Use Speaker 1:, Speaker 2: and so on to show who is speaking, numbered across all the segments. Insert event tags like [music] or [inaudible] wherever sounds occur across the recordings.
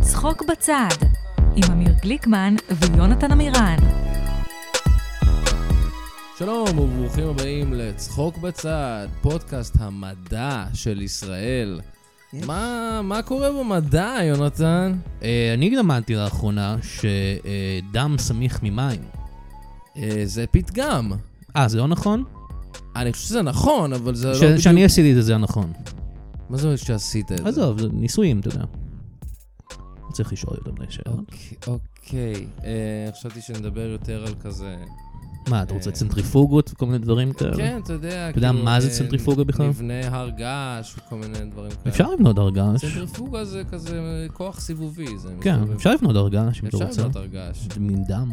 Speaker 1: צחוק בצד, עם אמיר גליקמן ויונתן עמירן.
Speaker 2: שלום וברוכים הבאים לצחוק בצד, פודקאסט המדע של ישראל. מה, מה קורה במדע, יונתן?
Speaker 3: אה, אני למדתי לאחרונה שדם סמיך ממים.
Speaker 2: אה, זה פתגם.
Speaker 3: אה, זה לא נכון?
Speaker 2: אני חושב שזה נכון, אבל זה
Speaker 3: ש-
Speaker 2: לא בדיוק...
Speaker 3: שאני עשיתי את זה, זה היה נכון.
Speaker 2: מה זה אומר שעשית את זה?
Speaker 3: עזוב, זה ניסויים, אתה יודע. לא צריך לשאול יותר מדי שאלות.
Speaker 2: אוקיי, אוקיי. אה, חשבתי שנדבר יותר על כזה...
Speaker 3: מה, אתה רוצה
Speaker 2: אה.
Speaker 3: צנטריפוגות וכל מיני דברים כאלה?
Speaker 2: כן, אתה יודע,
Speaker 3: אתה יודע
Speaker 2: כאילו,
Speaker 3: מה זה
Speaker 2: אה,
Speaker 3: צנטריפוגה בכלל?
Speaker 2: מבנה הר געש וכל מיני דברים כאלה.
Speaker 3: אפשר לבנות הר געש.
Speaker 2: צנטריפוגה זה כזה אה, כוח סיבובי. זה
Speaker 3: כן,
Speaker 2: מסתובב.
Speaker 3: אפשר לבנות הר געש אם אתה
Speaker 2: אפשר
Speaker 3: רוצה.
Speaker 2: לבנות הר געש.
Speaker 3: זה מין דם.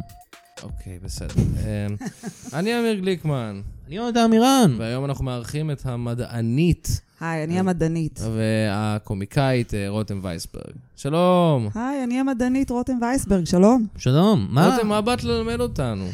Speaker 2: אוקיי, בסדר. אמ, [laughs] אני אמיר גליקמן,
Speaker 3: אני לא יודע מירן.
Speaker 2: והיום אנחנו מארחים את המדענית
Speaker 4: היי, אני המדענית.
Speaker 2: אוקיי. והקומיקאית אה, רותם וייסברג. שלום.
Speaker 4: היי, אני המדענית רותם וייסברג, שלום.
Speaker 3: שלום, מה?
Speaker 2: רותם, לא מה באת ללמד אותנו?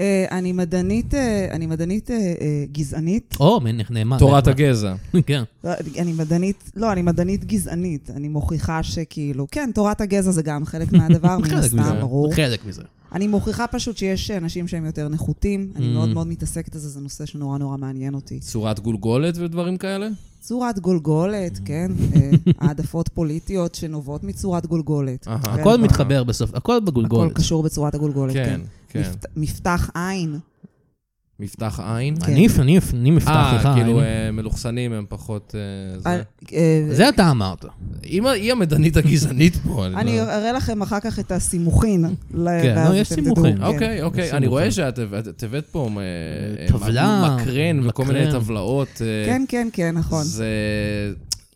Speaker 4: אה, אני מדענית, אה, אני מדענית אה, אה, גזענית.
Speaker 3: או, נאמן.
Speaker 2: תורת
Speaker 3: נאמן.
Speaker 2: הגזע.
Speaker 3: [laughs] כן.
Speaker 4: לא, אני- אני מדענית, לא, אני מדענית גזענית. אני מוכיחה שכאילו, כן, תורת הגזע זה גם חלק מהדבר,
Speaker 3: [laughs]
Speaker 4: מן
Speaker 3: חלק מזה. אוקיי.
Speaker 4: הסתם, ברור. כן.
Speaker 3: חלק מזה.
Speaker 4: אני מוכיחה פשוט שיש אנשים שהם יותר נחותים. אני
Speaker 3: Mm.
Speaker 4: מאוד מאוד מתעסקת בזה, זה נושא שנורא נורא מעניין אותי.
Speaker 2: צורת גולגולת ודברים כאלה?
Speaker 4: צורת גולגולת, כן, אה, העדפות פוליטיות שנובעות מצורת גולגולת.
Speaker 2: אהה.
Speaker 4: כן.
Speaker 3: הכל מתחבר בסוף, הכל
Speaker 4: הכל
Speaker 3: בגולגולת.
Speaker 4: קשור בצורת הגולגולת,
Speaker 2: כן,
Speaker 4: כן.
Speaker 2: כן.
Speaker 4: מפת- מפתח עין.
Speaker 2: מפתח עין?
Speaker 4: כן.
Speaker 3: אני אני- אני מפתח לך.
Speaker 2: אה, כאילו
Speaker 3: אני-
Speaker 2: אה, מלוכסנים הם פחות... אה, זה.
Speaker 4: אה, אה,
Speaker 3: זה אתה אמרת.
Speaker 2: היא מה- היא המדענית הגזענית פה.
Speaker 4: אני
Speaker 2: לא-
Speaker 4: אראה לכם אחר כך
Speaker 3: [laughs]
Speaker 4: את הסימוכין. ל-
Speaker 3: כן,
Speaker 4: ואז
Speaker 3: לא, יש
Speaker 4: אתם
Speaker 3: סימוכין.
Speaker 4: תדעו, כן.
Speaker 2: אוקיי, אוקיי.
Speaker 3: נשים
Speaker 2: אני רואה
Speaker 3: אותם.
Speaker 2: שאת את הבאת פה אה,
Speaker 3: טבלה,
Speaker 2: מקרן וכל מיני
Speaker 3: מקרן.
Speaker 2: טבלאות. אה,
Speaker 4: כן, כן, כן, נכון.
Speaker 2: זה...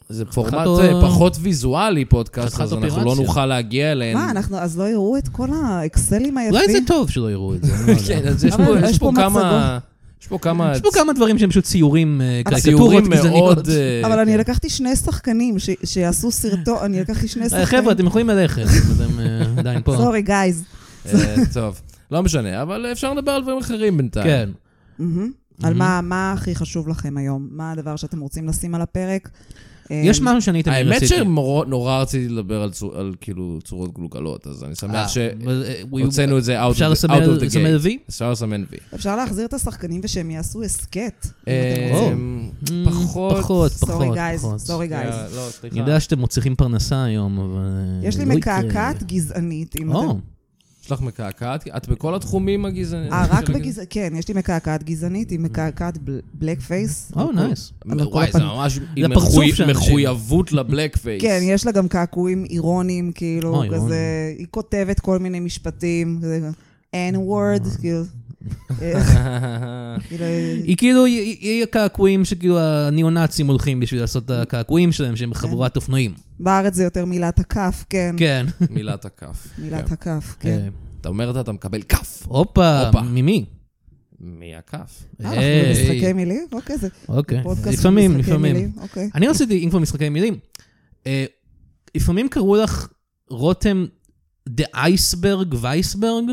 Speaker 2: זה פורמט
Speaker 3: חתיכת
Speaker 2: אה,
Speaker 3: או-
Speaker 2: פחות ויזואלי פודקאסט,
Speaker 3: חתיכת
Speaker 2: אז אנחנו לא
Speaker 3: אופרציה.
Speaker 2: נוכל להגיע אליהן.
Speaker 4: מה, אנחנו אז לא יראו את כל האקסלים היפים?
Speaker 3: אולי זה טוב שלא יראו את זה. אני לא יודע.
Speaker 2: [laughs] כן, אז יש
Speaker 4: אבל
Speaker 2: פה-
Speaker 4: יש
Speaker 2: יש פה
Speaker 4: פה
Speaker 2: כמה... יש פה כמה...
Speaker 3: יש פה כמה דברים שהם פשוט ציורים, אה,
Speaker 2: ציורים
Speaker 3: קריקטורות גזעניות.
Speaker 2: מאוד... אה,
Speaker 4: אבל
Speaker 3: כן.
Speaker 4: אני לקחתי שני שחקנים ש- שיעשו סרטון, אני לקחתי שני
Speaker 3: אה,
Speaker 4: שחקנים.
Speaker 3: חבר'ה, אתם יכולים ללכת, אם אתם אה, עדיין פה.
Speaker 4: סורי, גייז.
Speaker 2: אה, טוב, לא משנה, אבל אפשר לדבר על דברים אחרים בינתיים.
Speaker 3: כן.
Speaker 4: מהמם. על מה- מה הכי חשוב לכם היום? מה הדבר שאתם רוצים לשים על הפרק?
Speaker 3: יש
Speaker 4: אה,
Speaker 3: משהו שאני תמיד
Speaker 2: האמת
Speaker 3: כן, רציתי.
Speaker 2: שנורא רציתי לדבר על צור- על כאילו צורות גלוגלות, אז אני
Speaker 3: אה,
Speaker 2: שמח
Speaker 3: אבל, אה, הוא-
Speaker 2: שהוצאנו את זה out of
Speaker 3: אפשר
Speaker 2: the-
Speaker 3: לסמן
Speaker 2: out of the
Speaker 3: לסמן
Speaker 2: gate.
Speaker 3: וי?
Speaker 2: אפשר לסמן וי.
Speaker 4: אפשר להחזיר את השחקנים ושהם יעשו הסכת. אם אתם
Speaker 2: אה,
Speaker 4: רוצים.
Speaker 3: Mm,
Speaker 2: פחות...
Speaker 3: פחות,
Speaker 4: סורי,
Speaker 3: פחות,
Speaker 4: גייז,
Speaker 3: פחות. אה,
Speaker 4: סורי, גייז.
Speaker 2: יאללה, לא,
Speaker 3: אני
Speaker 2: סליחה.
Speaker 3: יודע שאתם מוצאים פרנסה היום, אבל... אה,
Speaker 4: יש לי
Speaker 3: לא יקרה.
Speaker 4: מקעקעת גזענית, אם אתם
Speaker 3: או,
Speaker 2: יש לך מקעקעת? את בכל התחומים הגזעניים?
Speaker 3: [laughs]
Speaker 4: אה, רק
Speaker 2: של הגזע-
Speaker 4: בגזענית, כן, יש לי מקעקעת גזענית
Speaker 3: Mm.
Speaker 4: עם מקעקעת בל- בלק פייס.
Speaker 3: או, נייס.
Speaker 4: אבל כל
Speaker 2: וואי, זה
Speaker 4: הפנים-
Speaker 2: ממש עם
Speaker 3: הפרצוף
Speaker 2: מחוי-
Speaker 3: של אנשים.
Speaker 2: מחויבות לבלק פייס.
Speaker 4: כן, יש לה גם קעקועים אירוניים, כאילו,
Speaker 3: אוי,
Speaker 4: כזה, היא כותבת כל מיני משפטים, כזה, n
Speaker 3: אה.
Speaker 4: word, כאילו,
Speaker 3: [laughs]
Speaker 4: כאילו,
Speaker 3: היא כאילו, היא- היא היא הקעקועים שכאילו הניאו-נאצים הולכים בשביל לעשות את הקעקועים שלהם, שהם חבורת אופנועים.
Speaker 4: בארץ זה יותר מילת הכף, כן,
Speaker 3: כן.
Speaker 2: [laughs] מילת הכף.
Speaker 4: מילת
Speaker 2: כן.
Speaker 4: הכף,
Speaker 3: אה,
Speaker 4: כן.
Speaker 2: אתה אומר את זה, אתה מקבל כף.
Speaker 3: הופה,
Speaker 2: הופה.
Speaker 3: ממי?
Speaker 2: מהכף.
Speaker 4: אה, אנחנו במשחקי מילים? אוקיי, זה
Speaker 3: אוקיי,
Speaker 4: פודקאסט
Speaker 3: לפעמים,
Speaker 4: במשחקי
Speaker 3: לפעמים.
Speaker 4: מילים, אוקיי.
Speaker 3: אני רציתי, אם כבר משחקי מילים, אה, לפעמים קראו לך רותם דה אייסברג וייסברג,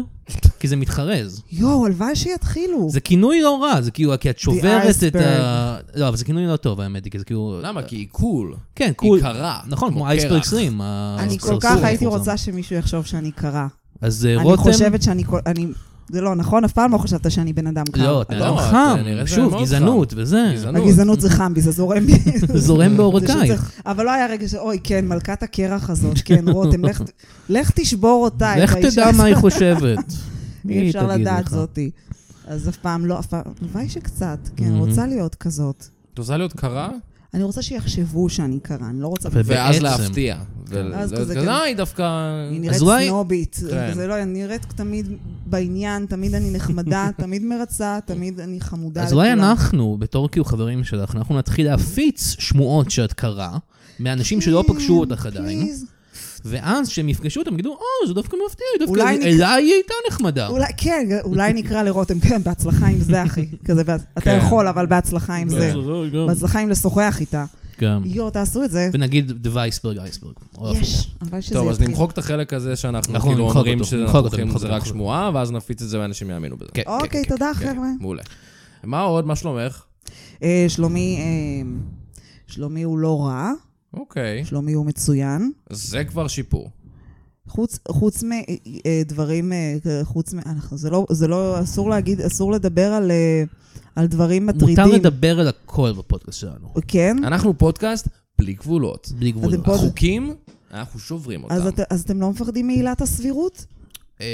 Speaker 3: כי זה מתחרז.
Speaker 4: יואו, הלוואי שיתחילו.
Speaker 3: זה כינוי לא רע, זה כאילו, כי את שוברת את ה...
Speaker 4: Iceberg.
Speaker 3: לא, אבל זה כינוי לא טוב, האמת היא, כי זה כאילו...
Speaker 2: למה? כי היא קול.
Speaker 3: כן,
Speaker 2: היא
Speaker 3: קול.
Speaker 2: קרה.
Speaker 3: נכון, כמו
Speaker 2: קרח.
Speaker 3: אייסברג סרים.
Speaker 4: אני כל כך הייתי רוצה שמישהו יחשוב שאני קרה.
Speaker 3: אז אה,
Speaker 4: אני
Speaker 3: רותם...
Speaker 4: חושבת שאני, כל- אני, זה לא נכון, אף פעם לא חשבת שאני בן אדם קר.
Speaker 3: לא, אתה
Speaker 2: לא,
Speaker 3: אדם
Speaker 2: אתה
Speaker 3: חם,
Speaker 2: נראית
Speaker 3: שוב,
Speaker 2: מאוד
Speaker 3: גזענות וזה.
Speaker 2: גזענות.
Speaker 4: הגזענות זה חם בי, זה זורם בי.
Speaker 3: זה
Speaker 4: [laughs]
Speaker 3: זורם בעורקייך.
Speaker 4: שצריך- אבל לא היה רגע ש... אוי, כן, מלכת הקרח הזאת, כן, רותם, לך- לך תשבור אותה. את
Speaker 3: לך
Speaker 4: האישה
Speaker 3: תדע מה היא חושבת.
Speaker 4: [laughs] אי
Speaker 3: מי
Speaker 4: אפשר
Speaker 3: תגיד
Speaker 4: לדעת
Speaker 3: לך?
Speaker 4: זאתי. אז אף פעם לא, אף פעם, הלוואי שקצת, כן,
Speaker 3: Mhm.
Speaker 4: רוצה להיות כזאת.
Speaker 2: את רוצה להיות קרה,
Speaker 4: אני רוצה שיחשבו שאני קרה, אני לא רוצה...
Speaker 3: אבל
Speaker 2: ואז
Speaker 3: בעצם.
Speaker 2: להפתיע.
Speaker 4: אז כזה,
Speaker 2: וכזה,
Speaker 4: כן.
Speaker 2: היא דווקא...
Speaker 4: היא נראית
Speaker 3: אז אולי-
Speaker 4: סנובית,
Speaker 2: כן.
Speaker 4: זה לא, אני נראית תמיד בעניין, תמיד אני נחמדה,
Speaker 3: [laughs]
Speaker 4: תמיד מרצה, תמיד אני חמודה.
Speaker 3: אז אולי
Speaker 4: לכולם.
Speaker 3: אנחנו, בתור כאילו חברים שלך, אנחנו נתחיל להפיץ שמועות שאת קרה, מאנשים שלא פגשו אותך עדיין,
Speaker 4: Please.
Speaker 3: ואז כשהם יפגשו אותם, יגידו, או, זה דווקא מפתיע, דווקא
Speaker 4: אולי נק-
Speaker 3: אליי היא הייתה נחמדה.
Speaker 4: אולי, כן, אולי נקרא לרותם, כן, בהצלחה עם זה, אחי. כזה, בה- אתה
Speaker 2: כן.
Speaker 4: יכול, אבל בהצלחה עם זה.
Speaker 3: גם.
Speaker 4: בהצלחה עם לשוחח איתה.
Speaker 2: Mm.
Speaker 3: גם.
Speaker 4: יואו, תעשו את זה.
Speaker 3: ונגיד דה וייסברג אייסברג. או הפוך.
Speaker 4: יש, הלוואי שזה
Speaker 2: טוב, אז
Speaker 4: יתחיל.
Speaker 2: נמחוק את החלק הזה שאנחנו
Speaker 3: נכון,
Speaker 2: כאילו
Speaker 3: נמחק
Speaker 2: אומרים
Speaker 3: אותו,
Speaker 2: שאנחנו
Speaker 3: נמחק אותו,
Speaker 2: הולכים,
Speaker 3: נמחק
Speaker 2: זה
Speaker 3: אותו,
Speaker 2: רק
Speaker 3: נמחק
Speaker 2: שמועה, ואז נפיץ את זה ואנשים יאמינו בזה.
Speaker 3: כן, כן,
Speaker 4: אוקיי,
Speaker 3: כן,
Speaker 4: תודה,
Speaker 2: כן,
Speaker 4: חבר'ה.
Speaker 2: מעולה. מה עוד? מה שלומך?
Speaker 4: אה, שלומי, אה, שלומי הוא לא רע,
Speaker 2: אוקיי.
Speaker 4: שלומי הוא מצוין.
Speaker 2: זה כבר שיפור.
Speaker 4: חוץ, חוץ אה, מדברים, אה, חוץ מ... אנחנו- זה לא, זה לא, אסור להגיד, אסור לדבר על, אה, על דברים מטרידים.
Speaker 3: מותר לדבר על הכל בפודקאסט שלנו.
Speaker 4: כן?
Speaker 2: אנחנו פודקאסט בלי גבולות.
Speaker 3: בלי גבולות.
Speaker 4: אתם פה-
Speaker 2: חוקים, אנחנו שוברים אותם.
Speaker 4: אז, את, אז אתם לא מפחדים מעילת הסבירות?
Speaker 2: אה,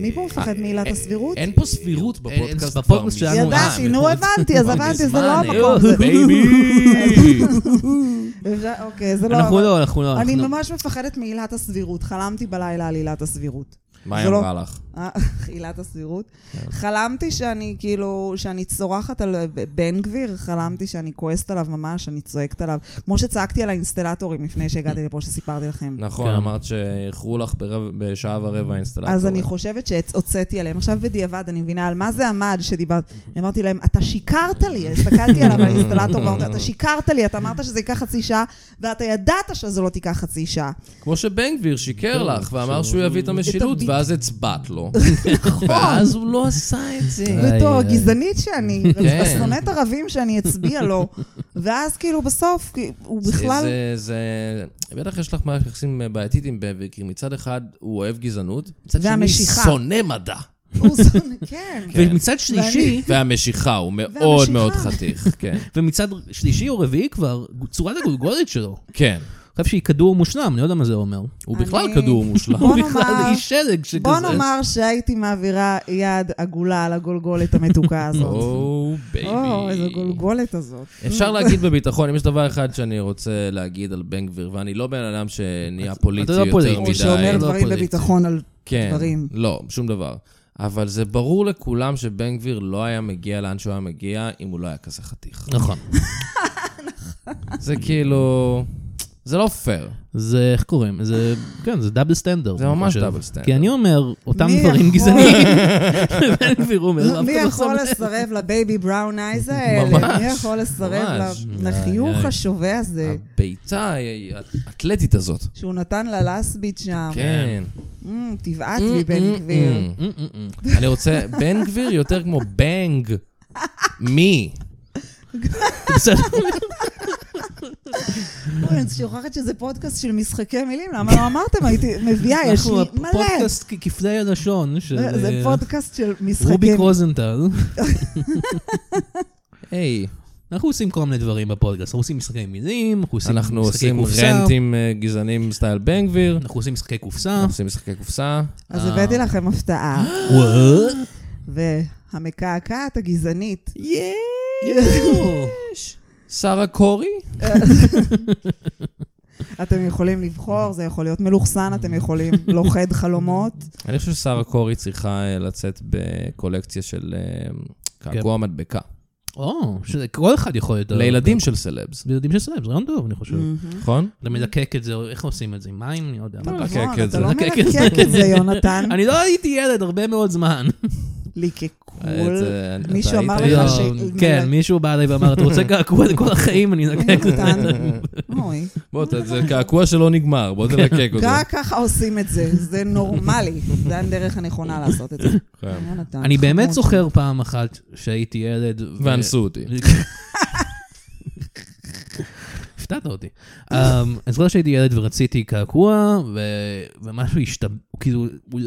Speaker 4: מי פה מפחד מעילת הסבירות?
Speaker 2: אין פה סבירות
Speaker 3: אין-
Speaker 2: בפודקאסט. כבר
Speaker 3: בפודקאסט שלנו
Speaker 2: מזמן.
Speaker 4: ידעתי, נו
Speaker 3: אה,
Speaker 4: הבנתי, אז
Speaker 2: כבר
Speaker 4: הבנתי, זה
Speaker 2: מזמן,
Speaker 4: לא
Speaker 2: אה,
Speaker 4: המקום. זה-
Speaker 2: בייבי.
Speaker 4: אפשר- אוקיי, זה לא...
Speaker 3: אנחנו לא, אנחנו לא.
Speaker 4: אני
Speaker 3: אנחנו-
Speaker 4: ממש מפחדת מעילת הסבירות. חלמתי בלילה על עילת הסבירות.
Speaker 2: מה היא
Speaker 4: זה לא-
Speaker 2: אמרה לך?
Speaker 4: אה, [laughs] עילת הסבירות.
Speaker 3: כן.
Speaker 4: חלמתי שאני כאילו, שאני צורחת על בן גביר, חלמתי שאני כועסת עליו ממש, אני צועקת עליו. כמו שצעקתי על האינסטלטורים לפני שהגעתי לפה, שסיפרתי לכם.
Speaker 2: נכון,
Speaker 3: כן.
Speaker 2: אמרת שאיחרו לך ברבע- בשעה ורבע
Speaker 3: לא
Speaker 2: אינסטלטור.
Speaker 4: אז אני חושבת שהוצאתי עליהם. עכשיו בדיעבד, אני מבינה על מה זה עמד שדיברת. אמרתי להם, אתה שיקרת לי, הסתכלתי עליו,
Speaker 3: [laughs]
Speaker 4: האינסטלטור, ואמרתי, אתה שיקרת לי, אתה אמרת שזה ייקח חצי שעה, ואתה ידעת שזה לא תיקח חצי שעה.
Speaker 2: כמו שבן גביר שיקר
Speaker 3: טוב,
Speaker 2: לך, ואמר שהוא יביא את המשילות,
Speaker 4: הביט- נכון.
Speaker 2: ואז הצבעת
Speaker 4: [laughs]
Speaker 2: לו. ואז הוא לא עשה את זה.
Speaker 4: בתור
Speaker 3: איי,
Speaker 4: הגזענית שאני,
Speaker 2: [laughs] כן.
Speaker 4: שונאת ערבים שאני אצביע
Speaker 2: [laughs]
Speaker 4: לו, ואז כאילו בסוף, כי הוא בכלל...
Speaker 2: זה, זה, זה- בטח יש לך מערכת יחסים בעייתית עם בן גביר, כי מצד אחד הוא אוהב גזענות, מצד שני
Speaker 4: והמשיכה.
Speaker 2: שונא מדע.
Speaker 4: הוא שונא- [laughs]
Speaker 2: [laughs]
Speaker 4: כן.
Speaker 2: כן.
Speaker 3: ומצד שלישי,
Speaker 2: והמשיכה, הוא מאוד מאוד חתיך, כן.
Speaker 3: ומצד שלישי או רביעי כבר, צורת הגולגולת שלו.
Speaker 4: [laughs]
Speaker 2: כן.
Speaker 3: אני חושב שהיא כדור מושלם, אני לא יודע מה זה אומר.
Speaker 2: הוא בכלל
Speaker 4: אני-
Speaker 2: כדור מושלם.
Speaker 4: בוא
Speaker 3: בכלל
Speaker 4: נאמר-
Speaker 3: איש שלג שכזה.
Speaker 4: בוא נאמר שהייתי מעבירה יד עגולה על
Speaker 2: [laughs]
Speaker 4: הגולגולת המתוקה
Speaker 2: Oh,
Speaker 4: הזאת.
Speaker 2: או בייבי.
Speaker 4: או, איזו גולגולת הזאת.
Speaker 2: אפשר להגיד בביטחון, אם יש דבר אחד שאני רוצה להגיד על בן גביר, ואני לא בן אדם שנהיה
Speaker 3: אתה
Speaker 2: פוליטי
Speaker 3: לא פוליטי.
Speaker 2: יותר
Speaker 3: או
Speaker 2: אה, מדי.
Speaker 4: או שאומר
Speaker 3: לא
Speaker 4: דברים
Speaker 3: פוליטי.
Speaker 4: בביטחון
Speaker 2: [laughs]
Speaker 4: על...
Speaker 2: כן,
Speaker 4: דברים.
Speaker 2: לא, שום דבר. אבל זה ברור לכולם שבן גביר לא היה מגיע לאן שהוא היה מגיע אם הוא לא היה כזה חתיך.
Speaker 3: נכון.
Speaker 4: [laughs]
Speaker 2: זה כאילו... זה לא פייר.
Speaker 3: זה, איך קוראים? זה, כן, זה דאבל סטנדרט.
Speaker 2: זה
Speaker 3: אני
Speaker 2: ממש
Speaker 3: חושב.
Speaker 2: דאבל סטנדרט.
Speaker 3: כי אני אומר אותם
Speaker 4: מי
Speaker 3: דברים
Speaker 4: יכול-
Speaker 3: גזעניים, ובן גביר אומר, אף
Speaker 4: מי
Speaker 3: אחד לא
Speaker 4: יכול
Speaker 3: שם לב. [laughs]
Speaker 4: לסרב לבייבי בראון אייז האלה?
Speaker 2: ממש,
Speaker 4: מי יכול לסרב
Speaker 2: ממש.
Speaker 4: ל- לחיוך
Speaker 2: איי. אה.
Speaker 4: השווה הזה
Speaker 2: הביצה האתלטית הזאת.
Speaker 4: שהוא נתן ללסבית שם?
Speaker 2: כן.
Speaker 4: "מ, תבעט
Speaker 2: Mm,
Speaker 4: לי, בן
Speaker 2: mm,
Speaker 4: גביר.
Speaker 3: אה,
Speaker 2: mm. אני רוצה... בן גביר יותר כמו בנג. מי?
Speaker 3: בסדר.
Speaker 4: אוי, אני שוכחת שזה פודקאסט של משחקי מילים, למה לא אמרתם? הייתי מביאה, [laughs] יש
Speaker 3: אנחנו
Speaker 4: לי מלא.
Speaker 3: הפודקאסט כ- כפלי הלשון של
Speaker 4: זה- זה
Speaker 3: אה,
Speaker 4: פודקאסט של
Speaker 3: רוביק
Speaker 4: משחקים.
Speaker 2: [laughs]
Speaker 3: רוזנטל.
Speaker 2: היי.
Speaker 3: אנחנו עושים כל מיני דברים בפודקאסט, אנחנו עושים משחקי מילים, אנחנו עושים
Speaker 2: אנחנו
Speaker 3: משחקי
Speaker 2: עושים
Speaker 3: קופסה,
Speaker 2: רנטים אה, גזענים סטייל בן
Speaker 4: אה.
Speaker 2: גביר.
Speaker 3: אנחנו עושים משחקי קופסה.
Speaker 2: אנחנו עושים משחקי קופסה.
Speaker 4: אז
Speaker 3: אה.
Speaker 4: הבאתי לכם הפתעה,
Speaker 3: וואו.
Speaker 4: והמקעקעת הגזענית.
Speaker 2: שרה קורי?
Speaker 4: אתם יכולים לבחור, זה יכול להיות מלוכסן, אתם יכולים לוכד
Speaker 3: [laughs]
Speaker 4: חלומות.
Speaker 2: אני חושב ששרה קורי צריכה אה, לצאת בקולקציה של אה,
Speaker 4: כן.
Speaker 2: קעקוע מדבקה.
Speaker 3: או, שזה- כל אחד יכול להיות...
Speaker 2: לילדים של סלבס,
Speaker 3: לילדים של סלאב, זה רעיון טוב, אני חושב.
Speaker 2: נכון?
Speaker 3: אתה מלקק את זה, או איך עושים את זה? עם מים? אני לא יודע.
Speaker 2: אתה
Speaker 4: נכון,
Speaker 2: מקעקע את
Speaker 4: אתה
Speaker 2: זה.
Speaker 4: לא
Speaker 3: מקעקע את זה. כן,
Speaker 4: מלקק את זה, יונתן.
Speaker 3: אני לא הייתי ילד הרבה מאוד
Speaker 2: [laughs]
Speaker 3: זמן.
Speaker 2: את,
Speaker 4: ליקקול.
Speaker 2: אה, אתה
Speaker 4: מישהו אמר
Speaker 2: היית?
Speaker 4: לך
Speaker 3: לא,
Speaker 4: ש-
Speaker 3: כן, מישהו בא אליי ואמר, אתה
Speaker 2: [laughs]
Speaker 3: רוצה קעקוע לכל החיים, אני אלקק את זה.
Speaker 4: יונתן, לא
Speaker 3: כן.
Speaker 4: אוי.
Speaker 2: לא. בוא, ת- זה קעקוע שלא נגמר, בוא תלקק אותו.
Speaker 4: כן. רק ככה עושים את זה, זה נורמלי. זה הדרך הנכונה לעשות את זה.
Speaker 2: כן.
Speaker 4: יונתן,
Speaker 3: אני באמת
Speaker 4: חמוד.
Speaker 3: זוכר פעם אחת שהייתי ילד. ו-
Speaker 2: ואנסו אותי.
Speaker 3: [laughs] הפתעת אותי. אמ, אני זוכר שהייתי ילד ורציתי קעקוע, ו- ומשהו השתב... הוא כאילו, הוא-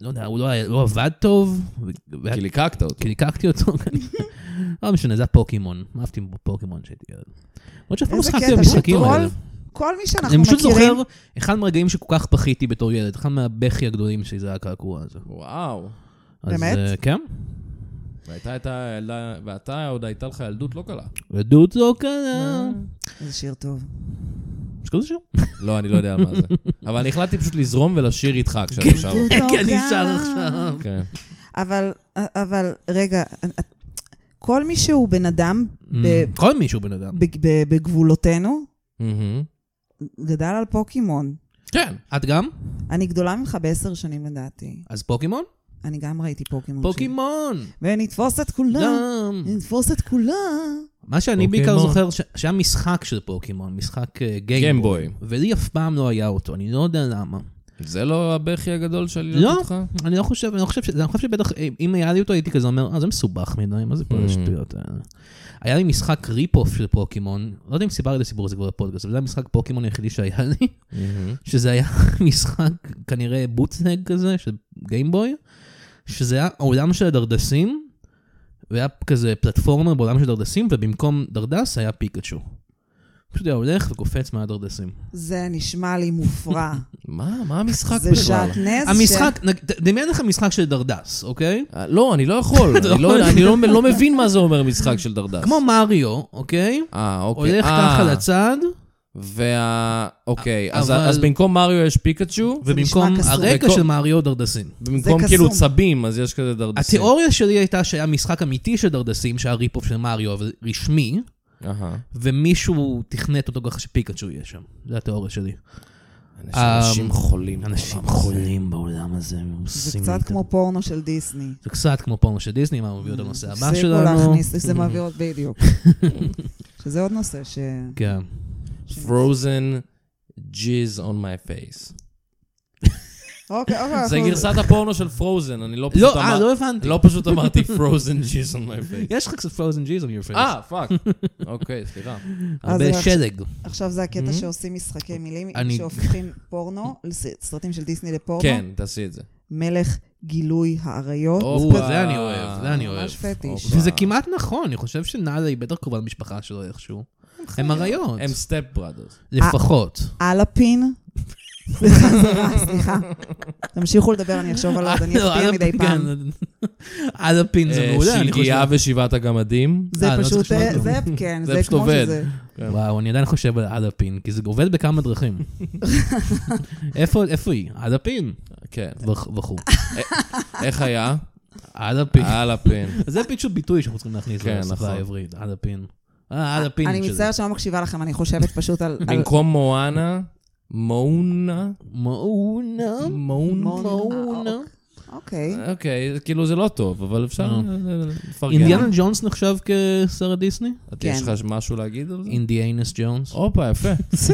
Speaker 3: לא יודע, הוא לא היה- לא עבד טוב, ו- והיה
Speaker 2: כי ליקקת אותו.
Speaker 3: כי ליקקתי אותו, [laughs] לא משנה, זה היה פוקימון, אהבתי פוקימון כשהייתי ילד. למרות שאף פעם לא
Speaker 4: איזה
Speaker 3: שחקתי
Speaker 4: קטע,
Speaker 3: במשחקים
Speaker 4: שטרול?
Speaker 3: האלה.
Speaker 4: כל מי שאנחנו
Speaker 3: אני פשוט
Speaker 4: מכירים,
Speaker 3: זוכר, אחד מהרגעים שכל כך בכיתי בתור ילד, אחד מהבכי הגדולים שלי זה היה הקעקוע הזה.
Speaker 2: וואו.
Speaker 3: אז,
Speaker 4: באמת?
Speaker 3: אה, כן.
Speaker 2: והייתה הייתה ילדה- ואתה עוד הייתה לך ילדות לא קלה.
Speaker 3: עדות לא
Speaker 4: אה.
Speaker 3: קלה.
Speaker 4: זה שיר טוב.
Speaker 3: אה, יש כזה שיר?
Speaker 2: לא, אני לא יודע מה
Speaker 4: [laughs]
Speaker 2: זה. אבל אני החלטתי פשוט לזרום ולשיר איתך כשאתה שר.
Speaker 4: ילדות לא
Speaker 3: כי כן, אוקיי. אני שר
Speaker 4: קלה.
Speaker 3: עכשיו.
Speaker 2: כן.
Speaker 4: אבל, אבל, רגע, כל מי שהוא בן אדם
Speaker 3: Mm.
Speaker 4: ב-
Speaker 3: כל מישהו בן אדם.
Speaker 4: ב- ב- בגבולותינו,
Speaker 2: מהמם.
Speaker 4: גדל על פוקימון.
Speaker 3: כן. את גם?
Speaker 4: אני גדולה ממך בעשר שנים לדעתי.
Speaker 3: אז פוקימון?
Speaker 4: אני גם ראיתי
Speaker 3: לא.
Speaker 4: פוקימון.
Speaker 3: פוקימון! לא.
Speaker 4: שלי. ונתפוס את כולם,
Speaker 3: גם.
Speaker 4: נתפוס את כולם.
Speaker 3: מה שאני בעיקר
Speaker 2: פוקימון.
Speaker 3: זוכר, ש- שהיה משחק של פוקימון, משחק אה, גיימבוי.
Speaker 2: גיימבוי.
Speaker 3: ולי אף פעם לא היה אותו, אני לא יודע למה.
Speaker 2: זה לא הבכי הגדול שלי
Speaker 3: לא.
Speaker 2: לראות אותך?
Speaker 3: אני לא חושב, אני לא חושב, ש- אני חושב שבטח, אה, אם היה לי אותו, הייתי כזה אומר, אה, זה מסובך מדי, מה זה כל
Speaker 2: Mm.
Speaker 3: השטויות האלה? היה לי משחק ריפ-אוף של פוקימון, לא יודע אם סיפרתי את הסיפור הזה כבר בפודקאסט, אבל זה המשחק פוקימון היחידי שהיה לי, שזה היה [laughs] משחק כנראה בוטנג כזה, של גיימבוי, שזה היה העולם של הדרדסים, והיה כזה פלטפורמר בעולם של דרדסים, ובמקום דרדס היה פיקאצ'ו. פשוט היה הולך וקופץ מהדרדסים.
Speaker 4: זה נשמע לי מופרע.
Speaker 2: מה? מה המשחק
Speaker 4: זה
Speaker 2: בכלל?
Speaker 4: שעטנז
Speaker 3: המשחק, נג- ד- דמיין לך משחק של דרדס, אוקיי?
Speaker 2: אה, לא, אני לא יכול.
Speaker 3: [laughs] אתה
Speaker 2: אני
Speaker 3: לא
Speaker 2: לא- אני לא- לא מבין מה זה אומר משחק של דרדס.
Speaker 3: כמו מריו, אוקיי?
Speaker 2: אה, אוקיי.
Speaker 3: הולך
Speaker 2: אה,
Speaker 3: ככה לצד,
Speaker 2: וה... אוקיי, אז-
Speaker 3: אבל-
Speaker 2: אז במקום מריו יש פיקאצ'ו,
Speaker 3: ובמקום
Speaker 4: קסום.
Speaker 3: הרקע
Speaker 2: וכל-
Speaker 3: של מריו דרדסים.
Speaker 2: במקום
Speaker 4: קסום.
Speaker 2: כאילו צבים, אז יש כזה דרדסים.
Speaker 3: התיאוריה שלי הייתה שהיה משחק אמיתי של דרדסים, שהיה ריפ-אוף של מריו, אבל רשמי,
Speaker 2: אהה.
Speaker 3: ומישהו תכנת אותו ככה שפיקאצ'ו יהיה שם. זו התיאוריה שלי.
Speaker 2: אנשים- אנשים
Speaker 3: אמ,
Speaker 2: חולים.
Speaker 3: אנשים
Speaker 2: בעולם הזה.
Speaker 3: חולים בעולם הזה, הם
Speaker 4: זה
Speaker 3: עושים לי
Speaker 4: קצת
Speaker 3: את-
Speaker 4: כמו פורנו של דיסני.
Speaker 3: זה קצת כמו פורנו של דיסני, מה מביא אותנו לנושא הבא
Speaker 4: הפסיקו
Speaker 3: שלנו.
Speaker 4: להכניס, זה מעביר עוד בדיוק. שזה עוד נושא ש...
Speaker 3: כן.
Speaker 2: Frozen jizz on my face.
Speaker 4: אוקיי, אוקיי.
Speaker 2: זה
Speaker 4: אנחנו-
Speaker 2: גרסת הפורנו של פרוזן, אני לא פשוט
Speaker 3: לא, אה,
Speaker 2: אמרתי.
Speaker 3: לא הבנתי.
Speaker 2: לא פשוט אמרתי Frozen jizz on my face.
Speaker 3: יש לך קצת פרוזן ג'יז על יור פייס.
Speaker 2: אה,
Speaker 3: [laughs]
Speaker 2: פאק. אוקיי, סליחה.
Speaker 4: אז
Speaker 3: הרבה
Speaker 4: עכשיו-
Speaker 3: שלג.
Speaker 4: עכשיו זה הקטע
Speaker 2: Mhm.
Speaker 4: שעושים משחקי מילים,
Speaker 3: Mm-hmm. אני-
Speaker 4: שהופכים פורנו, לס- סרטים של דיסני לפורנו.
Speaker 3: אוקיי.
Speaker 2: כן, תעשי את זה.
Speaker 4: מלך גילוי האריות.
Speaker 3: או,
Speaker 2: הופה.
Speaker 3: זה אני אוהב, זה אני אוהב.
Speaker 4: ממש פטיש.
Speaker 2: הופה.
Speaker 3: וזה כמעט נכון, אני חושב שנאלה היא בטח קרובת משפחה שלו איכשהו.
Speaker 4: נכון,
Speaker 3: הם אריות, [laughs]
Speaker 2: הם סטפ בראדרס.
Speaker 3: לפחות.
Speaker 4: אלפין. סליחה, סליחה, סליחה. תמשיכו לדבר, אני אחשוב על עוד,
Speaker 3: [laughs]
Speaker 4: אני
Speaker 3: לא,
Speaker 4: אפתיע
Speaker 3: אלפין,
Speaker 4: מדי פעם.
Speaker 3: כן. אלפין זה
Speaker 2: אה,
Speaker 3: מעולה, אני חושב.
Speaker 2: שלגיה ושבעת הגמדים.
Speaker 4: זה
Speaker 3: אה, לא
Speaker 4: פשוט,
Speaker 3: צריך לשנות
Speaker 4: אה,
Speaker 3: כלום.
Speaker 4: זה, כן,
Speaker 2: זה
Speaker 4: זה
Speaker 2: פשוט
Speaker 4: כמו
Speaker 2: עובד.
Speaker 4: שזה.
Speaker 2: כן.
Speaker 3: וואו, אני עדיין חושב על אלפין, כי זה עובד
Speaker 2: [laughs]
Speaker 3: בכמה דרכים. איפה איפה היא? אלפין.
Speaker 2: כן.
Speaker 3: וכ- וכו'.
Speaker 2: איך
Speaker 3: [laughs]
Speaker 2: היה?
Speaker 3: אלפין.
Speaker 2: על הפין.
Speaker 3: [laughs] זה פשוט ביטוי שאנחנו צריכים להכניס
Speaker 2: אה. כן, נכון.
Speaker 3: לשפה העברית, אלפין. אה, אלפין.
Speaker 4: אני
Speaker 3: של-
Speaker 4: מצטערת שאני לא מקשיבה לכם, אני חושבת פשוט על... על-
Speaker 2: במקום מואנה, מואנה.
Speaker 3: מאונה.
Speaker 2: מואונה.
Speaker 3: מאונה.
Speaker 4: אוקיי.
Speaker 2: אוקיי, כאילו זה לא טוב, אבל אפשר
Speaker 3: אה.
Speaker 2: אה, לפרגן.
Speaker 3: אינדיאנה ג'ונס נחשב כסרט דיסני?
Speaker 2: אתה, יש
Speaker 4: כן.
Speaker 2: לך משהו להגיד על זה?
Speaker 3: אינדיאנס ג'ונס.
Speaker 2: הופה, יפה.
Speaker 3: [laughs]
Speaker 4: צי,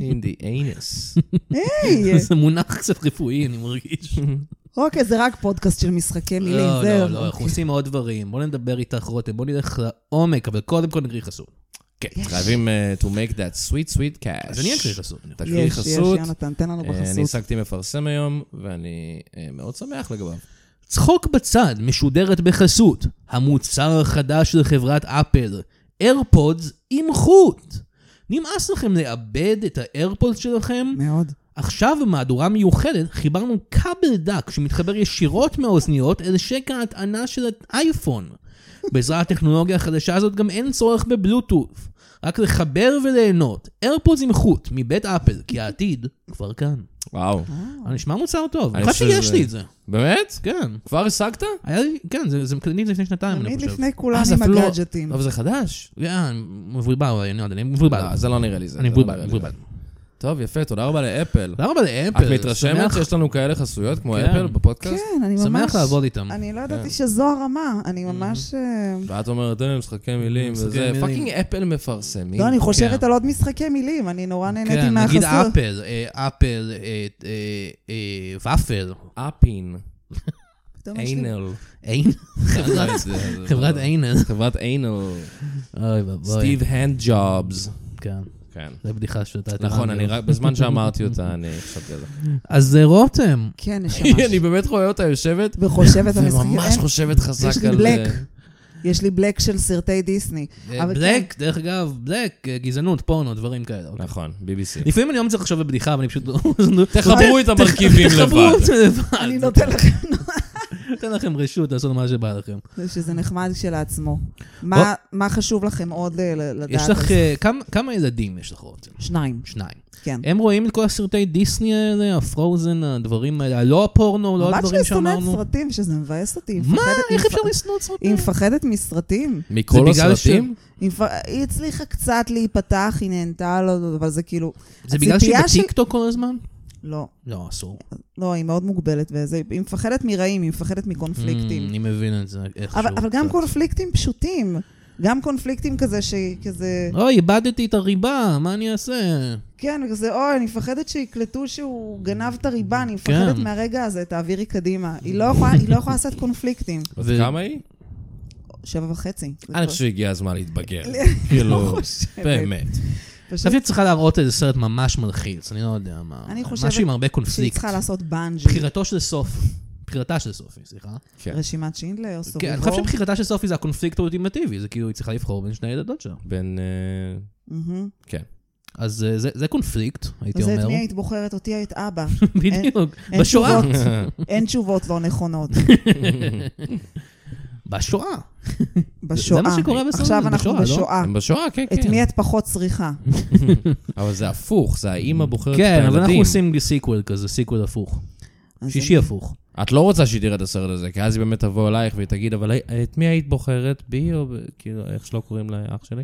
Speaker 2: אינדי איינס.
Speaker 4: היי.
Speaker 3: זה מונח קצת רפואי, אני
Speaker 2: [laughs]
Speaker 3: מרגיש.
Speaker 4: אוקיי, זה רק פודקאסט של משחקי מילים,
Speaker 3: לא,
Speaker 4: זהו. אוקיי.
Speaker 3: לא, לא, אנחנו עושים עוד דברים. בוא נדבר איתך, רותם, בוא נלך לעומק, אבל קודם כל נקריא חסות.
Speaker 4: יש.
Speaker 2: חייבים אה, to make that sweet sweet cash.
Speaker 3: אז אני אקריא חסות. אני חושב.
Speaker 2: תקריא
Speaker 4: יש, יש,
Speaker 2: חסות.
Speaker 4: יונתן, תן לנו
Speaker 2: אה, אני
Speaker 4: בחסות.
Speaker 2: השגתי מפרסם היום, ואני אה, מאוד שמח לגביו.
Speaker 3: צחוק בצד משודרת בחסות. המוצר החדש של חברת אפל, AirPods עם חוט. נמאס לכם לאבד את ה-AirPods שלכם?
Speaker 4: מאוד.
Speaker 3: עכשיו במהדורה מיוחדת חיברנו כבל דק שמתחבר ישירות מהאוזניות אל שקע ההטענה של האייפון. בעזרת הטכנולוגיה החדשה הזאת גם אין צורך בבלוטוף. רק לחבר וליהנות. AirPods עם חוט מבית אפל, כי העתיד כבר כאן.
Speaker 2: וואו.
Speaker 3: אה, נשמע מוצר טוב,
Speaker 2: אני
Speaker 3: אני חושב
Speaker 2: חושב
Speaker 3: שיש
Speaker 2: שזה-
Speaker 3: לי את זה.
Speaker 2: באמת?
Speaker 3: כן.
Speaker 2: כבר השגת?
Speaker 3: היה לי, כן, זה, זה מקליטים לפני שנתיים, אני
Speaker 4: תמיד
Speaker 3: חושב.
Speaker 4: לפני כולם
Speaker 2: אה, זה
Speaker 4: עם
Speaker 2: אפילו לא-
Speaker 4: הגאדג'טים.
Speaker 2: אבל זה חדש.
Speaker 3: אה, מבולבל, אני לא יודע, אני מבולבל.
Speaker 2: לא, זה לא נראה לי זה.
Speaker 3: אני
Speaker 2: זה לא
Speaker 3: מבולבל,
Speaker 2: נראה לי
Speaker 3: מבולבל.
Speaker 2: זה. טוב, יפה, תודה רבה לאפל.
Speaker 3: תודה רבה
Speaker 2: את
Speaker 3: לאפל.
Speaker 2: מתרשמת
Speaker 3: שמח-
Speaker 2: שיש לנו כאלה חסויות כמו
Speaker 3: כן.
Speaker 2: אפל בפודקאסט?
Speaker 4: כן, אני ממש...
Speaker 3: שמח לעבוד איתם.
Speaker 4: אני לא ידעתי
Speaker 3: כן.
Speaker 4: שזו הרמה, אני
Speaker 3: Mm-hmm.
Speaker 4: ממש... אה,
Speaker 2: ואת אומרת, אה, משחקי מילים
Speaker 3: משחקי
Speaker 2: וזה.
Speaker 3: מילים.
Speaker 2: פאקינג אפל מפרסמים.
Speaker 4: לא, אני חושבת
Speaker 3: כן.
Speaker 4: על עוד משחקי מילים, אני נורא נהניתי
Speaker 3: כן, נגיד
Speaker 4: מהחסות.
Speaker 3: אפל, אה, אפל, אה, אה, אה, ופל,
Speaker 2: אפין,
Speaker 4: פתאום יש לי-
Speaker 2: איינל.
Speaker 3: אין, לא חברת- חברת איינל.
Speaker 2: חברת איינל.
Speaker 3: אוי ואבוי.
Speaker 2: סטיב הנד ג'ובס.
Speaker 3: כן, לא-
Speaker 2: כן.
Speaker 3: זו בדיחה שאתה...
Speaker 2: נכון, אני רק, בזמן שאמרתי אותה, אני חשבתי
Speaker 3: [laughs]
Speaker 2: על זה.
Speaker 3: אז אה, רותם, [laughs]
Speaker 4: כן, נשמה.
Speaker 2: אני באמת רואה אותה יושבת,
Speaker 4: וחושבת על משחקים.
Speaker 2: וממש
Speaker 4: אין-
Speaker 2: חושבת
Speaker 4: יש
Speaker 2: חזק
Speaker 4: לי
Speaker 2: על...
Speaker 4: בלק. יש לי בלק של סרטי דיסני.
Speaker 3: אה,
Speaker 4: אבל כן.
Speaker 3: בלק, דרך אגב, בלק, אה, גזענות, פורנו, דברים כאלה. אוקיי.
Speaker 2: נכון,
Speaker 3: [laughs]
Speaker 2: BBC.
Speaker 3: לפעמים אני לא מצליח לחשוב בבדיחה, אבל אני פשוט...
Speaker 2: תחברו את המרכיבים
Speaker 3: תחברו את
Speaker 2: לבד.
Speaker 3: זה לבד.
Speaker 4: אני נותן לכם
Speaker 3: נותן לכם רשות לעשות מה שבא לכם.
Speaker 4: שזה נחמד כשלעצמו. מה- מה חשוב לכם עוד ל- ל- לדעת?
Speaker 3: יש לך...
Speaker 4: על זה?
Speaker 3: אה, כמה- כמה ילדים יש לך רותם?
Speaker 4: שניים,
Speaker 3: שניים.
Speaker 4: כן.
Speaker 3: הם רואים את כל הסרטי דיסני האלה, הפרוזן, הדברים האלה, לא הפורנו, לא
Speaker 4: ממש
Speaker 3: הדברים
Speaker 4: לי שונאת
Speaker 3: שאמרנו.
Speaker 4: סרטים, שזה מבאס אותי. היא
Speaker 3: מה?
Speaker 4: מפחדת-
Speaker 3: איך
Speaker 4: היא
Speaker 3: אפשר
Speaker 4: מפ-
Speaker 3: לשנוא סרטים?
Speaker 4: היא מפחדת מסרטים.
Speaker 2: מכל
Speaker 3: זה בגלל
Speaker 2: הסרטים?
Speaker 4: היא מפ- היא הצליחה קצת להיפתח, היא נהנתה לו, אבל זה כאילו...
Speaker 3: זה בגלל שהיא
Speaker 4: הציפייה של-
Speaker 3: בטיקטוק כל הזמן?
Speaker 4: לא,
Speaker 3: לא, אסור.
Speaker 4: לא, היא מאוד מוגבלת וזה. היא מפחדת מרעים, היא מפחדת
Speaker 3: Mm,
Speaker 4: מקונפליקטים.
Speaker 3: אני מבין את זה איכשהו.
Speaker 4: אבל אבל גם
Speaker 3: קצת.
Speaker 4: קונפליקטים פשוטים. גם קונפליקטים כזה, שכזה...
Speaker 3: אוי, איבדתי את הריבה, מה אני אעשה?
Speaker 4: כן, כזה, אוי, אני מפחדת שיקלטו שהוא גנב את הריבה, אני מפחדת
Speaker 3: כן.
Speaker 4: מהרגע הזה, תעבירי קדימה. היא לא יכולה- היא לא יכולה לעשות קונפליקטים.
Speaker 2: אז
Speaker 3: ו-
Speaker 2: כמה היא?
Speaker 4: שבע וחצי. זה
Speaker 3: אה,
Speaker 2: אני
Speaker 4: כבר-
Speaker 2: חושב שהגיע הזמן להתבגר.
Speaker 4: לא
Speaker 2: כאילו,
Speaker 4: חושבת.
Speaker 2: באמת.
Speaker 4: פשוט
Speaker 3: חשבתי שצריכה להראות איזה סרט ממש מלחיץ, אני לא יודע מה.
Speaker 4: אני חושבת
Speaker 3: משהו עם הרבה
Speaker 4: שהיא
Speaker 3: קונפליקט.
Speaker 4: צריכה לעשות בנג'י.
Speaker 3: בחירתו של סופי, בחירתה של סופי, סליחה.
Speaker 2: כן.
Speaker 4: רשימת שינדלר,
Speaker 3: כן,
Speaker 4: סובי
Speaker 3: אני חושב שבחירתה של סופי זה הקונפליקט האולטימטיבי, זה כאילו היא צריכה לבחור בין שני הילדות שלה.
Speaker 2: בין... אה, כן.
Speaker 3: אז אה, זה- זה קונפליקט, הייתי
Speaker 4: אז את
Speaker 3: [laughs] אומר.
Speaker 4: מי היית בוחרת? אותי היית
Speaker 3: [laughs]
Speaker 4: אבא.
Speaker 3: בדיוק.
Speaker 4: אין
Speaker 3: בשואה.
Speaker 4: תשובות.
Speaker 3: [laughs]
Speaker 4: אין תשובות לא נכונות.
Speaker 3: בשואה.
Speaker 4: בשואה.
Speaker 3: מה שקורה בסוף,
Speaker 4: עכשיו
Speaker 3: זה
Speaker 4: אנחנו
Speaker 3: בשואה, לא?
Speaker 4: בשואה.
Speaker 2: הם בשואה, כן,
Speaker 4: אה, את
Speaker 2: כן.
Speaker 4: מי את פחות צריכה?
Speaker 2: אבל זה הפוך, זה האימא בוחרת את
Speaker 3: כן,
Speaker 2: הילדים.
Speaker 3: אבל אנחנו עושים סיקוול כזה, סיקוול הפוך.
Speaker 4: אז
Speaker 3: שישי הפוך.
Speaker 2: את לא רוצה שהיא תראה את הסרט הזה, כי אז היא באמת תבוא אלייך והיא תגיד, אבל את מי היית בוחרת? בי או ב- כאילו, איך שלא קוראים לאח שלי?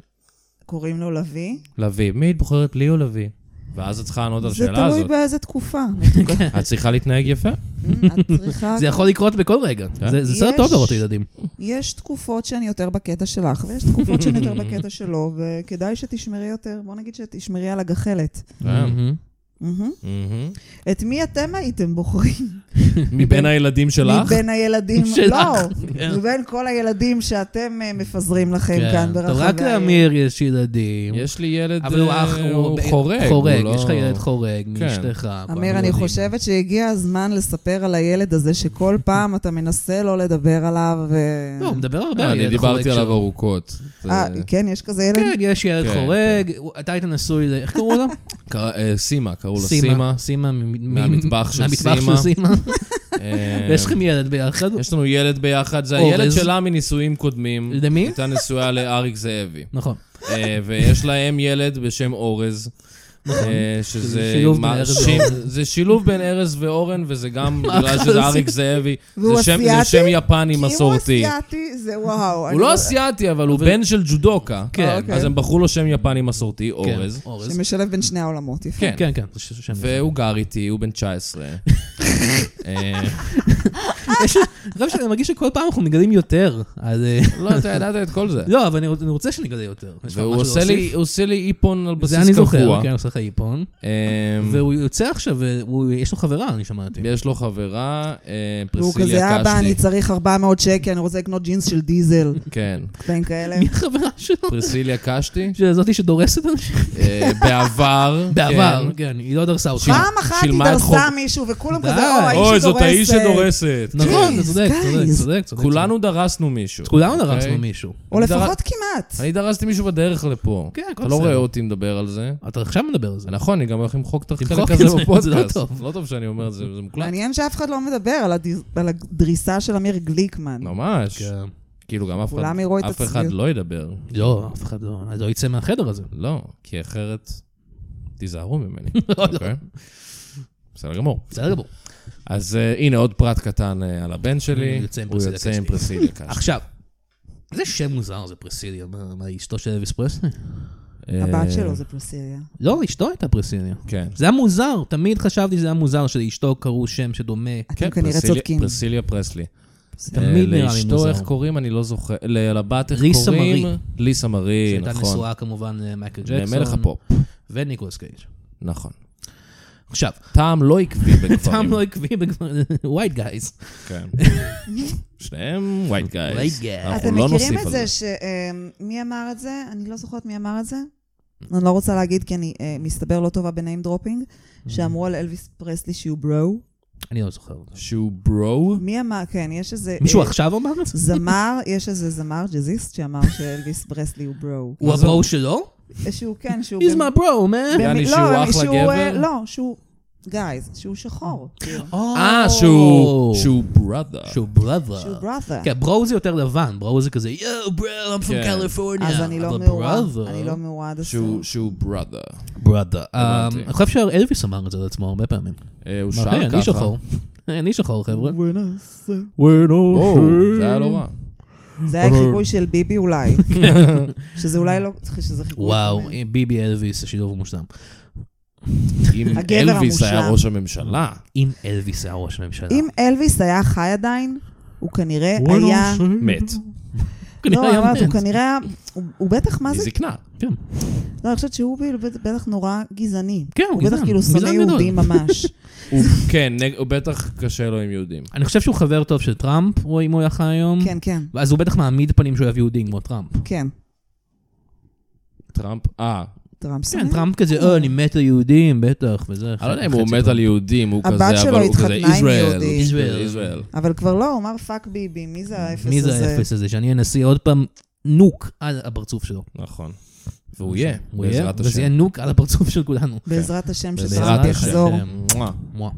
Speaker 4: קוראים לו לביא.
Speaker 2: לביא. מי היית בוחרת, לי או לביא? ואז את צריכה לענות על
Speaker 4: זה
Speaker 2: השאלה
Speaker 4: תלוי
Speaker 2: הזאת.
Speaker 4: באיזה
Speaker 3: [laughs]
Speaker 4: תקופה. Mm,
Speaker 2: את צריכה להתנהג יפה?
Speaker 4: את צריכה...
Speaker 3: כן. זה יכול לקרות בכל רגע.
Speaker 2: כן.
Speaker 3: זה- זה סרט
Speaker 4: יש-
Speaker 3: טוב לראות לילדים.
Speaker 4: יש תקופות שאני יותר בקטע שלך, ויש תקופות שאני יותר בקטע שלו, וכדאי שתשמרי יותר, בוא נגיד שתשמרי על הגחלת.
Speaker 3: מהמם.
Speaker 4: מהמם.
Speaker 2: מהמם.
Speaker 4: את מי אתם הייתם
Speaker 3: [laughs]
Speaker 4: בוחרים?
Speaker 2: מבין הילדים שלך?
Speaker 4: מבין הילדים,
Speaker 3: שלך,
Speaker 4: לא,
Speaker 3: כן.
Speaker 4: מבין כל הילדים שאתם אה, מפזרים לכם
Speaker 3: כן.
Speaker 4: כאן ברחבי
Speaker 3: טוב, רק
Speaker 4: העיר.
Speaker 3: לאמיר יש ילדים.
Speaker 2: יש לי ילד,
Speaker 3: אבל הוא
Speaker 2: אה,
Speaker 3: אח,
Speaker 2: הוא
Speaker 3: ב-
Speaker 2: חורג. הוא
Speaker 3: חורג,
Speaker 2: לא-
Speaker 3: יש לך ילד חורג
Speaker 2: כן.
Speaker 3: מאשתך.
Speaker 4: אמיר, אני חושבת שהגיע הזמן לספר על הילד הזה, שכל פעם אתה מנסה לא לדבר עליו, ו...
Speaker 3: לא, הוא מדבר הרבה
Speaker 2: אה,
Speaker 3: על
Speaker 2: אני
Speaker 3: ילד חורג.
Speaker 2: דיברתי
Speaker 3: שלו.
Speaker 2: עליו ארוכות. לא, זה-
Speaker 4: אה, כן, יש כזה ילד?
Speaker 3: כן, יש ילד
Speaker 2: כן,
Speaker 3: חורג, הוא- אתה היית נשוי ל... איך
Speaker 4: [laughs]
Speaker 3: קראו לו?
Speaker 2: קרא- אה, סימה, קראו לה סימה.
Speaker 3: סימה מ-
Speaker 2: מהמטבח של
Speaker 3: מהמטבח
Speaker 2: סימה.
Speaker 3: של סימה.
Speaker 2: אה,
Speaker 3: [laughs] ויש לכם ילד ביחד.
Speaker 2: יש לנו ילד ביחד, זה
Speaker 3: אורז.
Speaker 2: הילד שלה מנישואים קודמים.
Speaker 3: למי?
Speaker 2: הייתה נשואה לאריק זאבי.
Speaker 3: נכון.
Speaker 2: אה, ויש להם ילד בשם אורז. אה, שזה
Speaker 3: נכון. שילוב
Speaker 2: מה-
Speaker 3: בין ארז
Speaker 2: שי-
Speaker 3: ואורן.
Speaker 2: זה שילוב בין ארז ואורן, וזה
Speaker 3: [laughs]
Speaker 2: גם בגלל שזה
Speaker 3: זה?
Speaker 2: אריק זאבי.
Speaker 4: והוא
Speaker 2: זה שם- זה
Speaker 4: אסיאתי?
Speaker 2: שם יפני מסורתי.
Speaker 4: כי הוא אסיאתי, זה וואו. אני
Speaker 2: הוא לא אסיאתי, אבל הוא בן של ג'ודוקה.
Speaker 3: כן.
Speaker 4: אוקיי.
Speaker 2: אז הם בחרו לו שם יפני מסורתי,
Speaker 3: כן,
Speaker 2: אורז.
Speaker 3: אורז.
Speaker 4: שמשלב בין שני העולמות, יפה.
Speaker 2: כן.
Speaker 3: כן, כן. זה ש- שם יפה.
Speaker 2: והוא גר איתי, הוא בן 19. אה,
Speaker 3: [laughs] יש- אני חושב שאני מרגיש שכל פעם אנחנו מגלים יותר. אז, אה,
Speaker 2: [laughs] לא, אתה ידעת את כל זה.
Speaker 3: לא, אבל אני רוצ- אני רוצה שנגלה יותר. יש לך
Speaker 2: והוא
Speaker 3: משהו
Speaker 2: עושה
Speaker 3: להוסיף?
Speaker 2: לי- הוא עושה לי איפון על
Speaker 3: זה
Speaker 2: בסיס
Speaker 3: אני זוכר,
Speaker 2: קבוע.
Speaker 3: כן, הוא עושה לך איפון.
Speaker 2: אה,
Speaker 3: והוא יוצא עכשיו, ויש לו חברה, אני שמעתי.
Speaker 2: יש לו חברה, אה,
Speaker 4: והוא כזה,
Speaker 2: פרסיליה
Speaker 4: אבא, אני
Speaker 2: קשני.
Speaker 4: צריך 400 שקל, אני רוצה לקנות ג'ינס של דיזל.
Speaker 2: כן.
Speaker 4: קטעים
Speaker 2: [laughs]
Speaker 4: כאלה.
Speaker 3: מי החברה שלו?
Speaker 2: פרסיליה קשתי,
Speaker 3: שזאתי שדורסת אנשים?
Speaker 2: אה, בעבר.
Speaker 3: [laughs] בעבר,
Speaker 2: כן.
Speaker 3: כן, היא לא דרסה אותך.
Speaker 4: פעם אחת היא
Speaker 2: שילמה את
Speaker 4: דרסה
Speaker 2: חוב-
Speaker 4: מישהו, וכולם
Speaker 3: די.
Speaker 4: כזה, אוי,
Speaker 2: אוי,
Speaker 4: האיש
Speaker 2: זאת האיש
Speaker 4: שדורסת.
Speaker 2: שדורסת. כן.
Speaker 3: נכון,
Speaker 4: Guys,
Speaker 3: אתה צודק, צודק,
Speaker 4: guys.
Speaker 3: צודק, צודק.
Speaker 2: כולנו דרסנו מישהו.
Speaker 3: צודק. כולנו דרסנו
Speaker 2: אוקיי?
Speaker 3: מישהו.
Speaker 4: או
Speaker 2: אני
Speaker 4: לפחות
Speaker 2: דר-
Speaker 4: כמעט.
Speaker 2: אני דרסתי מישהו בדרך לפה.
Speaker 3: כן,
Speaker 2: אתה
Speaker 3: הכל
Speaker 2: לא
Speaker 3: בסדר.
Speaker 2: רואה אותי מדבר על זה.
Speaker 3: אתה עכשיו מדבר על זה.
Speaker 2: נכון, אני גם הולך למחוק את החלק
Speaker 3: תמחוק
Speaker 2: הזה
Speaker 3: את זה,
Speaker 2: בפודקאסט.
Speaker 3: זה לא טוב.
Speaker 2: לא טוב שאני אומר את זה, זה מוקלט.
Speaker 4: מעניין שאף אחד לא מדבר על הדיז- על הדריסה של אמיר גליקמן.
Speaker 2: לא, ממש.
Speaker 3: כן.
Speaker 2: כאילו, גם אף אחד-
Speaker 4: כולם יראו את
Speaker 2: אף אחד
Speaker 4: הצביעות.
Speaker 2: לא ידבר.
Speaker 3: לא, אף אחד לא, אז לא יצא מהחדר הזה.
Speaker 2: לא, כי אחרת תיזהרו ממני.
Speaker 3: [laughs] לא, לא.
Speaker 2: אוקיי? בסדר גמור.
Speaker 3: בסדר גמור.
Speaker 2: אז אה, הנה עוד פרט קטן אה, על הבן שלי.
Speaker 3: הוא יוצא עם
Speaker 2: הוא
Speaker 3: פרסיליה
Speaker 2: יוצא
Speaker 3: קשתי.
Speaker 2: עם פרסיליה
Speaker 3: [laughs]
Speaker 2: קשתי.
Speaker 3: עכשיו, איזה שם מוזר זה פרסיליה, מה, מה, אשתו של אלוויס פרסלי?
Speaker 4: הבת
Speaker 2: אה,
Speaker 4: שלו זה פרסיליה.
Speaker 3: לא, אשתו הייתה פרסיליה.
Speaker 2: כן.
Speaker 3: זה היה מוזר, תמיד חשבתי שזה היה מוזר שלאשתו קראו שם שדומה.
Speaker 4: אתם כנראה
Speaker 2: כן, פרסיליה-
Speaker 4: צודקים.
Speaker 2: פרסיליה פרסלי.
Speaker 3: תמיד
Speaker 2: אה,
Speaker 3: נראה לי
Speaker 2: לאשתו
Speaker 3: מוזר.
Speaker 2: איך קוראים, אני לא זוכר. ל- לבת איך קוראים?
Speaker 3: ליסה מארי.
Speaker 2: ליסה מארי,
Speaker 3: שהייתה
Speaker 2: נכון.
Speaker 3: נשואה כמובן למייקל ג'קסון.
Speaker 2: למלך הפופ.
Speaker 3: וניקולס קייג'.
Speaker 2: נכון.
Speaker 3: עכשיו,
Speaker 2: טעם לא
Speaker 3: [laughs]
Speaker 2: עקבי בגברים.
Speaker 3: טעם לא עקבי [laughs] בגבר... ווייט גייז.
Speaker 2: כן. שניהם white
Speaker 3: White
Speaker 2: guys.
Speaker 3: guys.
Speaker 2: אנחנו
Speaker 4: אתם
Speaker 2: לא
Speaker 4: מכירים
Speaker 2: נוסיף
Speaker 4: את
Speaker 2: על
Speaker 4: זה ש... אה, מי אמר את זה? אני לא זוכרת מי אמר את זה. אני לא רוצה להגיד כי אני אה, מסתבר לא טובה בניים דרופינג,
Speaker 2: Mm.
Speaker 4: שאמרו על אלוויס פרסלי שהוא ברו.
Speaker 3: אני לא זוכר.
Speaker 2: שהוא ברו?
Speaker 4: מי אמר? כן, יש איזה... אה,
Speaker 3: מישהו עכשיו אמר את זה?
Speaker 4: זמר, יש איזה זמר ג'אזיסט שאמר שאלוויס פרסלי הוא ברו.
Speaker 3: הוא הברו שלו?
Speaker 4: שהוא כן, שהוא...
Speaker 3: He's
Speaker 4: במ-
Speaker 3: my bro, man.
Speaker 2: יעני
Speaker 4: במ-
Speaker 2: שהוא
Speaker 4: לא,
Speaker 2: אחלה
Speaker 4: שהוא, אה,
Speaker 2: גבר?
Speaker 4: לא, שהוא... גייז, שהוא שחור. כאילו.
Speaker 2: אה, שהוא... שהוא brother.
Speaker 3: שהוא brother.
Speaker 4: שהוא brother.
Speaker 3: כן, ברו זה יותר לבן, ברו זה כזה, יואו, ברו, I'm
Speaker 2: כן.
Speaker 3: from California.
Speaker 4: אז אני לא
Speaker 3: אבל
Speaker 4: מעורה,
Speaker 3: brother-
Speaker 4: אני לא מעורה עד הסוף.
Speaker 2: שהוא- שהוא brother.
Speaker 3: brother. אה,
Speaker 2: הבנתי.
Speaker 3: אני חושב שאלוויס אמר את זה לעצמו הרבה פעמים.
Speaker 2: אה, הוא
Speaker 3: מה,
Speaker 2: שר
Speaker 3: היי,
Speaker 2: ככה.
Speaker 3: אני שחור. [laughs] היי, אני שחור, חבר'ה.
Speaker 2: וואו, זה היה לא רע.
Speaker 4: זה היה חיקוי של ביבי אולי. שזה אולי לא... שזה חיקוי...
Speaker 3: [laughs] וואו,
Speaker 4: [laughs] דומה.
Speaker 3: ביבי אלוויס, השילוב הוא מושלם.
Speaker 2: אם
Speaker 4: [laughs] הגבר
Speaker 2: אלוויס היה
Speaker 4: המושלם.
Speaker 2: ראש הממשלה.
Speaker 3: אם אלוויס היה ראש הממשלה. לא,
Speaker 4: אם אלוויס היה חי עדיין, הוא כנראה היה...
Speaker 2: מת.
Speaker 3: [laughs] כנראה
Speaker 4: אה, לא,
Speaker 3: היה
Speaker 4: אני אומרת, הוא
Speaker 3: מת.
Speaker 4: כנראה, היה- הוא- הוא בטח, מה
Speaker 2: היא
Speaker 4: זה? [laughs]
Speaker 2: זקנה.
Speaker 3: כן.
Speaker 4: לא, אני חושבת שהוא ב- בטח נורא גזעני.
Speaker 3: כן, הוא
Speaker 4: הוא בטח
Speaker 3: גזען,
Speaker 4: כאילו
Speaker 3: גזען
Speaker 4: שונא
Speaker 3: גדול. [laughs]
Speaker 4: יהודים ממש.
Speaker 2: הוא- כן, נג- הוא בטח קשה לו עם יהודים.
Speaker 3: אני חושב שהוא חבר טוב של טראמפ, או אם הוא היה חי היום.
Speaker 4: כן, כן,
Speaker 3: ואז הוא בטח מעמיד פנים שהוא אוהב יהודים, כמו טראמפ.
Speaker 4: כן.
Speaker 2: טראמפ, אה,
Speaker 4: טראמפ שונא.
Speaker 3: כן, טראמפ כזה, אה, אני מת על יהודים, בטח, וזה.
Speaker 2: אני לא יודע אם הוא מת על יהודים, הוא
Speaker 4: הבת
Speaker 2: כזה, אבל
Speaker 4: שלו
Speaker 2: הוא כזה
Speaker 4: התחתנה עם
Speaker 2: ישראל.
Speaker 4: יהודי.
Speaker 3: Israel.
Speaker 2: ישראל.
Speaker 4: אבל כבר לא, הוא אמר פאק ביבי, מי זה האפס הזה?
Speaker 3: מי זה האפס הזה? שאני אנסה עוד פעם נוק על הפרצוף שלו.
Speaker 2: נכון. והוא יהיה,
Speaker 3: הוא יהיה,
Speaker 2: בעזרת
Speaker 3: וזה יהיה
Speaker 2: השם.
Speaker 3: נוק על הפרצוף של כולנו.
Speaker 4: בעזרת השם
Speaker 2: בעזרת
Speaker 4: שטראמפ
Speaker 2: השם.
Speaker 4: יחזור.
Speaker 2: מואה.
Speaker 3: מואה.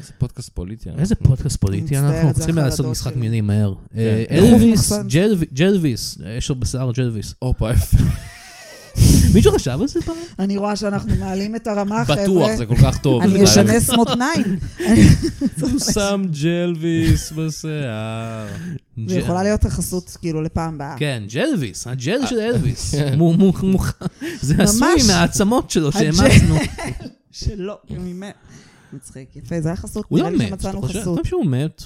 Speaker 2: איזה פודקאסט פוליטי. אה.
Speaker 3: איזה פודקאסט פוליטי,
Speaker 4: מצטערת,
Speaker 3: אנחנו
Speaker 4: זה
Speaker 3: צריכים לעשות
Speaker 4: החרדות
Speaker 3: משחק
Speaker 4: שלי.
Speaker 3: מילים מהר. אה,
Speaker 2: כן.
Speaker 3: אלוויס,
Speaker 4: נכון.
Speaker 3: ג'ל- ג'לוויס, יש לו בשר ג'לוויס.
Speaker 2: הופה, יפה.
Speaker 3: מישהו חשב על זה פעם?
Speaker 4: אני רואה שאנחנו מעלים את הרמה, אה, חבר'ה.
Speaker 2: בטוח, זה כל כך טוב.
Speaker 4: אני
Speaker 2: זה רעיון.
Speaker 4: אשנס מותניים.
Speaker 2: הוא שם ג'לוויס בשיער.
Speaker 4: זה יכולה להיות החסות כאילו לפעם הבאה.
Speaker 3: כן, ג'לוויס,
Speaker 2: אה.
Speaker 3: הג'ל של
Speaker 2: [laughs]
Speaker 3: אלוויס. מו- מו- מו- זה עשוי
Speaker 4: ממש.
Speaker 3: מהעצמות שלו
Speaker 4: הג'ל.
Speaker 3: שהאמצנו.
Speaker 4: שלא, ממנו. מצחיק, יפה, זה היה חסות.
Speaker 3: הוא לא
Speaker 4: נראה לי
Speaker 3: מת, אתה
Speaker 4: שמצאנו
Speaker 3: חושב?
Speaker 4: חסות.
Speaker 3: אני חושב שהוא מת.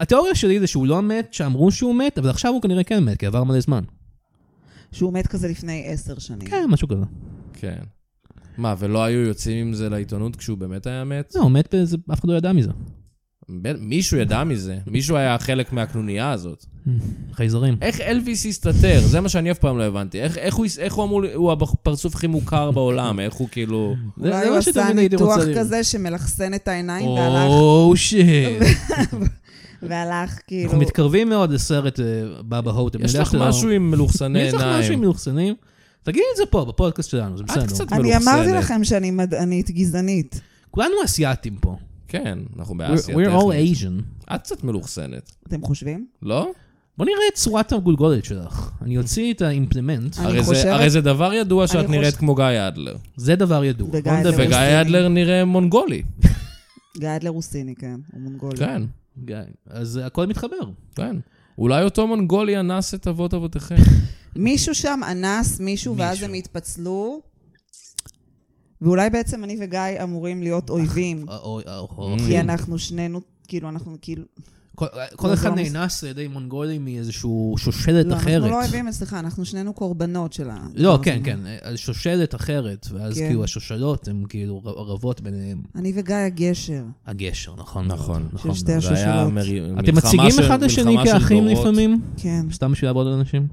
Speaker 3: התיאוריה שלי זה שהוא לא מת, שאמרו שהוא מת, אבל עכשיו הוא כנראה כן מת, כי עבר מלא זמן.
Speaker 4: שהוא מת כזה לפני עשר שנים.
Speaker 3: כן, משהו כזה.
Speaker 2: כן. מה, ולא היו יוצאים עם זה לעיתונות כשהוא באמת היה מת?
Speaker 3: לא, הוא מת, באיזה- אף אחד לא ידע מזה.
Speaker 2: ב- מישהו ידע מזה. מישהו היה חלק מהקנוניה הזאת.
Speaker 3: חייזרים.
Speaker 2: איך אלוויס הסתתר? זה מה שאני אף פעם לא הבנתי. איך- איך הוא הס- איך הוא אמור... ל- הוא הפרצוף הכי מוכר בעולם, איך הוא כאילו...
Speaker 3: זה-
Speaker 4: אולי
Speaker 3: זה
Speaker 4: הוא
Speaker 3: מה שתמיד
Speaker 4: עשה
Speaker 3: הייתי
Speaker 4: ניתוח
Speaker 3: רוצה לראות.
Speaker 4: כזה שמלחסן את העיניים והלך- כאילו-
Speaker 3: או שיט.
Speaker 4: והלך כאילו...
Speaker 3: אנחנו מתקרבים מאוד לסרט אה, בבא הוט.
Speaker 2: יש לך משהו עם מלוכסני
Speaker 3: יש לך משהו עם
Speaker 2: עיניים.
Speaker 3: מלוכסנים? תגידי את זה פה, בפודקאסט שלנו, זה
Speaker 2: את
Speaker 3: בסדר.
Speaker 2: קצת
Speaker 4: אני אמרתי
Speaker 2: מלוכסנת.
Speaker 4: לכם שאני מדענית גזענית.
Speaker 3: כולנו אסיאתים פה.
Speaker 2: כן, אנחנו
Speaker 3: We're
Speaker 2: באסיה
Speaker 3: we're all
Speaker 2: טכנית.
Speaker 3: Asian.
Speaker 2: את קצת מלוכסנת,
Speaker 4: אתם חושבים?
Speaker 2: לא?
Speaker 3: בוא נראה את צורת הגולגולת שלך. אני אוציא את האימפלמנט.
Speaker 4: אני
Speaker 2: הרי זה-
Speaker 4: חושבת-
Speaker 2: הרי זה דבר ידוע שאת נראית
Speaker 4: חושבת-
Speaker 2: כמו גיא אדלר.
Speaker 3: זה דבר ידוע.
Speaker 4: וגיא
Speaker 3: בוא נדבר.
Speaker 4: אדלר.
Speaker 2: וגיא
Speaker 4: פלסטיני.
Speaker 2: אדלר נראה מונגולי.
Speaker 4: גיא אדלר הוא סיני, כן, הוא מונגולי.
Speaker 2: כן,
Speaker 3: גיא. אז הכל מתחבר.
Speaker 2: כן. אולי אותו מונגולי אנס את אבות אבותיכם.
Speaker 4: מישהו שם אנס מישהו, ואז
Speaker 3: מישהו.
Speaker 4: הם התפצלו, ואולי בעצם אני וגיא אמורים להיות
Speaker 3: אה,
Speaker 4: אויבים,
Speaker 3: או- או- או-
Speaker 4: כי אנחנו שנינו, כאילו, אנחנו כאילו...
Speaker 3: Mm. כל- כל
Speaker 4: לא,
Speaker 3: אחד
Speaker 4: כן, זה לא מס-
Speaker 3: נאנס על ידי מונגולי מאיזשהו שושלת
Speaker 4: לא, אנחנו לא
Speaker 3: אחרת.
Speaker 4: אויבים, סליחה, אנחנו שנינו קורבנות של ה...
Speaker 3: לא, כן, כן, אה, שושלת אחרת, ואז
Speaker 4: כן.
Speaker 3: כאילו השושלות הן כאילו ר- רבות ביניהם.
Speaker 4: אני וגיא הגשר.
Speaker 3: הגשר, נכון.
Speaker 2: נכון.
Speaker 3: מאוד,
Speaker 4: של שתי
Speaker 2: זה היה
Speaker 4: השושלות.
Speaker 2: מר-
Speaker 3: אתם
Speaker 2: מלחמה
Speaker 3: מציגים
Speaker 2: של-
Speaker 3: אחד לשני
Speaker 2: מלחמה של
Speaker 3: כאחים
Speaker 2: דורות,
Speaker 3: לפעמים?
Speaker 4: כן.
Speaker 3: סתם בשביל לעבוד על אנשים?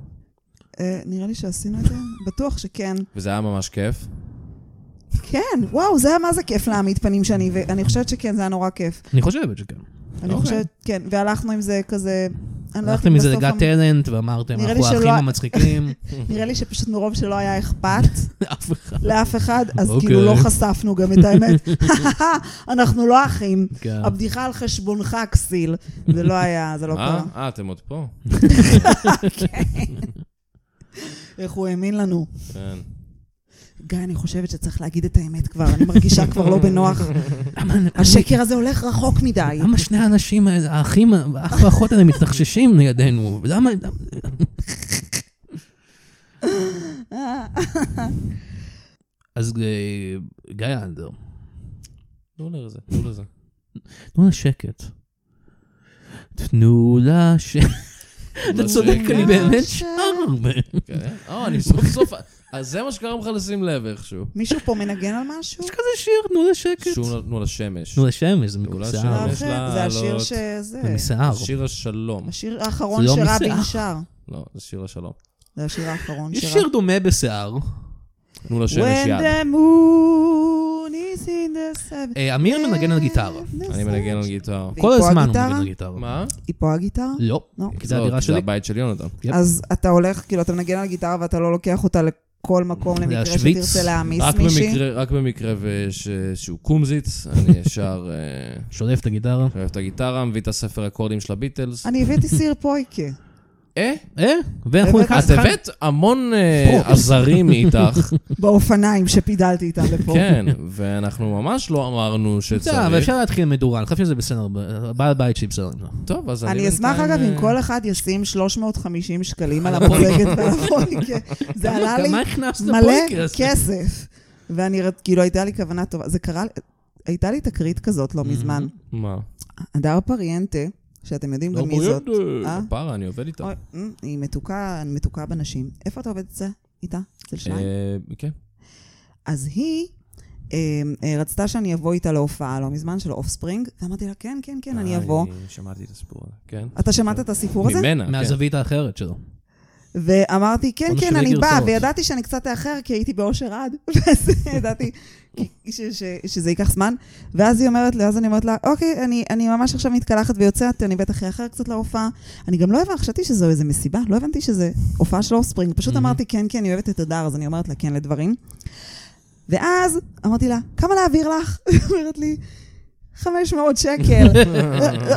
Speaker 4: אה, נראה לי שעשינו את זה, בטוח שכן.
Speaker 2: וזה היה ממש כיף.
Speaker 4: כן, וואו, זה היה מה זה כיף להעמיד פנים שאני, ואני חושבת שכן, זה היה נורא כיף.
Speaker 3: אני חושבת שכן.
Speaker 4: אני
Speaker 2: אוקיי.
Speaker 4: חושבת, כן, והלכנו עם זה כזה... אני לא יודעת
Speaker 3: הלכתם
Speaker 4: אם
Speaker 3: מזה
Speaker 4: בסוף
Speaker 3: לגת
Speaker 4: המ-
Speaker 3: טלנט ואמרתם,
Speaker 4: נראה לי
Speaker 3: אנחנו האחים
Speaker 4: שלא- [laughs]
Speaker 3: המצחיקים,
Speaker 4: נראה לי שפשוט מרוב שלא היה אכפת,
Speaker 3: אף אחד.
Speaker 4: לאף אחד, אז
Speaker 3: אוקיי.
Speaker 4: כאילו לא חשפנו גם את האמת. [laughs] אנחנו לא אחים.
Speaker 3: כן.
Speaker 4: הבדיחה על חשבונך, כסיל. זה לא היה, זה לא
Speaker 2: אה?
Speaker 4: קרה.
Speaker 2: אה, אתם עוד פה?
Speaker 4: איך הוא האמין לנו.
Speaker 2: כן.
Speaker 4: גיא, אני חושבת שצריך להגיד את האמת כבר, אני מרגישה כבר לא
Speaker 3: [laughs]
Speaker 4: בנוח. השקר הזה הולך רחוק מדי.
Speaker 3: למה שני האנשים האלה, האחים, האח והאחות האלה מתנחששים לידינו? למה... למה-
Speaker 4: אה,
Speaker 3: אז אה, גיא אנדר,
Speaker 2: תנו לזה, תנו לזה.
Speaker 3: תנו לה שקט. תנו לה שקט. אתה צודק, אני באמת שם.
Speaker 2: כן. אה, אני סוף סוף... אז זה מה שגרם לך לשים לב איכשהו.
Speaker 4: מישהו פה מנגן על משהו?
Speaker 3: יש כזה שיר, תנו לה שקט.
Speaker 2: שום נתנו לשמש.
Speaker 3: תנו לה שמש, זה
Speaker 2: תנו לה
Speaker 3: משיער.
Speaker 2: שמש. יש
Speaker 4: לא, אחר, זה השיר
Speaker 2: לעלות.
Speaker 4: שזה.
Speaker 3: זה משיער.
Speaker 2: שיר השלום.
Speaker 4: השיר האחרון
Speaker 3: זה לא
Speaker 4: שרבין
Speaker 3: משיער.
Speaker 4: שר.
Speaker 2: לא, זה שיר השלום.
Speaker 4: זה השיר האחרון
Speaker 3: יש
Speaker 4: שרבין.
Speaker 3: שיר דומה בשיער.
Speaker 2: תנו לשמש
Speaker 4: When
Speaker 2: יד.
Speaker 4: the moon is in the sun.
Speaker 3: אה, אמיר מנגן על גיטרה.
Speaker 2: אני מנגן על גיטרה.
Speaker 4: והיא
Speaker 3: כל
Speaker 4: פה
Speaker 3: הזמן הוא
Speaker 4: הגיטרה?
Speaker 3: מנגן על גיטרה.
Speaker 2: מה?
Speaker 4: היא פה הגיטרה?
Speaker 3: לא,
Speaker 4: לא.
Speaker 3: כי זה
Speaker 2: לא,
Speaker 3: הדירה
Speaker 2: זה
Speaker 3: שלי.
Speaker 2: הבית של יונתן.
Speaker 3: יפ.
Speaker 4: אז אתה הולך, כאילו, אתה מנגן על גיטרה ואתה לא לוקח אותה לכל מקום למקרה
Speaker 3: להשוויץ.
Speaker 4: שתרצה להעמיס
Speaker 2: רק
Speaker 4: מישהי?
Speaker 2: במקרה- רק במקרה ויש, אה, שהוא קומזיץ, אני ישר אה,
Speaker 3: שולף את הגיטרה.
Speaker 2: אוהב את הגיטרה, מביא את הספר אקורדים של הביטלס.
Speaker 4: אני הבאתי סיר פויקה.
Speaker 2: אה,
Speaker 3: אה, ואנחנו
Speaker 4: הבאת-
Speaker 3: לקראת
Speaker 2: את הבאת המון אה, עזרים איתך,
Speaker 4: באופניים שפידלתי איתם לפה.
Speaker 2: כן, ואנחנו ממש לא אמרנו
Speaker 3: בסדר, אבל
Speaker 2: שצריך.
Speaker 3: אפשר להתחיל מדורה, אני חושב שזה בסדר, ב- בעל הבית שלי בסדר. עם זה.
Speaker 2: טוב, אז אני
Speaker 4: אני אשמח
Speaker 2: בינתיים,
Speaker 4: אגב אם
Speaker 2: אה,
Speaker 4: כל אחד ישים 350 שקלים על המוזגת ועל הפויקה. זה עלה לי
Speaker 3: מה הכנסת
Speaker 4: מלא
Speaker 3: לפודקאסט?
Speaker 4: כסף. ואני, ר- כאילו, הייתה לי כוונה טובה. זה קרה, לי- הייתה לי תקרית כזאת לא מזמן.
Speaker 2: מה?
Speaker 4: הדר פריאנטה שאתם יודעים
Speaker 2: Mm-hmm. לא
Speaker 4: גם מי זאת.
Speaker 2: בוידו,
Speaker 4: אה?
Speaker 2: פרה, אני עובד איתה.
Speaker 4: אוי, אמ, היא מתוקה, אני מתוקה בנשים. איפה אתה עובד את זה? איתה? אצל שניים?
Speaker 2: אה, כן.
Speaker 4: אז היא אה, אה, רצתה שאני אבוא איתה להופעה לא מזמן של אופספרינג, ואמרתי לה, כן, כן, כן, אני
Speaker 2: אה,
Speaker 4: אבוא.
Speaker 2: שמעתי את הסיפור הזה. כן.
Speaker 4: אתה שמעת את הסיפור הזה?
Speaker 2: ממנה, כן.
Speaker 3: מהזווית האחרת שלו.
Speaker 4: ואמרתי, כן,
Speaker 3: בוא
Speaker 4: כן,
Speaker 3: נשווה
Speaker 4: אני באה,
Speaker 3: גרסאות.
Speaker 4: וידעתי שאני קצת אאחר, כי הייתי באושר עד, [laughs] ואז ידעתי ש- ש- שזה ייקח זמן. ואז היא אומרת לי, אז אני אומרת לה, אוקיי, אני, אני ממש עכשיו מתקלחת ויוצאת, אני בטח אאחר קצת להופעה. אני גם לא הבנתי, חשבתי שזו איזו מסיבה, לא הבנתי שזה הופעה של אופספרינג, פשוט אמרתי, כן, כן, אני אוהבת את הדר, אז אני אומרת לה כן לדברים. ואז אמרתי לה, כמה להעביר לך? [laughs] היא אומרת לי,
Speaker 2: [laughs]
Speaker 4: 500 שקל.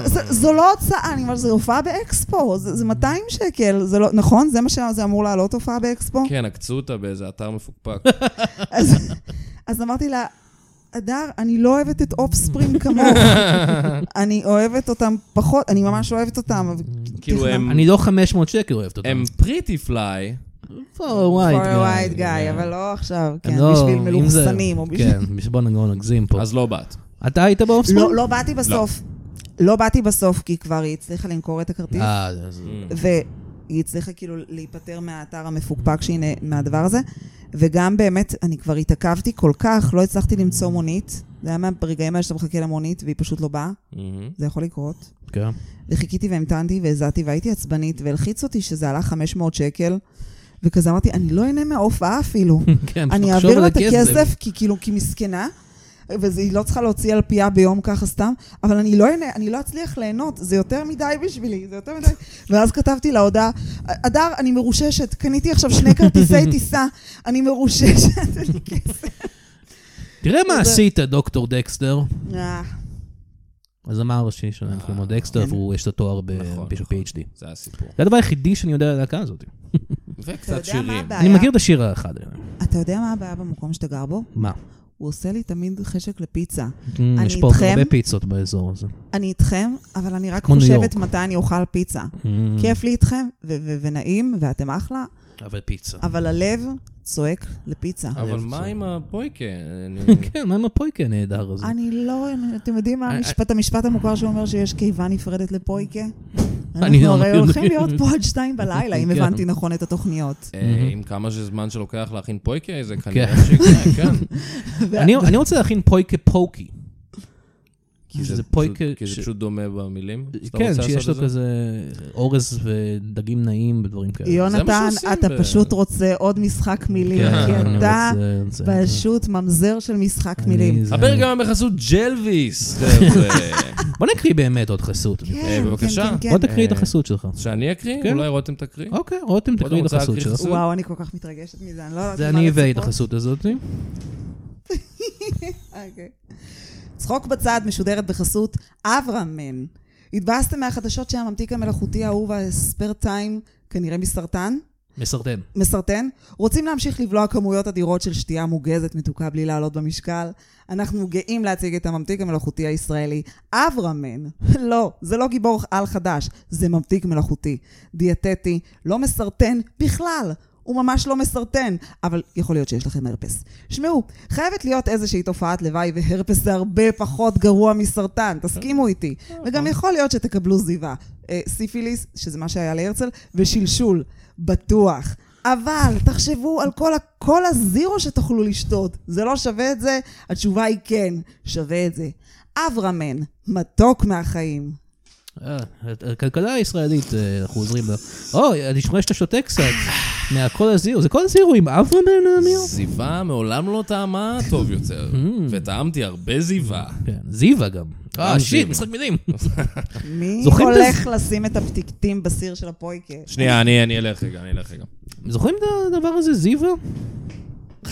Speaker 4: ז- זו לא הוצאה, אני אומרת, זו הופעה באקספו, זה זה 200 שקל, זה לא, נכון? זה מה שזה אמור לעלות הופעה באקספו?
Speaker 2: כן, עקצו אותה באיזה אתר
Speaker 3: [laughs]
Speaker 2: מפוקפק.
Speaker 4: אז- אז אמרתי לה, אדר, אני לא אוהבת את אופספרינג
Speaker 2: [laughs]
Speaker 4: כמוך. אני אוהבת אותם פחות, אני ממש אוהבת אותם. אבל
Speaker 2: כאילו,
Speaker 4: תכנן-
Speaker 2: הם-
Speaker 3: אני לא 500 שקל אוהבת אותם.
Speaker 2: הם פריטי פליי,
Speaker 3: for a white
Speaker 4: for a white
Speaker 3: guy.
Speaker 4: guy, אבל לא עכשיו,
Speaker 3: הם
Speaker 4: כן,
Speaker 3: לא-
Speaker 4: בשביל
Speaker 3: אם זה-
Speaker 4: מלוכסנים או בשביל...
Speaker 3: כן, בשביל- בוא נגמר נגזים פה.
Speaker 2: אז לא באת.
Speaker 3: אתה היית באופספרינג?
Speaker 4: לא, לא באתי בסוף. לא באתי בסוף, כי כבר היא הצליחה למכור את הכרטיס.
Speaker 3: אה, זה- זה-
Speaker 4: והיא הצליחה כאילו להיפטר מהאתר המפוקפק שהיא נה- מהדבר הזה. וגם באמת, אני כבר התעכבתי כל כך, לא הצלחתי למצוא מונית. זה היה מהרגעים האלה שאתה מחכה למונית והיא פשוט לא באה, זה יכול לקרות.
Speaker 3: כן.
Speaker 4: וחיכיתי והמתנתי והזעתי והייתי עצבנית, והלחיץ אותי שזה עלה 500 שקל. וכזה אמרתי, אני לא אהנה מההופעה אפילו.
Speaker 3: [laughs] כן, פשוט תחשוב
Speaker 4: אני אעביר לה
Speaker 3: על
Speaker 4: את
Speaker 3: הכסף.
Speaker 4: הכסף, כי כאילו, כי מסכנה, והיא לא צריכה להוציא על פיה ביום ככה סתם, אבל אני לא, אהנה- אני לא אצליח ליהנות, זה יותר מדי בשבילי, זה יותר מדי. ואז כתבתי לה הודעה, אדר, אני מרוששת, קניתי עכשיו
Speaker 3: [laughs]
Speaker 4: שני כרטיסי טיסה, אני מרוששת, אין לי כסף.
Speaker 3: תראה מה
Speaker 4: זה-
Speaker 3: עשית, דוקטור דקסטר.
Speaker 4: [laughs] אה,
Speaker 3: הזמר הראשי שלהם קוראים לו דקסטר,
Speaker 4: כן.
Speaker 3: והוא יש לו תואר
Speaker 2: נכון,
Speaker 3: ב-PhD.
Speaker 2: זה הסיפור.
Speaker 3: זה הדבר היחידי שאני יודע על הלהקה הזאת.
Speaker 4: אה, אתה
Speaker 2: וקצת
Speaker 4: יודע מה
Speaker 2: שירים.
Speaker 3: אני
Speaker 4: הבעיה?
Speaker 3: מכיר את השיר האחד.
Speaker 4: אתה יודע מה הבעיה במקום שאתה גר בו?
Speaker 3: מה?
Speaker 4: הוא עושה לי תמיד חשק לפיצה.
Speaker 3: Mm, יש פה
Speaker 4: איתכם.
Speaker 3: הרבה פיצות באזור הזה.
Speaker 4: אני איתכם, אבל אני רק
Speaker 3: כמו ניו
Speaker 4: חושבת
Speaker 3: יורק.
Speaker 4: מתי אני אוכל פיצה.
Speaker 3: Mm,
Speaker 4: כיף לי איתכם, ו- ו- ונעים, ואתם אחלה,
Speaker 3: אבל פיצה.
Speaker 4: אבל הלב צועק לפיצה.
Speaker 2: אבל
Speaker 3: הלב
Speaker 2: מה
Speaker 3: זה-
Speaker 2: עם הפויקה? אני-
Speaker 3: [laughs] כן, מה עם הפויקה הנהדר הזה?
Speaker 4: אני לא, אתם יודעים מה
Speaker 3: אני-
Speaker 4: המשפט, המשפט המוכר שאומר שיש קיבה נפרדת לפויקה?
Speaker 3: אני
Speaker 4: אנחנו
Speaker 3: לא
Speaker 4: הרי
Speaker 3: מכיר.
Speaker 4: הולכים להיות פה עד שתיים בלילה, אם
Speaker 3: כן.
Speaker 4: הבנתי נכון את התוכניות.
Speaker 2: אה, עם כמה זמן שלוקח להכין פויקה, זה כנראה שיקרה,
Speaker 3: [laughs]
Speaker 2: כן.
Speaker 3: אני אני רוצה להכין פויקה פוקי.
Speaker 2: כי
Speaker 3: שזה
Speaker 2: זה
Speaker 3: פויקה...
Speaker 2: פשוט- כי
Speaker 3: ש-
Speaker 2: זה פשוט דומה במילים? שאתה
Speaker 3: כן,
Speaker 2: רוצה
Speaker 3: שיש לו
Speaker 2: לעשות את זה?
Speaker 3: כזה אורז ודגים נעים ודברים כאלה.
Speaker 4: יונתן,
Speaker 2: שעושים
Speaker 4: אתה
Speaker 2: ב-
Speaker 4: פשוט רוצה עוד משחק מילים, כי
Speaker 3: אה, כן, אני
Speaker 4: אתה
Speaker 3: רוצה- זה-
Speaker 4: פשוט ממזר של משחק
Speaker 3: אני-
Speaker 4: מילים.
Speaker 3: זה-
Speaker 2: הפרק גם בחסות ג'לוויס,
Speaker 3: [laughs]
Speaker 2: חבר'ה.
Speaker 3: בוא נקריא באמת עוד חסות.
Speaker 4: כן,
Speaker 2: אה,
Speaker 4: כן,
Speaker 2: בבקשה.
Speaker 4: כן,
Speaker 3: בוא
Speaker 4: כן.
Speaker 3: תקריא את
Speaker 2: אה,
Speaker 3: החסות שלך.
Speaker 2: שאני אקריא?
Speaker 3: כן.
Speaker 2: אולי רותם תקריא?
Speaker 3: אוקיי, רותם
Speaker 2: רותם
Speaker 3: תקריא את
Speaker 2: רוצה
Speaker 3: החסות
Speaker 2: להקריא
Speaker 3: שלך.
Speaker 2: חסות?
Speaker 4: וואו, אני כל כך מתרגשת מזה, אני לא יודעת
Speaker 3: זה
Speaker 4: מה
Speaker 3: אני הבאתי את
Speaker 4: לצפות.
Speaker 3: החסות הזאת.
Speaker 4: אוקיי. צחוק בצד משודרת בחסות אברהם-מן. התבאסתם מהחדשות שהממתיק המלאכותי האהוב, הספייר טיים, כנראה מסרטן?
Speaker 3: מסרטן.
Speaker 4: מסרטן? רוצים להמשיך לבלוע כמויות אדירות של שתייה מוגזת מתוקה בלי לעלות במשקל? אנחנו גאים להציג את הממתיק המלאכותי הישראלי, אברהמן. [laughs] לא, זה לא גיבור על חדש, זה ממתיק מלאכותי. דיאטטי, לא מסרטן בכלל. הוא ממש לא מסרטן, אבל יכול להיות שיש לכם הרפס. שמעו, חייבת להיות איזושהי תופעת לוואי, והרפס זה הרבה פחות גרוע מסרטן, תסכימו איתי. וגם יכול להיות שתקבלו זיווה, אה, סיפיליס, שזה מה שהיה להרצל, ושלשול, בטוח. אבל תחשבו על כל, ה- כל הזירו שתוכלו לשתות. זה לא שווה את זה? התשובה היא כן, שווה את זה. אברהמן, מתוק מהחיים.
Speaker 3: אה, הכלכלה הישראלית, אה, אנחנו עוזרים לה. אוי, אני שומע שאתה שותה קצת. מהכל הזירו. זה כל הזירו עם אברהם בן אמיר?
Speaker 2: זיווה מעולם לא טעמה טוב יותר,
Speaker 3: Hmm.
Speaker 2: וטעמתי הרבה זיווה.
Speaker 3: כן, זיווה גם.
Speaker 2: גם
Speaker 3: אה, שיט,
Speaker 2: זיווה.
Speaker 3: משחק מילים.
Speaker 4: מי
Speaker 3: זוכרים
Speaker 4: הולך לשים את הפתיקתים בסיר של הפויקה?
Speaker 2: שנייה, אני אני אלך רגע, אני אלך רגע.
Speaker 3: זוכרים את הדבר הזה,
Speaker 4: [laughs]
Speaker 3: זיווה? לא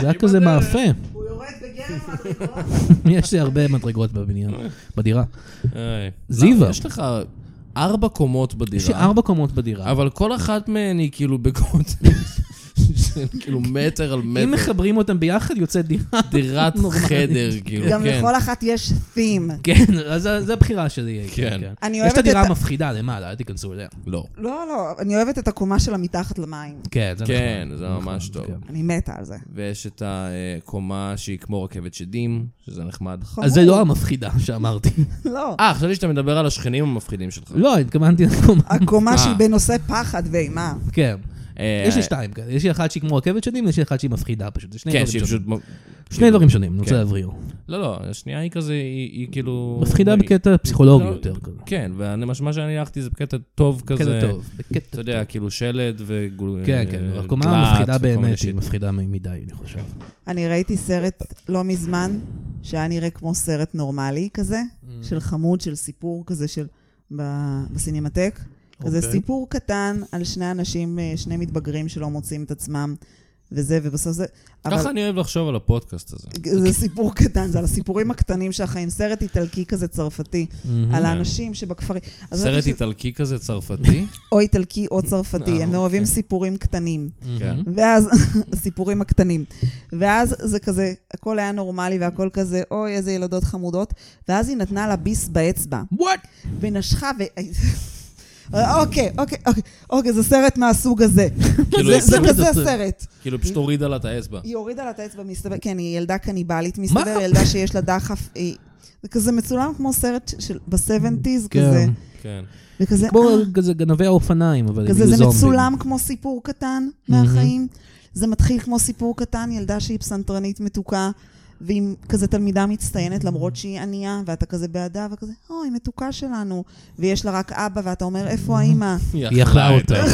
Speaker 3: זה היה כזה
Speaker 2: בדרך.
Speaker 3: מאפה.
Speaker 4: הוא יורד בגרם מדרגות.
Speaker 3: יש לי הרבה מדרגות בבניין, בדירה.
Speaker 2: היי.
Speaker 3: זיווה.
Speaker 2: למה? יש לך ארבע קומות
Speaker 3: יש לי
Speaker 2: בדירה,
Speaker 3: ארבע קומות בדירה.
Speaker 2: אבל כל אחת מהן היא כאילו בגודל כאילו מטר על
Speaker 3: אם
Speaker 2: מטר.
Speaker 3: מחברים אותם ביחד, יוצא דירה.
Speaker 2: דירת
Speaker 3: נורמלית.
Speaker 2: חדר, כאילו,
Speaker 4: גם
Speaker 2: כן.
Speaker 4: לכל אחת יש theme.
Speaker 3: [laughs] כן, אז זה- זה הבחירה שלי.
Speaker 2: כן.
Speaker 4: אני
Speaker 3: יש את
Speaker 4: אוהבת
Speaker 3: הדירה
Speaker 4: את ה-
Speaker 3: המפחידה למעלה, אל תיכנסו אליה.
Speaker 2: לא.
Speaker 4: לא, לא, אני אוהבת את הקומה שלה מתחת למים.
Speaker 3: כן, זה נכון.
Speaker 2: כן, זה
Speaker 3: נכון,
Speaker 2: ממש טוב.
Speaker 3: כן.
Speaker 4: אני מתה על זה. [laughs]
Speaker 2: ויש את הקומה שהיא כמו רכבת שדים, שזה נחמד.
Speaker 4: נכון.
Speaker 3: אז זה לא המפחידה
Speaker 2: [laughs]
Speaker 3: שאמרתי.
Speaker 4: לא.
Speaker 2: אה, חשבתי שאתה מדבר על השכנים המפחידים שלך.
Speaker 3: לא, התכוונתי לקומה.
Speaker 4: הקומה
Speaker 2: אה.
Speaker 4: שהיא בנושא פחד ואימה.
Speaker 3: כן.
Speaker 2: אה,
Speaker 3: יש לי שתיים כאלה. יש לי אחת שהיא כמו רכבת שדים, ויש לי אחת שהיא מפחידה פשוט. זה שני
Speaker 2: כן,
Speaker 3: דברים
Speaker 2: שהיא
Speaker 3: שונים.
Speaker 2: פשוט...
Speaker 3: שני דברים שונים, אני רוצה
Speaker 2: כן.
Speaker 3: להבריר.
Speaker 2: לא, לא, השנייה היא כזה, היא היא כאילו...
Speaker 3: מפחידה
Speaker 2: היא-
Speaker 3: בקטע פסיכולוגי
Speaker 2: לא,
Speaker 3: יותר. כזה.
Speaker 2: כן, ומה שאני הלכתי זה בקטע טוב כזה.
Speaker 3: בקטע טוב. בקטע
Speaker 2: אתה יודע, כאילו שלד וגול...
Speaker 3: כן, כן,
Speaker 2: אה,
Speaker 3: הקומה
Speaker 2: דלעת
Speaker 3: המפחידה
Speaker 2: וכל מיני
Speaker 3: באמת, היא
Speaker 2: שיט.
Speaker 3: מפחידה מ- מדי, אני חושב.
Speaker 4: אני ראיתי סרט לא מזמן, שהיה נראה כמו סרט נורמלי כזה, של חמוד, של סיפור כזה של... ב- בסינמטק. כזה
Speaker 3: אוקיי.
Speaker 4: סיפור קטן על שני אנשים, אה, שני מתבגרים שלא מוצאים את עצמם, וזה, ובסוף זה... אבל-
Speaker 2: ככה אני אוהב לחשוב על הפודקאסט הזה.
Speaker 4: זה סיפור קטן, זה על הסיפורים הקטנים של החיים. סרט איטלקי כזה צרפתי, על האנשים שבכפרים. אז
Speaker 2: סרט
Speaker 4: ראיתי ש-
Speaker 2: איטלקי כזה
Speaker 3: [laughs]
Speaker 2: צרפתי?
Speaker 4: או איטלקי או צרפתי,
Speaker 2: אה,
Speaker 4: הם אוהבים
Speaker 2: אוקיי.
Speaker 4: סיפורים קטנים.
Speaker 2: כן.
Speaker 4: ואז, [laughs] הסיפורים הקטנים. ואז זה כזה, הכל היה נורמלי והכל כזה, אוי, איזה ילדות חמודות. ואז היא נתנה לה ביס באצבע,
Speaker 3: וואט?
Speaker 4: ונשכה ו... [laughs] אוקיי, אוקיי, אוקיי, אוקיי, זה סרט מהסוג הזה.
Speaker 2: כאילו,
Speaker 4: זה-
Speaker 2: היא
Speaker 4: זה
Speaker 2: פשוט-
Speaker 4: כזה הסרט.
Speaker 2: כאילו, פשוט הורידה לה את האצבע.
Speaker 4: היא הורידה לה את האצבע, מסתבר, כן, היא ילדה קניבלית, מסתבר, ילדה שיש לה דחף. היא- זה כזה מצולם כמו סרט של ב-70's כזה.
Speaker 3: כן.
Speaker 2: כן.
Speaker 4: וכזה,
Speaker 3: כמו
Speaker 4: אה,
Speaker 3: כזה גנבי האופניים, אבל
Speaker 4: כזה
Speaker 3: יהיו
Speaker 4: זה
Speaker 3: זומבים. Mm-hmm.
Speaker 4: מצולם כמו סיפור קטן מהחיים. זה מתחיל כמו סיפור קטן, ילדה שהיא פסנתרנית מתוקה, והיא כזה תלמידה מצטיינת למרות שהיא ענייה, ואתה כזה בעדה, וכזה, אוי, מתוקה שלנו. ויש לה רק אבא, ואתה אומר,
Speaker 3: Mm-hmm.
Speaker 4: איפה האימא? [laughs]
Speaker 3: היא אכלה אותה.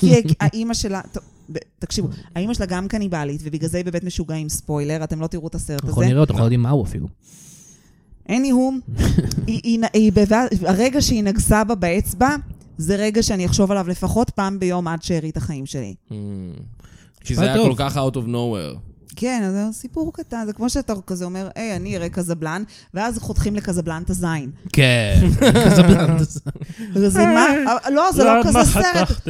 Speaker 4: כי האימא שלה... טוב, ב- תקשיבו, האימא שלה גם קניבלית, ובגלל זה היא בבית משוגעים, ספוילר, אתם לא תראו את הסרט
Speaker 3: אנחנו
Speaker 4: הזה.
Speaker 3: נראה אותו, אנחנו לא יודעים מהו אפילו. [laughs]
Speaker 4: anyhow, היא- היא- היא בבד- הרגע שהיא נגסה בה באצבע, זה רגע שאני אחשוב עליו לפחות פעם ביום עד שארית החיים שלי.
Speaker 2: כי זה היה
Speaker 3: טוב. אה.
Speaker 2: כל כך out of nowhere.
Speaker 4: כן, אז זה סיפור קטן, זה כמו שאתה כזה אומר, היי, אני אראה קזבלן, ואז חותכים לקזבלן את הזין.
Speaker 3: כן.
Speaker 4: זה מה? אבל לא, זה לא כזה סרט.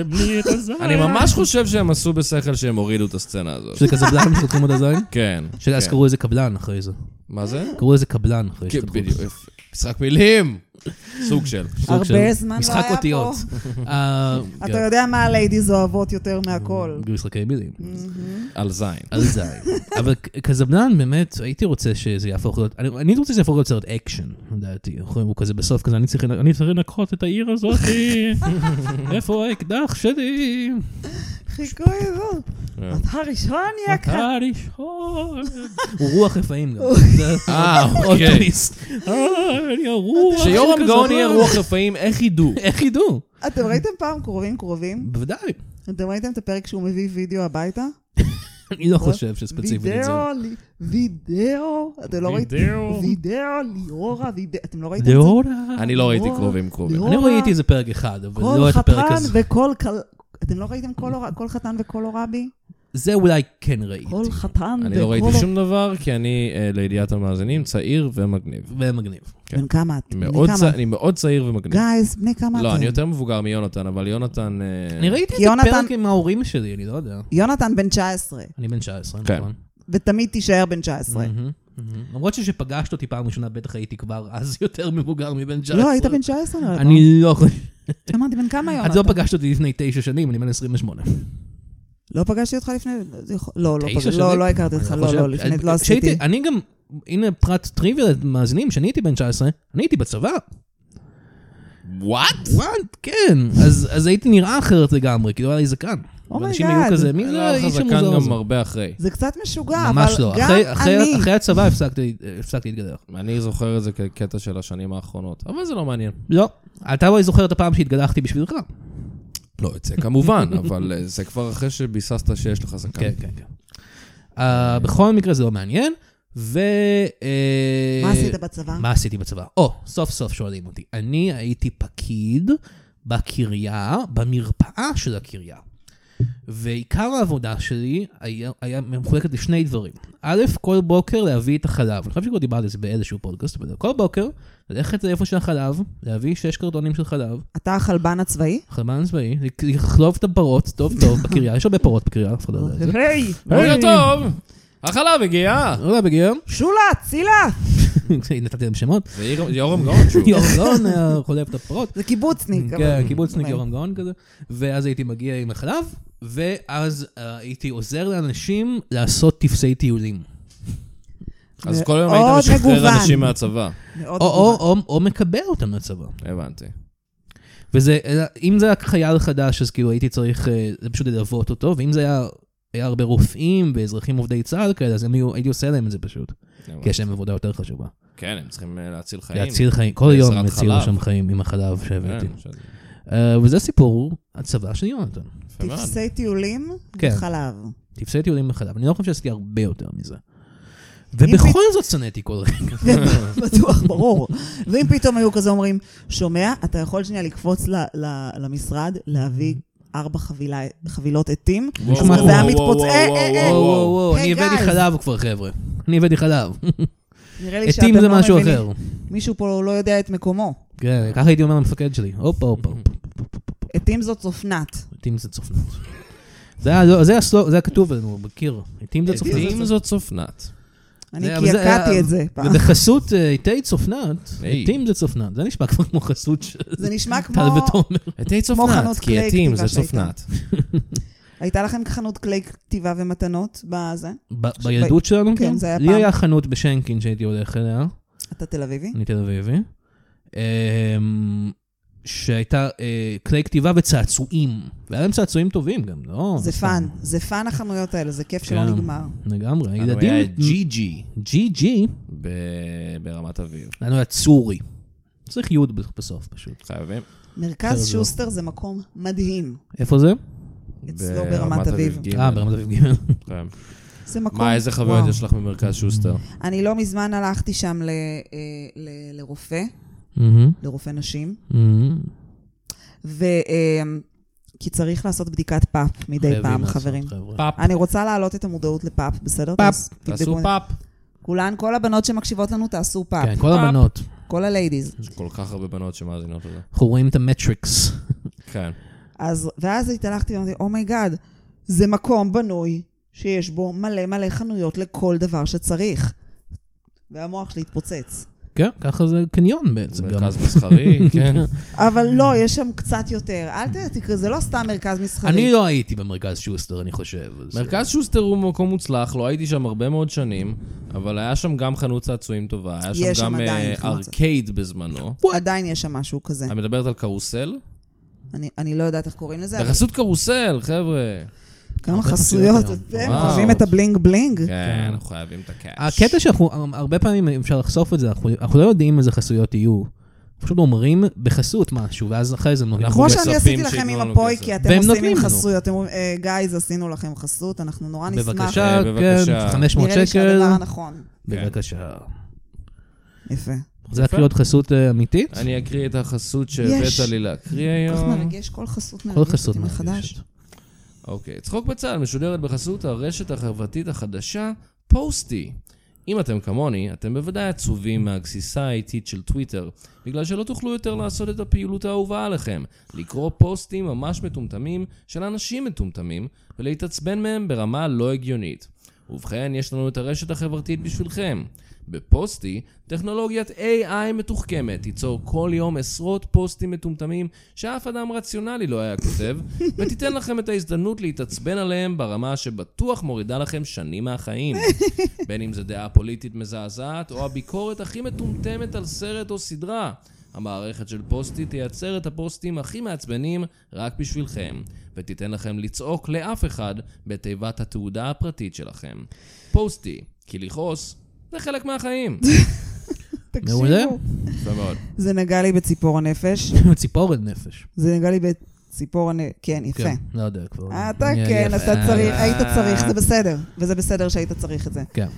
Speaker 2: אני ממש חושב שהם עשו בשכל שהם הורידו את הסצנה הזאת.
Speaker 3: שזה קזבלן שחותכים עוד הזין?
Speaker 2: כן.
Speaker 3: שאז
Speaker 2: כן.
Speaker 3: קראו לזה קבלן אחרי זה.
Speaker 2: מה זה?
Speaker 3: קראו לזה קבלן אחרי
Speaker 2: כן,
Speaker 3: שחתכו.
Speaker 2: בדיוק. יפה. משחק מילים! סוג של.
Speaker 3: סוג של
Speaker 4: הרבה זמן לא
Speaker 3: משחק
Speaker 4: היה פה.
Speaker 3: אותיות. אה,
Speaker 4: אתה
Speaker 3: כן.
Speaker 4: יודע מה הליידיז אוהבות יותר
Speaker 3: [laughs]
Speaker 4: מהכל.
Speaker 3: משחקי מילים.
Speaker 4: Mm.
Speaker 2: על זין.
Speaker 3: על זין. אבל ק- קזבלן, באמת, הייתי רוצה שזה יהפוך להיות, אני- אני רוצה שזה יהפוך להיות סרט אקשן, לדעתי. אנחנו- הוא כזה בסוף כזה, אני צריך לנ- אני צריך לנקות את העיר
Speaker 4: [laughs]
Speaker 3: הזאת, איפה האקדח שלי?
Speaker 4: חיכו איזו. אתה ראשון, יקר.
Speaker 3: הראשון. הוא רוח רפאים גם. זה-
Speaker 2: אה,
Speaker 3: עוד
Speaker 2: אוקיק.
Speaker 3: טוויסט. אה, אני הרוח.
Speaker 2: כשיורם
Speaker 3: של
Speaker 2: גאון
Speaker 3: קזבלן.
Speaker 2: יהיה רוח רפאים, איך ידעו?
Speaker 3: איך ידעו?
Speaker 4: אתם ראיתם פעם קרובים קרובים?
Speaker 3: בוודאי.
Speaker 4: אתם ראיתם את הפרק שהוא מביא וידאו הביתה?
Speaker 3: אני לא חושב שספציפית את זה.
Speaker 4: וידאו, לי- וידאו, אתם לא ראיתם?
Speaker 2: וידאו.
Speaker 4: וידאו, ליאורה, וידאו, אתם לא ראיתם את זה?
Speaker 3: דאורה.
Speaker 2: אני לא ראיתי קרובים קרובים.
Speaker 4: ליאורה,
Speaker 3: אני ראיתי איזה פרק אחד, אבל לא
Speaker 4: כל
Speaker 3: את הפרק
Speaker 4: חתן
Speaker 3: הזה.
Speaker 4: וכל... כל- אתם לא ראיתם כל הור- כל חתן וכל הורבי?
Speaker 3: זה אולי כן ראיתי.
Speaker 4: כל חתן
Speaker 2: אני
Speaker 4: וכל
Speaker 2: לא ראיתי
Speaker 4: הור-
Speaker 2: שום דבר, כי אני, אה, לידיעת המאזינים, צעיר ומגניב.
Speaker 3: ומגניב.
Speaker 2: כן.
Speaker 4: בן כמה את? בני
Speaker 2: מאוד
Speaker 4: כמה?
Speaker 2: צע- אני מאוד צעיר ומגניב.
Speaker 4: גייז, בני כמה
Speaker 2: לא,
Speaker 4: אתם?
Speaker 2: אני יותר מבוגר מיונתן, אבל יונתן... אה,
Speaker 3: אני ראיתי
Speaker 4: כי
Speaker 3: איזה
Speaker 4: יונתן-
Speaker 3: פרק עם ההורים שלי, אני לא יודע.
Speaker 4: יונתן בן 19,
Speaker 3: אני בן 19,
Speaker 2: כן.
Speaker 3: נכון.
Speaker 4: ותמיד תישאר בן 19.
Speaker 3: מהמם, מהמם. למרות שכשפגשת אותי פעם ראשונה, בטח הייתי כבר אז יותר מבוגר מבן 19.
Speaker 4: לא, היית בן נכון? 19 נראה לך.
Speaker 3: אני לא חושב.
Speaker 4: אמרתי, בן כמה יונתן?
Speaker 3: את לא פגשת אותי לפני תשע שנים, אני בן 28.
Speaker 4: לא פגשתי אותך לפני... זה יכול- לא, לא
Speaker 3: תשע
Speaker 4: פגשתי,
Speaker 3: שנים?
Speaker 4: לא, לא הכרתי אותך,
Speaker 3: אני
Speaker 4: לא,
Speaker 3: חושב-
Speaker 4: לא, לפני, לא
Speaker 3: כשהייתי-
Speaker 4: עשיתי.
Speaker 3: אני גם, הנה פרט טריוויה למאזינים, כשאני הייתי בן 19, אני הייתי בצבא.
Speaker 2: וואט?
Speaker 3: וואט, כן. אז אז הייתי נראה אחרת לגמרי, כאילו היה לי זקן.
Speaker 4: Oh my
Speaker 3: ואנשים היו
Speaker 4: God.
Speaker 3: כזה, מי זה
Speaker 2: לא, היה
Speaker 3: האיש
Speaker 2: לך
Speaker 3: המוזר
Speaker 2: זקן
Speaker 3: הזה?
Speaker 2: גם הרבה אחרי.
Speaker 4: זה קצת משוגע, אבל
Speaker 3: ממש לא.
Speaker 4: גם
Speaker 3: אחרי- אחרי-
Speaker 4: אני...
Speaker 3: אחרי הצבא הפסקתי הפסקתי להתגדר.
Speaker 2: אני זוכר את זה כקטע של השנים האחרונות, אבל זה לא מעניין.
Speaker 3: לא. אתה אולי זוכר את הפעם שהתגדחתי בשבילך.
Speaker 2: לא, את זה כמובן, אבל אה, זה כבר אחרי שביססת שיש לך זקן.
Speaker 3: כן, כן, כן. אה, בכל מקרה זה לא מעניין, ו... אה,
Speaker 4: מה עשית בצבא?
Speaker 3: מה עשיתי בצבא? או, סוף סוף שואלים אותי. אני הייתי פקיד בקריה, במרפאה של הקריה. ועיקר העבודה שלי היה, היה מחולקת לשני דברים. א', כל בוקר להביא את החלב. אני חושב שכבר דיברתי על זה באיזשהו פודקאסט, אבל כל בוקר ללכת לאיפה של החלב, להביא שש קרטונים של חלב,
Speaker 4: אתה החלבן הצבאי?
Speaker 3: חלבן צבאי, לחלוב את הפרות טוב טוב בקריה, יש הרבה פרות בקריה, אף אחד לא יודע
Speaker 4: [laughs]
Speaker 3: את זה.
Speaker 4: היי!
Speaker 2: בוקר טוב, החלב הגיע.
Speaker 3: לא יודע, בגיל,
Speaker 4: שולה, צילה!
Speaker 3: [laughs] נתתי להם שמות.
Speaker 2: זה יור- יורם גאון שהוא.
Speaker 3: יורם גאון היה חולב את הפרות.
Speaker 4: זה קיבוצניק. אבל-
Speaker 3: כן, קיבוצניק
Speaker 4: כן.
Speaker 3: יורם גאון כזה. ואז הייתי מגיע עם החלב, ואז אה, הייתי עוזר לאנשים לעשות טפסי טיולים.
Speaker 2: אז כל יום היית
Speaker 4: מאוד
Speaker 2: משחרר
Speaker 4: מגוון.
Speaker 2: אנשים מהצבא.
Speaker 4: מאוד
Speaker 3: או- או
Speaker 4: מגוון.
Speaker 3: או- או מקבע אותם לצבא.
Speaker 2: הבנתי.
Speaker 3: וזה, אה, אם זה היה חייל חדש, אז כאילו הייתי צריך אה, זה פשוט ללוות אותו, ואם זה היה... היה הרבה רופאים ואזרחים עובדי צה"ל כאלה, אז הם היו- הייתי עושה להם את זה פשוט. כי
Speaker 2: הבנתי.
Speaker 3: יש להם עבודה יותר חשובה.
Speaker 2: כן, הם צריכים אה, להציל חיים.
Speaker 3: להציל חיים, כל יום הם
Speaker 2: בעזרת
Speaker 3: הצילו
Speaker 2: חלב.
Speaker 3: שם חיים עם החלב שהבאתי.
Speaker 2: כן, שזה-
Speaker 3: אה, וזה סיפור הצבא של יונתן.
Speaker 2: יפה מאוד.
Speaker 4: טפסי טיולים
Speaker 3: כן.
Speaker 4: וחלב.
Speaker 3: טפסי טיולים בחלב. אני לא חושב שעשיתי הרבה יותר מזה.
Speaker 4: אם
Speaker 3: ובכל זאת שנאתי כל
Speaker 4: כן.
Speaker 3: רגע.
Speaker 4: [laughs] בטוח, ברור. ואם פתאום היו כזה אומרים, שומע, אתה יכול שנייה לקפוץ ל- ל- למשרד, להביא ארבע חבילה- חבילות עטים?
Speaker 2: וואו,
Speaker 4: אז
Speaker 3: וואו,
Speaker 4: זה היה
Speaker 2: וואו,
Speaker 4: מתפוצץ,
Speaker 2: וואו,
Speaker 4: אה,
Speaker 2: וואו,
Speaker 3: וואו,
Speaker 4: אה, אה,
Speaker 2: וואו.
Speaker 3: וואו, וואו,
Speaker 4: היי,
Speaker 3: אני הבאתי
Speaker 4: guys.
Speaker 3: חלב כבר, חבר'ה. אני הבאתי חלב.
Speaker 4: נראה לי שאתם
Speaker 3: עטים
Speaker 4: לא
Speaker 3: זה משהו
Speaker 4: מבינים.
Speaker 3: אחר.
Speaker 4: מישהו פה לא יודע את מקומו.
Speaker 3: כן, ככה הייתי אומר למפקד שלי. הופה, הופה. הופה.
Speaker 4: עטים זאת צופנת.
Speaker 3: עטים זה צופנות. זה היה לא- זה היה סלו- זה היה כתוב לנו בקיר. עטים זה צופנות.
Speaker 2: אם זאת צופנת.
Speaker 4: אני
Speaker 3: זה- אבל זה
Speaker 4: קעקעתי
Speaker 3: היה-
Speaker 4: את זה פעם.
Speaker 3: ובחסות אה, עטי צופנת,
Speaker 2: היי.
Speaker 3: עטים זה צופנת. זה נשמע כבר כמו חסות של
Speaker 4: זה
Speaker 3: [laughs]
Speaker 4: נשמע כמו...
Speaker 3: טל ותומר.
Speaker 4: [laughs]
Speaker 2: עטי
Speaker 4: חנות
Speaker 2: צופנת, כי
Speaker 4: כלי
Speaker 2: עטים זה
Speaker 4: כתיבה שהייתה.
Speaker 2: צופנת.
Speaker 4: הייתה לכם חנות כלי כתיבה ומתנות בזה?
Speaker 3: ב- בילדות שלנו,
Speaker 4: כן, זה היה
Speaker 3: לי
Speaker 4: פעם.
Speaker 3: היה חנות בשנקין שהייתי הולך אליה.
Speaker 4: אתה תל אביבי?
Speaker 3: אני תל אביבי, אמ, שהייתה אה, כלי כתיבה וצעצועים, והיה להם צעצועים טובים גם, לא?
Speaker 4: זה
Speaker 3: סתם.
Speaker 4: פאן, זה פאן החנויות האלה, זה כיף שלא
Speaker 3: כן.
Speaker 4: נגמר.
Speaker 3: לגמרי,
Speaker 2: לנו היה את
Speaker 3: ילדים,
Speaker 2: ג'י ג'י
Speaker 3: ג'י ג'י,
Speaker 2: ב- ברמת אביב.
Speaker 3: לנו היה צורי. צריך יוד בסוף פשוט.
Speaker 2: חייבים.
Speaker 3: בסדר,
Speaker 4: מרכז
Speaker 3: זהו.
Speaker 4: שוסטר זה מקום מדהים.
Speaker 3: איפה זה?
Speaker 4: אצלו ברמת אביב.
Speaker 2: ג'.
Speaker 3: אה, ברמת
Speaker 4: [laughs]
Speaker 3: אביב ג'.
Speaker 2: כן.
Speaker 4: זה מקום...
Speaker 2: מה, איזה חוויות
Speaker 4: וואו.
Speaker 2: יש לך ממרכז שוסטר?
Speaker 4: אני לא מזמן הלכתי שם ל- אה, ל- לרופא,
Speaker 3: מהמם,
Speaker 4: לרופא נשים,
Speaker 3: מהמם.
Speaker 4: ו... אה, כי צריך לעשות בדיקת פאפ מדי
Speaker 3: חייבים
Speaker 4: פעם,
Speaker 3: לעשות,
Speaker 4: חברים.
Speaker 3: חבר'ה.
Speaker 2: פאפ.
Speaker 4: אני רוצה להעלות את המודעות לפאפ, בסדר?
Speaker 3: פאפ.
Speaker 4: תעש- תבדקו
Speaker 2: תעשו
Speaker 4: את זה.
Speaker 2: פאפ.
Speaker 4: כולן, כל הבנות שמקשיבות לנו, תעשו פאפ.
Speaker 3: כן, כל הבנות.
Speaker 4: כל הליידיז.
Speaker 2: יש כל כך הרבה בנות שמאזינות לזה.
Speaker 3: אנחנו רואים את המטריקס.
Speaker 2: כן.
Speaker 4: אז, ואז התהלכתי ואמרתי, אומייגאד, זה מקום בנוי שיש בו מלא מלא חנויות לכל דבר שצריך. והמוח שלי התפוצץ.
Speaker 3: כן, ככה זה קניון בעצם. גם.
Speaker 2: מרכז
Speaker 4: [laughs]
Speaker 2: מסחרי, כן.
Speaker 4: אבל לא, יש שם קצת יותר. אל ת- תקרא, זה לא סתם מרכז מסחרי.
Speaker 3: אני לא הייתי במרכז שוסטר, אני חושב. אז-
Speaker 2: מרכז שוסטר הוא מקום מוצלח, לא הייתי שם הרבה מאוד שנים, אבל היה שם גם חנות צעצועים טובה, היה
Speaker 4: יש
Speaker 2: שם גם
Speaker 4: שם עדיין
Speaker 2: אה,
Speaker 4: חנות צעצועים. אה.
Speaker 2: ארקייד בזמנו.
Speaker 4: עדיין יש שם משהו כזה.
Speaker 2: את מדברת על קרוסל?
Speaker 4: אני- אני לא יודעת איך קוראים לזה. אבל
Speaker 2: בחסות קרוסל, חבר'ה.
Speaker 4: כמה
Speaker 3: הרבה
Speaker 4: חסויות.
Speaker 3: חסויות היום.
Speaker 4: אתם
Speaker 2: וואו.
Speaker 4: אוהבים את הבלינג בלינג?
Speaker 2: כן, אנחנו חייבים את הקאש.
Speaker 3: הקטע שאנחנו, הרבה פעמים אפשר לחשוף את זה, אנחנו, אנחנו לא יודעים איזה חסויות יהיו. פשוט אומרים בחסות משהו, ואז אחרי זה הם נותנים.
Speaker 2: אנחנו
Speaker 4: כמו
Speaker 2: מצפים
Speaker 4: שאני עשיתי לכם
Speaker 2: שייתנו
Speaker 4: עם
Speaker 2: לנו
Speaker 4: הפוי,
Speaker 2: כסף.
Speaker 4: כי אתם
Speaker 3: והם
Speaker 4: עושים
Speaker 3: נותנים
Speaker 4: עם
Speaker 3: לנו.
Speaker 4: חסות. אתם אומרים, "אה, גייז, עשינו לכם חסות, אנחנו נורא נשמח.
Speaker 3: בבקשה,
Speaker 2: אה, בבקשה.
Speaker 3: כן, 500
Speaker 4: נראה לי
Speaker 3: שקל,
Speaker 4: שהדבר הנכון.
Speaker 3: בבקשה.
Speaker 4: יפה.
Speaker 3: זה היה להיות חסות אה, אמיתית?
Speaker 2: אני אקריא את החסות שהבאת
Speaker 4: יש.
Speaker 2: לי להקריא
Speaker 4: כל כך
Speaker 2: היום.
Speaker 4: מרגש, כל חסות
Speaker 3: כל
Speaker 4: מרגש
Speaker 3: חסות
Speaker 4: אותי מחדש.
Speaker 3: מרגשת.
Speaker 2: אוקיי, צחוק בצד משודרת בחסות הרשת החברתית החדשה, פוסטי. אם אתם כמוני, אתם בוודאי עצובים מהגסיסה האיטית של טוויטר, בגלל שלא תוכלו יותר לעשות את הפעילות האהובה עליכם, לקרוא פוסטים ממש מטומטמים של אנשים מטומטמים, ולהתעצבן מהם ברמה לא הגיונית. ובכן, יש לנו את הרשת החברתית בשבילכם. בפוסטי, טכנולוגיית AI מתוחכמת תיצור כל יום עשרות פוסטים מטומטמים שאף אדם רציונלי לא היה כותב, ותיתן לכם את ההזדמנות להתעצבן עליהם ברמה שבטוח מורידה לכם שנים מהחיים. בין אם זה דעה פוליטית מזעזעת, או הביקורת הכי מטומטמת על סרט או סדרה. המערכת של פוסטי תייצר את הפוסטים הכי מעצבנים רק בשבילכם, ותיתן לכם לצעוק לאף אחד בתיבת התעודה הפרטית שלכם. פוסטי, כי לכעוס זה חלק מהחיים.
Speaker 3: מעולה.
Speaker 4: תקשיבו.
Speaker 2: יפה מאוד.
Speaker 4: זה נגע לי בציפור הנפש.
Speaker 3: ציפורת נפש.
Speaker 4: זה נגע לי בציפור הנפש. כן, יפה.
Speaker 3: כן, לא יודע כבר.
Speaker 4: אתה
Speaker 3: אני-
Speaker 4: כן,
Speaker 3: אני-
Speaker 4: אתה
Speaker 3: אה,
Speaker 4: צריך, היית צריך, זה בסדר. וזה בסדר שהיית צריך את זה.
Speaker 3: כן.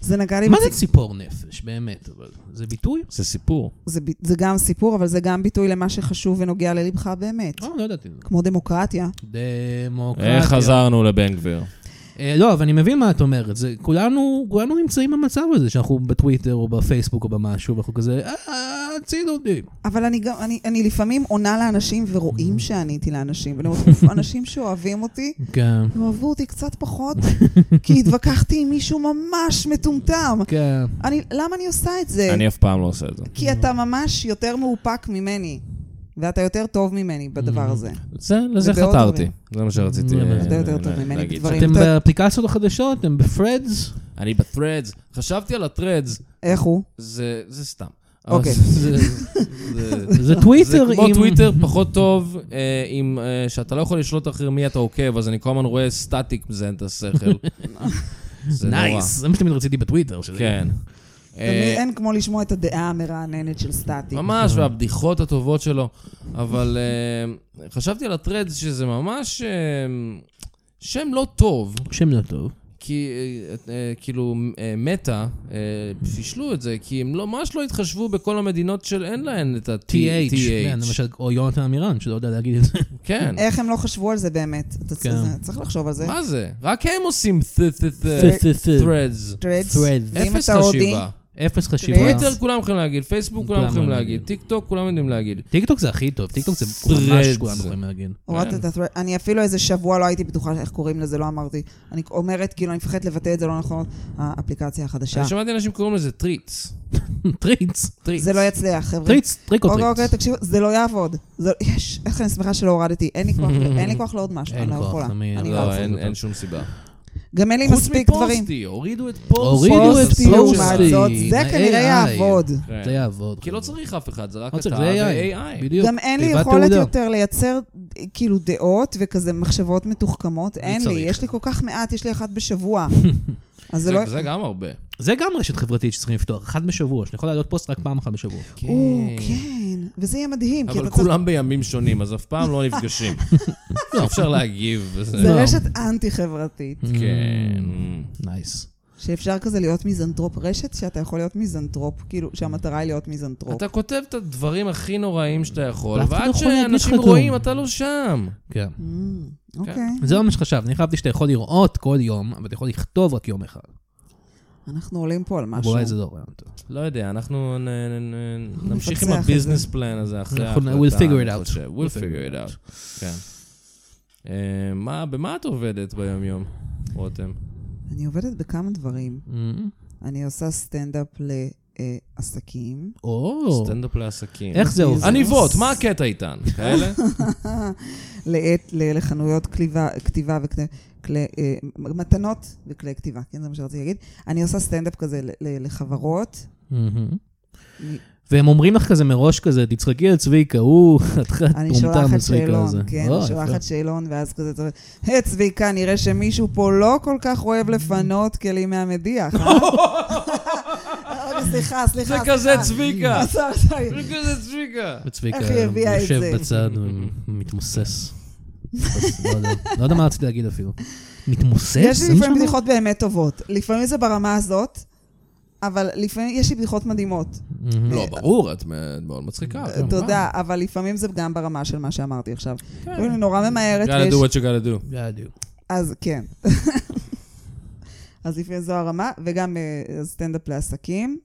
Speaker 4: זה נגע לי...
Speaker 3: מה
Speaker 4: בצ-
Speaker 3: זה ציפור נפש, באמת, אבל זה ביטוי?
Speaker 2: זה סיפור.
Speaker 4: זה ב- זה גם סיפור, אבל זה גם ביטוי למה שחשוב ונוגע ללבך באמת.
Speaker 3: אה, לא ידעתי.
Speaker 4: כמו דמוקרטיה.
Speaker 3: דמוקרטיה.
Speaker 2: איך חזרנו לבן גביר?
Speaker 3: אה, לא, אבל אני מבין מה את אומרת. זה, כולנו, כולנו נמצאים במצב הזה, שאנחנו בטוויטר או בפייסבוק או במשהו, ואנחנו כזה, "אה, הצילו אותי.
Speaker 4: אבל אני גם, אני, אני לפעמים עונה לאנשים
Speaker 2: אה.
Speaker 4: ורואים שעניתי לאנשים, ואני אומרת, "אוף, אנשים שאוהבים אותי,
Speaker 3: כן,
Speaker 4: הם אהבו אותי קצת
Speaker 2: [laughs]
Speaker 4: פחות, כי התווכחתי עם מישהו ממש מטומטם.
Speaker 3: כן.
Speaker 4: אני, למה אני עושה את זה?
Speaker 2: אני אף פעם לא עושה את זה.
Speaker 4: כי אתה ממש יותר מאופק ממני, ואתה יותר טוב ממני
Speaker 2: אה.
Speaker 4: בדבר הזה.
Speaker 2: זה, לזה
Speaker 4: ובעוד
Speaker 2: חתרתי.
Speaker 4: דברים.
Speaker 2: זה מה שרציתי
Speaker 3: אתה
Speaker 2: אה,
Speaker 4: אתה יותר טוב
Speaker 2: אה,
Speaker 4: ממני
Speaker 2: להגיד.
Speaker 4: בדברים.
Speaker 3: אתם
Speaker 4: אתה-
Speaker 3: באפליקציות החדשות, אתם בפרדס.
Speaker 2: אני ב-threads. חשבתי על ה-threads,
Speaker 4: איך הוא?
Speaker 2: זה זה סתם.
Speaker 4: אוקיי.
Speaker 2: אבל זה- זה- זה-
Speaker 3: זה טוויטר
Speaker 2: זה
Speaker 3: עם...
Speaker 2: כמו טוויטר, פחות טוב, אה, עם, אה, שאתה לא יכול לשלוט אחרי מי אתה עוקב, אז אני כל הזמן רואה סטטיק מזיין את השכל. זה נורא.
Speaker 3: נייס, זה מה שתמיד רציתי בטוויטר. שזה-
Speaker 2: כן. אה,
Speaker 4: תמיד אין כמו לשמוע את הדעה המרעננת של סטטי.
Speaker 2: ממש, והבדיחות הטובות שלו. אבל אה, חשבתי על הטרדס שזה ממש אה, שם לא טוב,
Speaker 3: שם לא טוב.
Speaker 2: כי אה, אה, כאילו אה, מטא, אה, פישלו את זה, כי הם לא- ממש לא התחשבו בכל המדינות שאין להן את
Speaker 3: TH, כן,
Speaker 2: ה-TH.
Speaker 3: למשל, או יונתן עמירן, שלא יודע להגיד את זה.
Speaker 2: כן.
Speaker 4: איך הם לא חשבו על זה באמת? אתה צ-
Speaker 3: כן.
Speaker 4: זה- צריך לחשוב על זה.
Speaker 2: מה זה? רק הם עושים threads.
Speaker 4: Threads.
Speaker 3: Threads.
Speaker 4: ואם
Speaker 2: אפס
Speaker 4: אתה הודי?
Speaker 2: חשיבה.
Speaker 3: אפס חשיבה.
Speaker 2: טוויטר כולם יכולים להגיד, פייסבוק כולם
Speaker 3: כולם
Speaker 2: יכולים
Speaker 3: יודעים.
Speaker 2: להגיד, טיק טוק כולם יודעים להגיד.
Speaker 3: טיקטוק זה הכי טוב, טיקטוק זה
Speaker 2: Threads.
Speaker 3: ממש כולם יכולים להגיד.
Speaker 4: הורדת את ה-thread. אני אפילו איזה שבוע לא הייתי בטוחה איך קוראים לזה, לא אמרתי. אני אומרת, כאילו, אני מפחדת לבטא את זה לא נכון, האפליקציה החדשה.
Speaker 2: אני שמעתי אנשים קוראים לזה טריץ.
Speaker 3: טריץ,
Speaker 2: טריץ.
Speaker 4: זה לא יצליח, חבר'ה.
Speaker 3: טריץ, טריק או
Speaker 4: אוקיי, אוקיי,
Speaker 3: טריץ.
Speaker 4: תקשיבו, זה לא יעבוד. זה- יש, איך אני שמחה שלא הורדתי. אין לי כוח, אין לי כוח לעוד משהו,
Speaker 3: אין
Speaker 4: אני לא
Speaker 3: כוח,
Speaker 4: יכולה.
Speaker 3: אני-
Speaker 4: אני
Speaker 2: לא,
Speaker 4: רצה.
Speaker 2: אין- אין שום סיבה.
Speaker 4: גם אין לי
Speaker 2: חוץ
Speaker 4: מספיק דברים.
Speaker 2: מפוסטי, הורידו את פוסטי.
Speaker 3: הורידו את
Speaker 2: אז
Speaker 4: פוסטי,
Speaker 2: לא
Speaker 3: פוסטי.
Speaker 2: משנה.
Speaker 4: לעומת זאת, זה
Speaker 3: ה-
Speaker 4: כנראה
Speaker 3: AI.
Speaker 4: יעבוד.
Speaker 2: כן.
Speaker 3: זה יעבוד.
Speaker 2: כי לא צריך אף אחד, זה רק
Speaker 3: לא
Speaker 2: אתה
Speaker 3: צריך, זה AI.
Speaker 2: ו-AI.
Speaker 3: בדיוק.
Speaker 4: גם אין לי
Speaker 3: תיבת
Speaker 4: יכולת
Speaker 3: תעודה.
Speaker 4: יותר לייצר אה, כאילו דעות וכזה מחשבות מתוחכמות. אין לי,
Speaker 3: צריך.
Speaker 4: יש לי כל כך מעט, יש לי אחת בשבוע. אז זה לא...
Speaker 2: זה גם הרבה.
Speaker 3: זה גם רשת חברתית שצריכים לפתוח, אחת בשבוע, שאני יכול להעלות פוסט רק פעם אחת בשבוע.
Speaker 4: או, כן, וזה יהיה מדהים, כי
Speaker 2: אה. אבל
Speaker 4: אתה צריך...
Speaker 2: כולם בימים שונים, אז אף פעם לא
Speaker 3: [laughs]
Speaker 2: נפגשים. אי אפשר להגיב. וזה-
Speaker 4: זה
Speaker 3: לא.
Speaker 4: רשת אנטי-חברתית,
Speaker 2: כן.
Speaker 3: נייס.
Speaker 4: שאפשר כזה להיות מיזנטרופ. רשת שאתה יכול להיות מיזנטרופ, כאילו, שהמטרה היא להיות מיזנטרופ.
Speaker 2: אתה כותב את הדברים הכי נוראיים שאתה יכול,
Speaker 3: Mm. ואף אחד
Speaker 2: ועד
Speaker 3: לא יכול להגיד לך
Speaker 2: שאנשים
Speaker 3: כלום.
Speaker 2: רואים, אתה לא שם.
Speaker 3: כן.
Speaker 4: אמ, אוקיי.
Speaker 2: כן.
Speaker 3: זה לא מה שחשבתי, אני חשבתי שאתה יכול לראות כל יום, אבל אתה יכול לכתוב רק יום אחד.
Speaker 4: אנחנו עולים פה על משהו.
Speaker 3: ואולי זה לא רעיון טוב.
Speaker 2: לא יודע, אנחנו נ- נ- נ- נמשיך עם
Speaker 4: נפצח את זה.
Speaker 2: הביזנס פלן הזה אחרי
Speaker 3: אנחנו-
Speaker 2: ההחלטה.
Speaker 3: we'll figure it
Speaker 2: אני
Speaker 3: out.
Speaker 2: חושב. We'll figure it out. כן. אה, מה- במה את עובדת ביום-יום, רותם?
Speaker 4: אני עובדת בכמה דברים.
Speaker 3: אמ,
Speaker 4: אני עושה סטנדאפ אה, לעסקים.
Speaker 3: או,
Speaker 2: סטנדאפ לעסקים.
Speaker 3: איך זה עובד?
Speaker 2: עניבות, מה הקטע איתן?
Speaker 3: [laughs]
Speaker 2: כאלה?
Speaker 4: לעת, [laughs] ל- לחנויות כתיבה, כתיבה וכלי... כלי, אה, מתנות וכלי כתיבה, כן, זה מה שרציתי להגיד. אני עושה סטנדאפ כזה ל- ל- לחברות.
Speaker 3: מהמם.
Speaker 4: אני-
Speaker 3: Mm-hmm. והם אומרים לך כזה מראש כזה, תצחקי על צביקה, [laughs] הוא, את
Speaker 4: אני
Speaker 3: טומטם על
Speaker 4: שולחת
Speaker 3: צביקה
Speaker 4: שאלון,
Speaker 3: הזה.
Speaker 2: אה,
Speaker 4: כן,
Speaker 3: או,
Speaker 4: אני
Speaker 3: יפה.
Speaker 4: שולחת שאלון, ואז כזה, אתה אומר, "אה, צביקה, נראה שמישהו פה לא כל כך אוהב לפנות כלים מהמדיח, אה?" אה? סליחה,
Speaker 2: זה
Speaker 4: סליחה.
Speaker 2: כזה
Speaker 4: [laughs] סליחה.
Speaker 2: צביקה.
Speaker 4: סורי, סורי.
Speaker 2: זה כזה צביקה.
Speaker 3: וצביקה
Speaker 4: איך היא הביאה את
Speaker 3: יושב
Speaker 4: זה?
Speaker 3: בצד ומתמוסס. לא יודע- לא יודע מה רציתי להגיד אפילו. מתמוסס?
Speaker 4: יש
Speaker 3: זה
Speaker 4: לי
Speaker 3: מה שאמרת?
Speaker 4: לפעמים בדיחות באמת טובות. לפעמים זה ברמה הזאת, אבל לפעמים יש לי בדיחות מדהימות.
Speaker 3: מהמם.
Speaker 2: לא, ברור, את מאוד מצחיקה. כן. כמובן.
Speaker 4: תודה, אבל לפעמים זה גם ברמה של מה שאמרתי עכשיו.
Speaker 2: כן.
Speaker 4: אוקיי, אני נורא ממהרת,
Speaker 2: gotta
Speaker 4: ויש-
Speaker 2: do what you gotta do.
Speaker 4: לא
Speaker 3: בדיוק.
Speaker 4: אז כן. אז לפעמים זו הרמה, וגם אה, סטנדאפ לעסקים.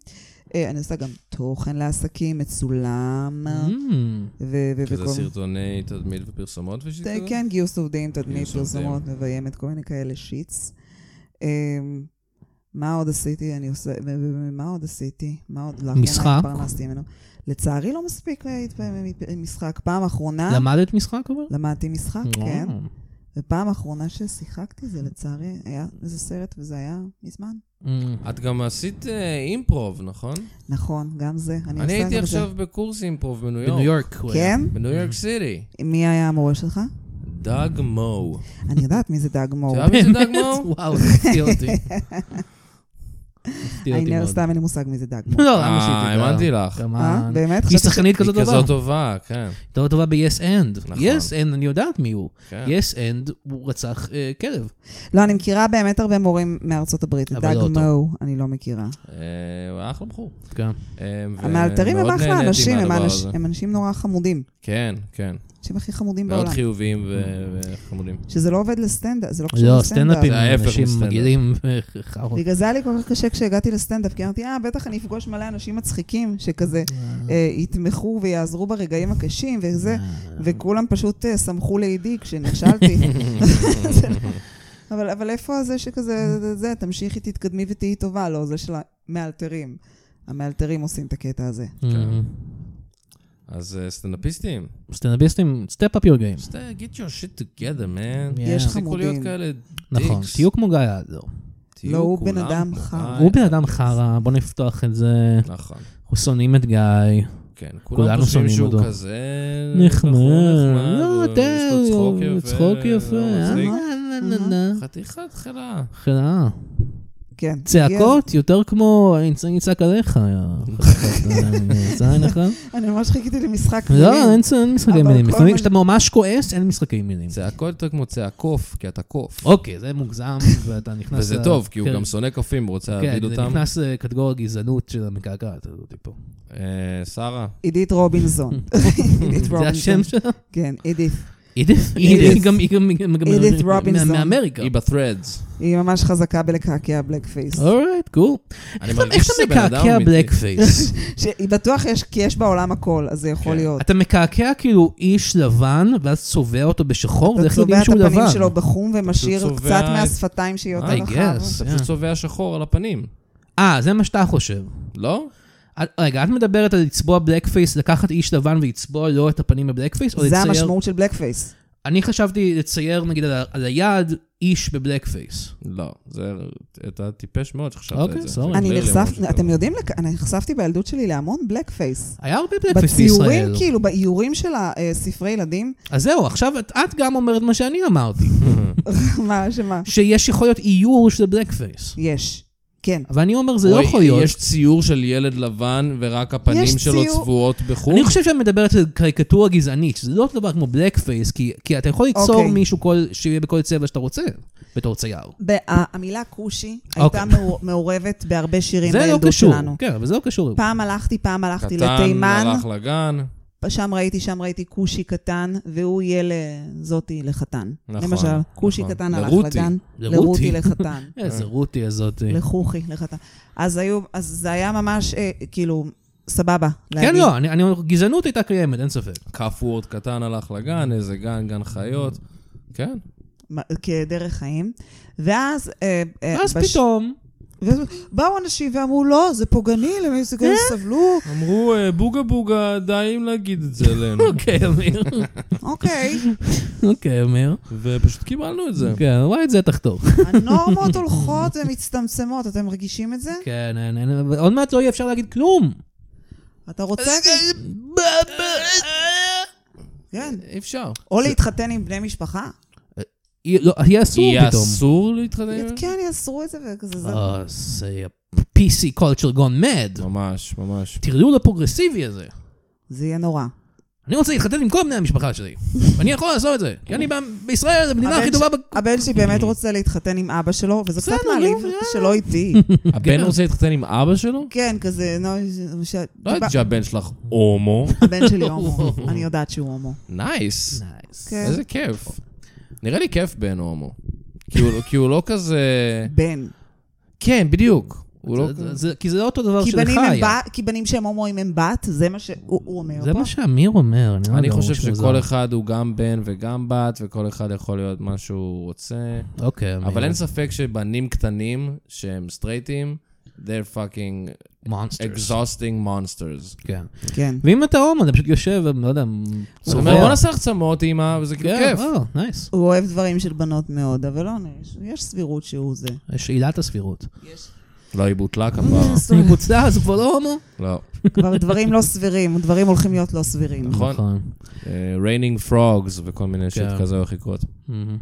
Speaker 4: אה, אני עושה גם תוכן לעסקים, מצולם,
Speaker 2: Mm-hmm.
Speaker 3: מהמם.
Speaker 4: ו-
Speaker 2: כזה
Speaker 4: ובכל...
Speaker 2: סרטוני תדמית ופרסומות ושיט
Speaker 4: ת-
Speaker 2: כזה?
Speaker 4: כן, גיוס עובדים, תדמית,
Speaker 2: גיוס עובדים.
Speaker 4: פרסומות, מביימת, כל מיני כאלה שיטס. אמ, מה עוד עשיתי? אני עושה... ו- ו- מה עוד עשיתי? מה עוד? לאחרונה
Speaker 3: משחק?
Speaker 4: התפרנסתי ממנו. לצערי לא מספיק אה, התפ- מ- משחק. פעם אחרונה
Speaker 3: למדת משחק אבל?
Speaker 4: למדתי משחק,
Speaker 2: לא.
Speaker 4: כן.
Speaker 3: וואו.
Speaker 4: ופעם אחרונה ששיחקתי זה לצערי, היה איזה סרט וזה היה מזמן.
Speaker 3: מהמם.
Speaker 2: את גם עשית אה, אימפרוב, נכון?
Speaker 4: נכון, גם זה. אני,
Speaker 2: אני
Speaker 4: עושה
Speaker 2: הייתי
Speaker 4: גם זה.
Speaker 2: עכשיו בקורס אימפרוב בניו
Speaker 3: בניו
Speaker 2: יורק.
Speaker 3: יורק Mm-hmm. הוא היה.
Speaker 4: כן?
Speaker 2: בניו יורק סיטי.
Speaker 4: מי היה המורה שלך?
Speaker 2: דאג מו.
Speaker 4: Oh, אני יודעת מי זה דאג מור. [laughs]
Speaker 2: אתה יודע מי זה דאג מו?
Speaker 3: וואו, זה הפתיע אותי. הפתיע אותי
Speaker 4: איינר
Speaker 3: מאוד.
Speaker 4: סתם אין לי מושג מי זה דג.
Speaker 3: [laughs]
Speaker 4: מור.
Speaker 3: לא, למה שהיא
Speaker 2: אה,
Speaker 3: תדע?
Speaker 2: האמנתי לך.
Speaker 3: גם
Speaker 4: אה?
Speaker 3: ה-
Speaker 4: באמת?
Speaker 3: היא
Speaker 4: חשבתי ש-
Speaker 3: שחקנית כזאת
Speaker 2: היא
Speaker 3: טובה.
Speaker 2: כזאת טובה, כן.
Speaker 3: טובה טובה ב-yes end.
Speaker 2: נכון.
Speaker 3: yes end, אני יודעת מי הוא.
Speaker 2: כן.
Speaker 3: yes end, הוא רצח אה, כלב.
Speaker 4: לא, אני מכירה באמת הרבה מורים מארצות הברית. את
Speaker 3: אבל
Speaker 4: דג
Speaker 3: לא אותו.
Speaker 4: מו, אני לא מכירה.
Speaker 2: אה, הוא היה אחלה בחור.
Speaker 3: כן.
Speaker 2: אה, ו-
Speaker 4: המאלתרים הם
Speaker 2: מאוד
Speaker 4: אחלה
Speaker 2: נהניתי
Speaker 4: אנשים, הם
Speaker 2: מהדבר
Speaker 4: אנש-
Speaker 2: הזה.
Speaker 4: הם אנשים נורא חמודים.
Speaker 2: כן, כן.
Speaker 4: אנשים הכי חמודים
Speaker 2: מאוד
Speaker 4: בעולם.
Speaker 2: חיוביים ו- וחמודים.
Speaker 4: שזה לא עובד לסטנדאפ, זה לא קשור
Speaker 3: לא,
Speaker 4: לסטנדאפ.
Speaker 3: סטנדאפים
Speaker 2: זה
Speaker 3: הם
Speaker 2: ההפך
Speaker 3: אנשים
Speaker 2: מסטנדאפ.
Speaker 3: מגעילים אה, וחרות.
Speaker 4: בגלל זה היה לי כל כך קשה כשהגעתי לסטנדאפ, כי אמרתי, אה, בטח אני אפגוש מלא אנשים מצחיקים, שכזה אה, יתמכו ויעזרו ברגעים הקשים וזה, וכולם פשוט אה, שמחו לידי כשנכשלתי. זה לא- אבל, אבל איפה זה שכזה, זה, זה, תמשיכי, תתקדמי ותהיי טובה, לא, זה של המאלתרים. המאלתרים עושים את הקטע הזה.
Speaker 2: אז אה, סטנדאפיסטים,
Speaker 3: אה, סטנדאפיסטים, step up your game.
Speaker 2: שת- get your shit together, man.
Speaker 3: Yeah.
Speaker 4: יש
Speaker 2: תפסיקו להיות
Speaker 4: חמודים.
Speaker 2: כאלה
Speaker 3: נכון,
Speaker 2: דיקס.
Speaker 3: תהיו כמו גיא אדלר.
Speaker 2: תהיו
Speaker 4: לא, הוא
Speaker 2: כולם
Speaker 4: בן אדם
Speaker 2: כמו
Speaker 4: חם.
Speaker 2: גיא.
Speaker 3: הוא בן אדם חרא, בוא נפתוח את זה.
Speaker 2: נכון,
Speaker 3: אנחנו שונאים את גיא.
Speaker 2: כן.
Speaker 3: כולנו
Speaker 2: כולם חושבים
Speaker 3: שונאים
Speaker 2: שהוא
Speaker 3: אותו.
Speaker 2: כזה... נכון,
Speaker 3: נחמד.
Speaker 2: הוא-
Speaker 3: לא, אתה,
Speaker 2: יש לו צחוק
Speaker 3: הוא
Speaker 2: יפה,
Speaker 3: צחוק
Speaker 2: לא
Speaker 3: יפה.
Speaker 2: מצחיק.
Speaker 3: אה, לא, לא, לא.
Speaker 2: חתיכת חלה.
Speaker 3: חרא.
Speaker 4: כן.
Speaker 3: צעקות יותר כמו "אני צ- אני אצעק עליך. יא חתיכת, אה, זין
Speaker 2: [laughs]
Speaker 3: אחד.
Speaker 4: כן, אני ממש חיכיתי למשחק
Speaker 3: לא, אין צ- אין משחקי
Speaker 4: אבל
Speaker 3: מילים.
Speaker 4: כל
Speaker 3: לפעמים
Speaker 4: מה-
Speaker 3: כשאתה ממש כועס, אין משחקי מילים.
Speaker 2: צעקות יותר כמו צעקוף, כי אתה קוף.
Speaker 3: אוקיי, זה מוגזם, [laughs] ואתה נכנס...
Speaker 2: וזה
Speaker 3: ל-
Speaker 2: טוב, כי הוא
Speaker 3: כן.
Speaker 2: גם שונא קופים, הוא רוצה
Speaker 3: כן,
Speaker 2: להעביד
Speaker 3: זה
Speaker 2: אותם.
Speaker 3: נכנס לקטגוריה גזענות של המקעקעת הזאת פה.
Speaker 2: אה, שרה,
Speaker 4: עידית
Speaker 3: [laughs]
Speaker 4: רובינזון. עידית
Speaker 3: זה השם שלה?
Speaker 4: כן, עידית.
Speaker 3: אידית?
Speaker 4: אידית.
Speaker 3: [laughs] היא גם- היא גם- היא גם- גם-
Speaker 4: אידית
Speaker 3: מה-
Speaker 4: רובינזון.
Speaker 3: מאמריקה.
Speaker 2: היא ב-threads.
Speaker 4: היא ממש חזקה בלקעקע בלק פייס.
Speaker 3: אורייט, קול.
Speaker 2: אני
Speaker 3: איך
Speaker 2: מרגיש
Speaker 3: אתה
Speaker 2: שזה בן אדם
Speaker 3: מקעקע
Speaker 2: אמיתי.
Speaker 3: בלק [laughs] פייס?
Speaker 4: [laughs] שהיא בטוח יש, כי יש בעולם הכל, אז זה יכול
Speaker 2: כן.
Speaker 4: להיות.
Speaker 3: אתה מקעקע כאילו איש לבן, ואז צובע אותו בשחור,
Speaker 4: אתה
Speaker 3: ואיך
Speaker 4: צובע
Speaker 3: יודעים
Speaker 4: את
Speaker 3: שהוא לבן.
Speaker 4: הפנים שלו בחום ומשאיר
Speaker 2: צובע
Speaker 4: קצת
Speaker 2: את-
Speaker 4: מהשפתיים שיהיה יותר
Speaker 2: I
Speaker 4: רחב.
Speaker 3: guess.
Speaker 2: [laughs] אתה
Speaker 3: Yeah.
Speaker 2: פשוט צובע שחור על הפנים,
Speaker 3: אה, זה מה שאתה חושב.
Speaker 2: לא?
Speaker 3: את- רגע, את מדברת על לצבוע בלק פייס, לקחת איש לבן ולצבוע לו את הפנים בבלק פייס? או
Speaker 4: זה
Speaker 3: לצייר-
Speaker 4: המשמעות של בלק פייס.
Speaker 3: אני חשבתי לצייר, נגיד, על ה- על היד, איש בבלק פייס.
Speaker 2: לא. זה... אתה טיפש מאוד שחשבת
Speaker 3: אוקיי,
Speaker 2: את זה.
Speaker 3: sorry.
Speaker 2: זה
Speaker 4: אני
Speaker 2: הפריע לי
Speaker 4: נחשף,
Speaker 2: ממש
Speaker 4: אתם
Speaker 2: כזה.
Speaker 4: יודעים, לק- אני נחשפתי בילדות שלי להמון בלק פייס.
Speaker 3: היה הרבה בלק פייס
Speaker 4: בציורים,
Speaker 3: בישראל.
Speaker 4: כאילו, באיורים של הספרי ילדים, [laughs]
Speaker 3: אז זהו, עכשיו את, את גם אומרת מה שאני אמרתי,
Speaker 4: מה, שמה?
Speaker 3: שיש יכול להיות איור של בלק פייס.
Speaker 4: יש. כן.
Speaker 3: אבל אני אומר, זה לא
Speaker 2: אוי,
Speaker 3: יכול להיות.
Speaker 2: יש ציור של ילד לבן ורק הפנים
Speaker 4: יש
Speaker 2: שלו
Speaker 4: ציור-
Speaker 2: צבועות בחום?
Speaker 3: אני חושב שאת מדברת על קריקטורה גזענית, שזה לא דבר כמו בלק פייס, כי, כי אתה יכול ליצור
Speaker 4: אוקיי.
Speaker 3: מישהו כל, שיהיה בכל צבע שאתה רוצה, בתור צייר.
Speaker 4: ב- המילה כושי הייתה
Speaker 3: אוקיי.
Speaker 4: מעור- מעורבת בהרבה שירים
Speaker 3: זה לא
Speaker 4: בילדות
Speaker 3: קשור.
Speaker 4: שלנו.
Speaker 3: כן, אבל זה לא קשור.
Speaker 4: פעם הלכתי, פעם הלכתי
Speaker 2: קטן,
Speaker 4: לתימן.
Speaker 2: הלך לגן.
Speaker 4: שם ראיתי, שם ראיתי כושי קטן, והוא יהיה לזאתי לחתן.
Speaker 2: נכון,
Speaker 4: למשל, כושי
Speaker 2: נכון.
Speaker 4: קטן הלך
Speaker 2: לרותי.
Speaker 4: לגן.
Speaker 3: לרותי. כן.
Speaker 4: לרותי לחתן.
Speaker 3: איזה רותי הזאת.
Speaker 4: לחוכי לחתן. אז היו, אז זה היה ממש, אה, כאילו, סבבה.
Speaker 3: כן,
Speaker 4: להגיד.
Speaker 3: לא, אני, אני אומר, גזענות הייתה קיימת, אין ספק.
Speaker 2: כף וורד קטן הלך לגן, איזה גן, גן חיות. כן.
Speaker 4: מה- כדרך חיים. ואז... אה, אה,
Speaker 3: אז
Speaker 4: בש-
Speaker 3: פתאום,
Speaker 4: ואז באו אנשים ואמרו, לא, זה פוגעני, למי זה כאלה סבלו?
Speaker 2: אמרו, "אה, בוגה בוגה, די אם להגיד את זה
Speaker 4: [laughs]
Speaker 2: אלינו.
Speaker 3: אוקיי, אמיר,
Speaker 4: אוקיי,
Speaker 3: אוקיי, אמיר.
Speaker 2: ופשוט קיבלנו את זה.
Speaker 3: כן, וואי, את זה תחתוך.
Speaker 4: הנורמות הולכות ומצטמצמות, אתם מרגישים את זה?
Speaker 3: כן, אין, אין, אבל עוד מעט לא יהיה אפשר להגיד כלום.
Speaker 4: אתה רוצה? כן.
Speaker 2: אי אפשר.
Speaker 4: או להתחתן עם בני משפחה?
Speaker 3: יהיה- לא, יהיה אסור
Speaker 2: יהיה
Speaker 3: פתאום.
Speaker 2: אסור להתחתן?
Speaker 4: כן, יאסרו את זה וכזה, זה...
Speaker 3: אה, זה PC culture gone mad.
Speaker 2: ממש, ממש.
Speaker 3: טרלול הפרוגרסיבי הזה.
Speaker 4: זה יהיה נורא.
Speaker 3: אני רוצה להתחתן עם כל בני המשפחה שלי. אני יכול לעשות את זה. כי אני ב- בישראל, המדינה
Speaker 4: הבן
Speaker 3: הכי
Speaker 4: ש-
Speaker 3: טובה ב...
Speaker 4: הבן שלי
Speaker 3: [laughs]
Speaker 4: באמת רוצה להתחתן עם אבא שלו, וזה קצת
Speaker 3: בסדר, נו,
Speaker 4: מעליב
Speaker 3: יאללה.
Speaker 4: שלא איתי.
Speaker 2: [laughs]
Speaker 3: [laughs]
Speaker 2: הבן רוצה להתחתן עם אבא שלו?
Speaker 4: כן, כזה, נו, ש-
Speaker 2: לא
Speaker 4: דיבר-
Speaker 2: יודעת שהבן שלך [laughs] הומו.
Speaker 4: הבן שלי הומו,
Speaker 3: [laughs]
Speaker 4: אני יודעת שהוא הומו.
Speaker 2: נייס.
Speaker 3: נייס.
Speaker 4: כן.
Speaker 2: איזה כיף. נראה לי כיף בן הומו. כי הוא- כי הוא לא כזה...
Speaker 4: בן.
Speaker 2: כן, בדיוק. הוא לא...
Speaker 3: זה- זה- זה- כי זה לא אותו דבר
Speaker 4: כי
Speaker 3: שלך
Speaker 4: בנים הם
Speaker 3: היה.
Speaker 4: בת- כי בנים שהם הומואים הם בת, זה מה שהוא הוא אומר פה.
Speaker 3: זה מה שאמיר אומר. לא
Speaker 2: אני
Speaker 3: יודע,
Speaker 2: חושב
Speaker 3: משהו
Speaker 2: שכל
Speaker 3: מוזר.
Speaker 2: אחד הוא גם בן וגם בת, וכל אחד יכול להיות מה שהוא רוצה.
Speaker 3: אוקיי, אמיר.
Speaker 2: אבל אין ספק שבנים קטנים שהם סטרייטים, they're fucking
Speaker 3: מונסטרס.
Speaker 2: exhausting monsters.
Speaker 3: כן.
Speaker 4: כן.
Speaker 3: ואם אתה הומו, אתה פשוט יושב, לא יודע, כן,
Speaker 2: הוא אומר, בוא נעשה החצמות, אמא, וזה כאילו כיף.
Speaker 3: נכון. נייס.
Speaker 4: הוא אוהב דברים של בנות מאוד, אבל לא, יש- יש סבירות שהוא זה. [laughs]
Speaker 3: יש עילת הסבירות.
Speaker 2: לא, היא בוטלה
Speaker 3: [laughs]
Speaker 2: כפרה.
Speaker 3: אז הוא מבוצע, אז הוא כבר לא הומו.
Speaker 2: לא.
Speaker 4: כבר דברים לא סבירים, דברים הולכים להיות לא סבירים.
Speaker 3: נכון.
Speaker 2: נכון. אה, raining frogs וכל מיני שיט
Speaker 3: כן.
Speaker 2: כזה הולך לקרות.
Speaker 3: מהמם.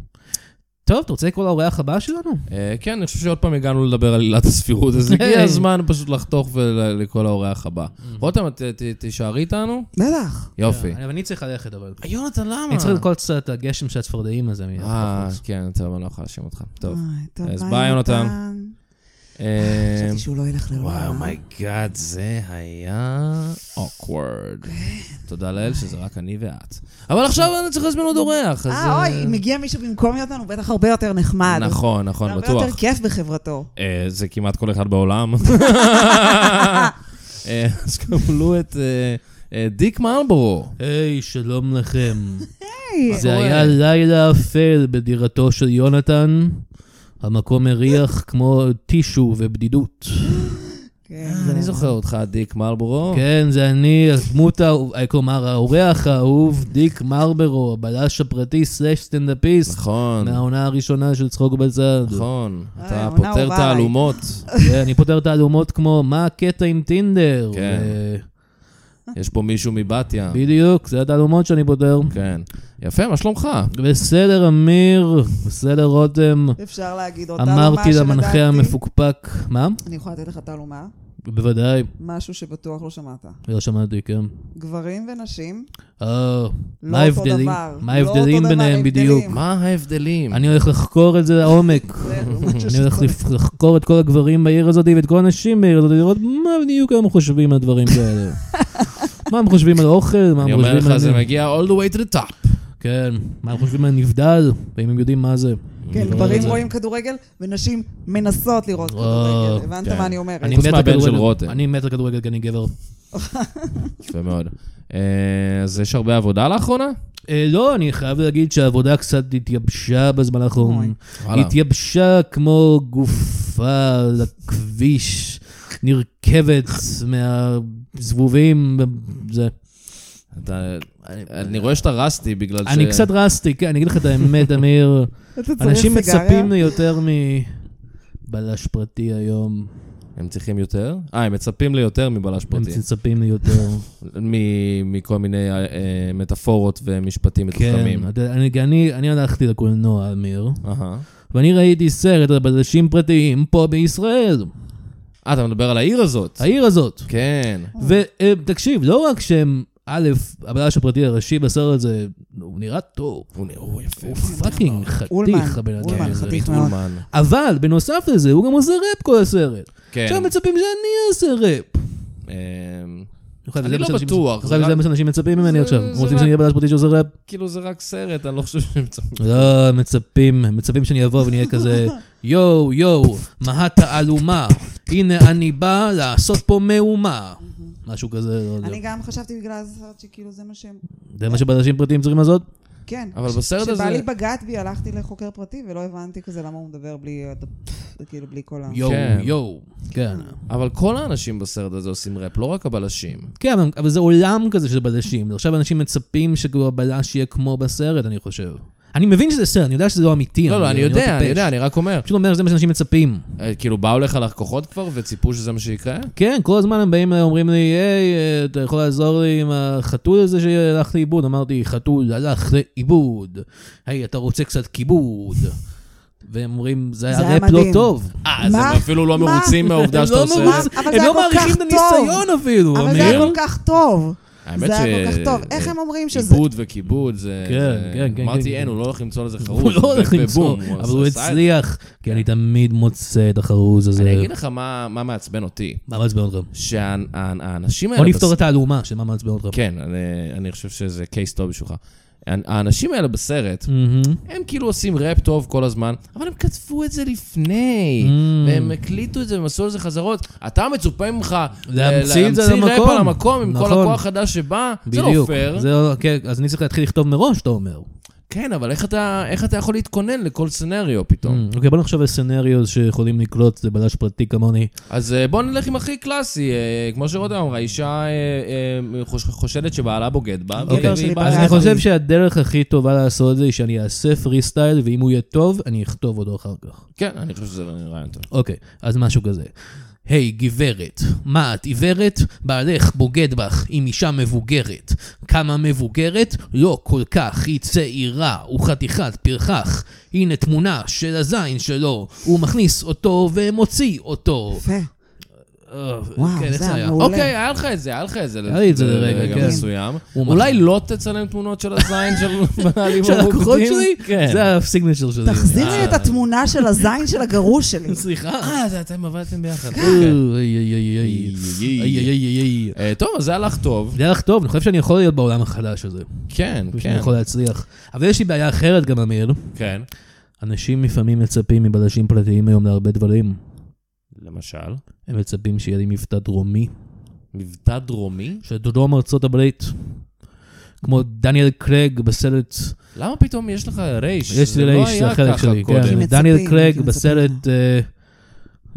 Speaker 3: טוב, אתה רוצה לקרוא לאורח הבא שלנו?
Speaker 2: אה, כן, אני חושב שעוד פעם הגענו לדבר על עילת הסבירות, אז הגיע
Speaker 3: היי. Mm-hmm.
Speaker 2: הזמן פשוט לחתוך ולקרוא לאורח הבא. רותם, את ת- תישארי איתנו?
Speaker 4: בטח.
Speaker 2: יופי.
Speaker 3: כן, אבל אני צריך ללכת, אבל...
Speaker 4: אה.
Speaker 2: יונתן, למה?
Speaker 3: אני צריך לקרוא קצת את הגשם של הצפרדעים הזה מיד.
Speaker 2: אה,
Speaker 3: בחוץ.
Speaker 2: כן, טוב, אני לא יכול להאשים אותך. טוב.
Speaker 3: אה,
Speaker 4: אוי, טוב,
Speaker 2: אז
Speaker 4: ביי,
Speaker 2: ביי, יונתן. אה,
Speaker 3: אמ,
Speaker 4: חשבתי שהוא לא ילך ללא.
Speaker 2: וואו, מייגאד, זה היה awkward.
Speaker 4: כן.
Speaker 2: תודה לאל שזה רק אני ואת. אבל עכשיו אני צריך להזמין עוד אורח, אז...
Speaker 4: אה, אוי, אם מגיע מישהו במקום יונתן, הוא בטח הרבה יותר נחמד.
Speaker 2: נכון, נכון,
Speaker 4: הרבה
Speaker 2: בטוח.
Speaker 4: יותר כיף בחברתו.
Speaker 2: אה, זה כמעט כל אחד
Speaker 4: [laughs]
Speaker 2: בעולם. אה, אז קבלו את אה, אה, דיק מלבורו.
Speaker 3: היי, שלום לכם.
Speaker 4: היי,
Speaker 3: זה
Speaker 2: קורה?
Speaker 3: היה לילה אפל בדירתו של יונתן. המקום מריח כמו טישו ובדידות.
Speaker 4: כן,
Speaker 2: אני זוכר אותך, דיק מלבורו.
Speaker 3: כן, זה אני, הדמות, האהוב- כלומר, האורח האהוב, דיק מרברו, הבלש הפרטי סלאש סטנדאפיסט,
Speaker 2: נכון,
Speaker 3: מהעונה הראשונה של צחוק בצד.
Speaker 2: נכון.
Speaker 4: אה,
Speaker 2: אתה
Speaker 4: עונה
Speaker 2: פותר
Speaker 4: אהובה עליי. [laughs]
Speaker 2: תעלומות.
Speaker 3: כן, אני פותר תעלומות כמו, מה הקטע עם טינדר?
Speaker 2: כן.
Speaker 3: ו-
Speaker 2: יש פה מישהו מבתיה.
Speaker 3: בדיוק, זה התעלומות שאני פותר.
Speaker 2: כן. יפה, מה שלומך?
Speaker 3: בסדר, אמיר, בסדר, רותם.
Speaker 4: אפשר להגיד אותה לומה
Speaker 3: אמרתי
Speaker 4: שלדעתי-
Speaker 3: למנחה המפוקפק, מה?
Speaker 4: אני יכולה לתת לך תעלומה?
Speaker 3: בוודאי,
Speaker 4: משהו שבטוח לא שמעת.
Speaker 3: לא שמעתי, כן.
Speaker 4: גברים ונשים,
Speaker 3: אה,
Speaker 4: לא
Speaker 3: מה
Speaker 4: אותו
Speaker 3: ההבדלים?
Speaker 4: דבר.
Speaker 3: מה
Speaker 4: לא אותו
Speaker 3: ההבדלים
Speaker 4: דבר,
Speaker 3: ביניהם
Speaker 4: ההבדלים.
Speaker 3: בדיוק?
Speaker 2: מה ההבדלים?
Speaker 3: אני הולך לחקור את זה לעומק.
Speaker 4: [laughs] זה משהו
Speaker 3: אני הולך
Speaker 4: שצריך-
Speaker 3: לפ- לחקור את כל הגברים בעיר הזאת ואת כל הנשים בעיר הזאת, לראות מה בדיוק הם חושבים על דברים
Speaker 4: [laughs]
Speaker 3: כאלה. מה הם חושבים על אוכל, מה
Speaker 2: אני
Speaker 3: הם
Speaker 2: אומר
Speaker 3: חושבים
Speaker 2: לך, זה
Speaker 3: על...
Speaker 2: מגיע all the way to the top.
Speaker 3: כן, מה הם חושבים על נבדל, ואם הם יודעים מה זה.
Speaker 4: כן,
Speaker 3: אני לא רואה את
Speaker 4: גברים
Speaker 3: זה.
Speaker 4: רואים כדורגל ונשים מנסות לראות
Speaker 3: אה,
Speaker 4: כדורגל. הבנת
Speaker 2: כן.
Speaker 4: מה אני אומרת?
Speaker 3: אני
Speaker 2: חוץ
Speaker 3: מת על
Speaker 2: מהבן של
Speaker 3: כדורגל-
Speaker 2: רותם.
Speaker 3: אני מת על כדורגל כי אני גבר.
Speaker 2: יפה מאוד. אה, אז יש הרבה עבודה לאחרונה?
Speaker 3: אה, לא, אני חייב להגיד שהעבודה קצת התייבשה בזמן האחרון.
Speaker 2: וואלה.
Speaker 3: התייבשה כמו גופה לכביש, נרכבת מהזבובים, זה.
Speaker 2: אתה- אני רואה שאתה רסטי בגלל ש...
Speaker 3: אני קצת רסטי, כן, אני אגיד לך את
Speaker 4: [laughs]
Speaker 3: האמת, אמיר.
Speaker 4: אתה צריך
Speaker 3: אנשים
Speaker 4: סיגריה?
Speaker 3: מצפים ליותר מבלש פרטי היום.
Speaker 2: הם צריכים יותר? אה, הם מצפים ליותר מבלש
Speaker 3: הם
Speaker 2: פרטי. [laughs]
Speaker 3: מצפים ליותר.
Speaker 2: מ- מכל מיני אה, אה, מטאפורות ומשפטים מתוחכמים.
Speaker 3: כן, אתה- אני- אני אני הלכתי לקולנוע, אמיר,
Speaker 2: אהה.
Speaker 3: ואני ראיתי סרט על בלשים פרטיים פה בישראל,
Speaker 2: אה, אתה מדבר על העיר הזאת.
Speaker 3: העיר הזאת.
Speaker 2: כן.
Speaker 3: ותקשיב, לא רק שהם, א', הבלש הפרטי הראשי בסרט הזה, הוא נראה טוב.
Speaker 2: הוא נ- הוא יפה.
Speaker 3: הוא פאקינג
Speaker 4: אולמן,
Speaker 3: חתיך, הבן אדם
Speaker 4: אולמן,
Speaker 3: הזה.
Speaker 4: חתיך. מאוד.
Speaker 2: אולמן.
Speaker 3: אבל בנוסף לזה, הוא גם עושה ראפ כל הסרט.
Speaker 2: כן.
Speaker 3: עכשיו מצפים שאני אעשה ראפ.
Speaker 2: אמ,
Speaker 3: עכשיו,
Speaker 2: אני
Speaker 3: זה
Speaker 2: לא
Speaker 3: מה שאנשים-
Speaker 2: בטוח, זה
Speaker 3: עכשיו,
Speaker 2: רק-
Speaker 3: זה מה שאנשים מצפים ממני
Speaker 2: זה-
Speaker 3: עכשיו.
Speaker 2: זה
Speaker 3: רוצים
Speaker 2: רק-
Speaker 3: שאני אהיה בלש פרטי שעושה ראפ?
Speaker 2: כאילו זה רק סרט, אני לא חושב שהם צפים.
Speaker 3: לא, הם מצפים, הם מצפים שאני אבוא ואני אהיה
Speaker 4: [laughs]
Speaker 3: כזה, יואו, יואו, מה התעלומה? הנה אני בא לעשות פה מהומה. משהו כזה, לא יודע.
Speaker 4: אני גם חשבתי בגלל הסרט שכאילו זה מה שהם...
Speaker 3: זה מה שבלשים פרטיים צריכים לעשות?
Speaker 4: כן.
Speaker 2: אבל בסרט הזה-
Speaker 4: כשבעלי בגד בי, הלכתי לחוקר פרטי ולא הבנתי כזה למה הוא מדבר בלי... ה- כאילו בלי כל ה...
Speaker 3: יואו,
Speaker 2: כן.
Speaker 3: יואו. כן.
Speaker 2: אבל כל האנשים בסרט הזה עושים ראפ, לא רק הבלשים.
Speaker 3: כן, אבל- אבל זה עולם כזה של בלשים. עכשיו אנשים מצפים שכאילו הבלש יהיה כמו בסרט, אני חושב. אני מבין שזה סרט, אני יודע שזה לא אמיתי.
Speaker 2: לא, לא, אני יודע, אני
Speaker 3: טיפש.
Speaker 2: יודע, אני רק אומר.
Speaker 3: פשוט אומר שזה מה שאנשים מצפים.
Speaker 2: אה, כאילו, באו לך לקוחות כבר וציפו שזה מה שיקרה?
Speaker 3: כן, כל הזמן הם באים אליי, אומרים לי, היי, אה, אתה יכול לעזור לי עם החתול הזה שהלך לאיבוד? אמרתי, חתול הלך לאיבוד. היי, אתה רוצה קצת כיבוד? והם אומרים, זה
Speaker 4: זה
Speaker 3: היה
Speaker 4: היה
Speaker 3: ראפ לא
Speaker 4: מדהים.
Speaker 3: טוב.
Speaker 2: אה, אז
Speaker 4: מה?
Speaker 2: הם אפילו לא
Speaker 4: מה?
Speaker 2: מרוצים מהעובדה
Speaker 3: הם
Speaker 2: שאתה
Speaker 3: לא
Speaker 2: עושה את זה.
Speaker 3: מרוצים-
Speaker 4: אבל זה
Speaker 3: הם
Speaker 4: היה
Speaker 3: לא
Speaker 4: כל כך
Speaker 3: מעריכים את
Speaker 4: טוב.
Speaker 3: הניסיון אפילו,
Speaker 4: אבל זה היה
Speaker 3: אמיר.
Speaker 4: כל כך טוב.
Speaker 2: האמת
Speaker 4: זה
Speaker 2: ש...
Speaker 4: היה כל כך טוב. איך הם אומרים שזה...
Speaker 2: עיבוד וכיבוד זה...
Speaker 3: כן,
Speaker 2: זה-
Speaker 3: כן, כן,
Speaker 2: אמרתי,
Speaker 3: כן,
Speaker 2: אין,
Speaker 3: כן.
Speaker 2: הוא לא הולך למצוא לזה חרוז.
Speaker 3: [laughs] הוא לא הולך
Speaker 2: ובום,
Speaker 3: למצוא, אבל הוא
Speaker 2: עשה את זה. כן.
Speaker 3: הצליח, כי אני תמיד מוצא את החרוז הזה.
Speaker 2: אני אגיד כן, לך מה מה מעצבן אותי.
Speaker 3: מה מעצבן אותך?
Speaker 2: שהאנשים האלה...
Speaker 3: בוא נפתור
Speaker 2: בס-
Speaker 3: את האלומה של מה מעצבן אותך.
Speaker 2: כן, אני- אני חושב שזה קייס טוב בשבילך. האנ- האנשים האלה בסרט,
Speaker 3: מהמם.
Speaker 2: הם כאילו עושים ראפ טוב כל הזמן, אבל הם כתבו את זה לפני,
Speaker 3: Mm.
Speaker 2: והם הקליטו את זה והם עשו על זה חזרות. אתה מצופה ממך אה,
Speaker 3: להמציא את זה על
Speaker 2: להמציא ראפ
Speaker 3: המקום.
Speaker 2: על המקום עם כל
Speaker 3: נכון.
Speaker 2: הכוח החדש שבא, זה לא
Speaker 3: בדיוק.
Speaker 2: פייר.
Speaker 3: זה לא- כן, אז אני צריך להתחיל לכתוב מראש, אתה אומר.
Speaker 2: כן, אבל איך אתה, איך אתה יכול להתכונן לכל סנריו פתאום?
Speaker 3: אוקיי, בוא נחשוב על סצנריו שיכולים לקלוט לבלש פרטי כמוני.
Speaker 2: אז אה, בוא נלך עם הכי קלאסי, אה, כמו שרותם אמרה, אישה אה, אה, חוש- חושדת שבעלה בוגד בה,
Speaker 4: אוקיי.
Speaker 2: והיא
Speaker 4: שלי
Speaker 2: באה-
Speaker 3: אז
Speaker 4: בעיה.
Speaker 3: אני חושב שהדרך הכי טובה לעשות את זה היא שאני אעשה פרי סטייל, ואם הוא יהיה טוב, אני אכתוב אותו אחר כך.
Speaker 2: כן, אני חושב שזה רעיון טוב.
Speaker 3: אוקיי, אז משהו כזה. היי, גברת, מה את עיוורת? בעלך בוגד בך עם אישה מבוגרת. כמה מבוגרת? לא כל כך, היא צעירה, הוא חתיכת פרחח. הנה תמונה של הזין שלו, הוא מכניס אותו ומוציא אותו.
Speaker 4: יפה.
Speaker 3: אה,
Speaker 4: וואו,
Speaker 3: כן, איך
Speaker 4: זה היה מעולה.
Speaker 2: אוקיי, היה לך את זה, היה לך את זה.
Speaker 3: היה לי את זה לרגע,
Speaker 4: כן.
Speaker 2: מסוים.
Speaker 3: הוא
Speaker 2: אולי לא תצלם תמונות של הזין של מנהלים
Speaker 3: [laughs] של הלקוחות שלי?
Speaker 2: כן.
Speaker 3: זה הסיגנצ'ר שלי.
Speaker 4: תחזיר לי
Speaker 2: אה.
Speaker 4: את התמונה של הזין של הגרוש
Speaker 3: [laughs]
Speaker 4: שלי.
Speaker 3: סליחה.
Speaker 2: אה, זה אתם עבדתם ביחד.
Speaker 3: כן.
Speaker 2: אוקיי.
Speaker 3: אוי, אוי, אוי, אוי.
Speaker 2: איי,
Speaker 3: איי,
Speaker 2: איי,
Speaker 3: איי,
Speaker 2: איי.
Speaker 3: איי, איי.
Speaker 2: אה, טוב, אז זה הלך טוב.
Speaker 3: דרך טוב, אני חושב שאני יכול להיות בעולם החדש הזה. אני
Speaker 2: כן,
Speaker 3: חושב שאני
Speaker 2: כן,
Speaker 3: יכול להצליח. אבל יש לי בעיה אחרת גם, אמיר.
Speaker 2: כן.
Speaker 3: אנשים לפעמים מצפים מבלשים פרטיים היום להרבה דברים.
Speaker 2: למשל,
Speaker 3: הם מצפים שיהיה לי מבטא דרומי,
Speaker 2: מבטא דרומי?
Speaker 3: של דרום ארצות הברית. כמו דניאל קרג בסרט,
Speaker 2: למה פתאום יש לך רייש? לא
Speaker 3: יש לי רייש, זה החלק שלי,
Speaker 4: כי
Speaker 3: כן.
Speaker 4: מצפים, כי
Speaker 3: דניאל קרג
Speaker 4: מצפים.
Speaker 3: בסרט, אה,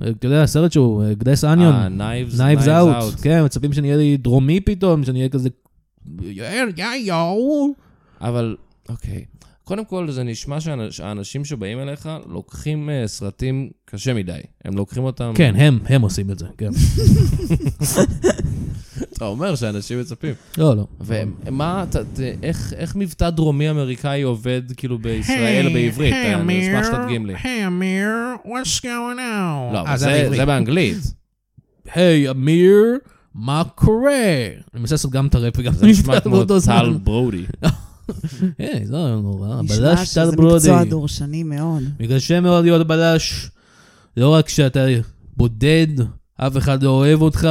Speaker 3: אה, אתה יודע, הסרט שהוא, אה, גדס אניון.
Speaker 2: נייבס
Speaker 3: נייבס אאוט, כן, מצפים שאני אהיה לי דרומי פתאום, שאני אהיה כזה... יאיר, יא יאו.
Speaker 2: אבל, אוקיי. קודם כל, זה נשמע שהאנש- שהאנשים שבאים אליך לוקחים אה, סרטים קשה מדי. הם לוקחים אותם...
Speaker 3: כן, הם, הם עושים את זה, כן.
Speaker 2: אתה אומר שאנשים מצפים.
Speaker 3: לא, לא.
Speaker 2: ומה, אתה- ת- איך- איך מבטא דרומי אמריקאי עובד כאילו בישראל בעברית? אני אשמח שתדגים לי.
Speaker 5: Hey, Amir, what's going on?
Speaker 2: לא, אבל
Speaker 3: אה,
Speaker 2: זה-
Speaker 3: זה בעברית.
Speaker 2: זה
Speaker 3: [laughs]
Speaker 2: באנגלית.
Speaker 3: היי, אמיר, מה קורה? אני מנסה לעשות גם את הראפ וגם את
Speaker 2: זה נשמע
Speaker 3: המבטא
Speaker 2: כמו
Speaker 3: באותו זמן.
Speaker 2: טל ברודי.
Speaker 3: היי, זה לא נורא,
Speaker 4: נשמע
Speaker 3: בלש טל
Speaker 4: שזה
Speaker 3: ברודי.
Speaker 4: מקצוע דורשני מאוד.
Speaker 3: בגלל שמאוד להיות בלש, לא רק שאתה בודד, אף אחד לא אוהב אותך,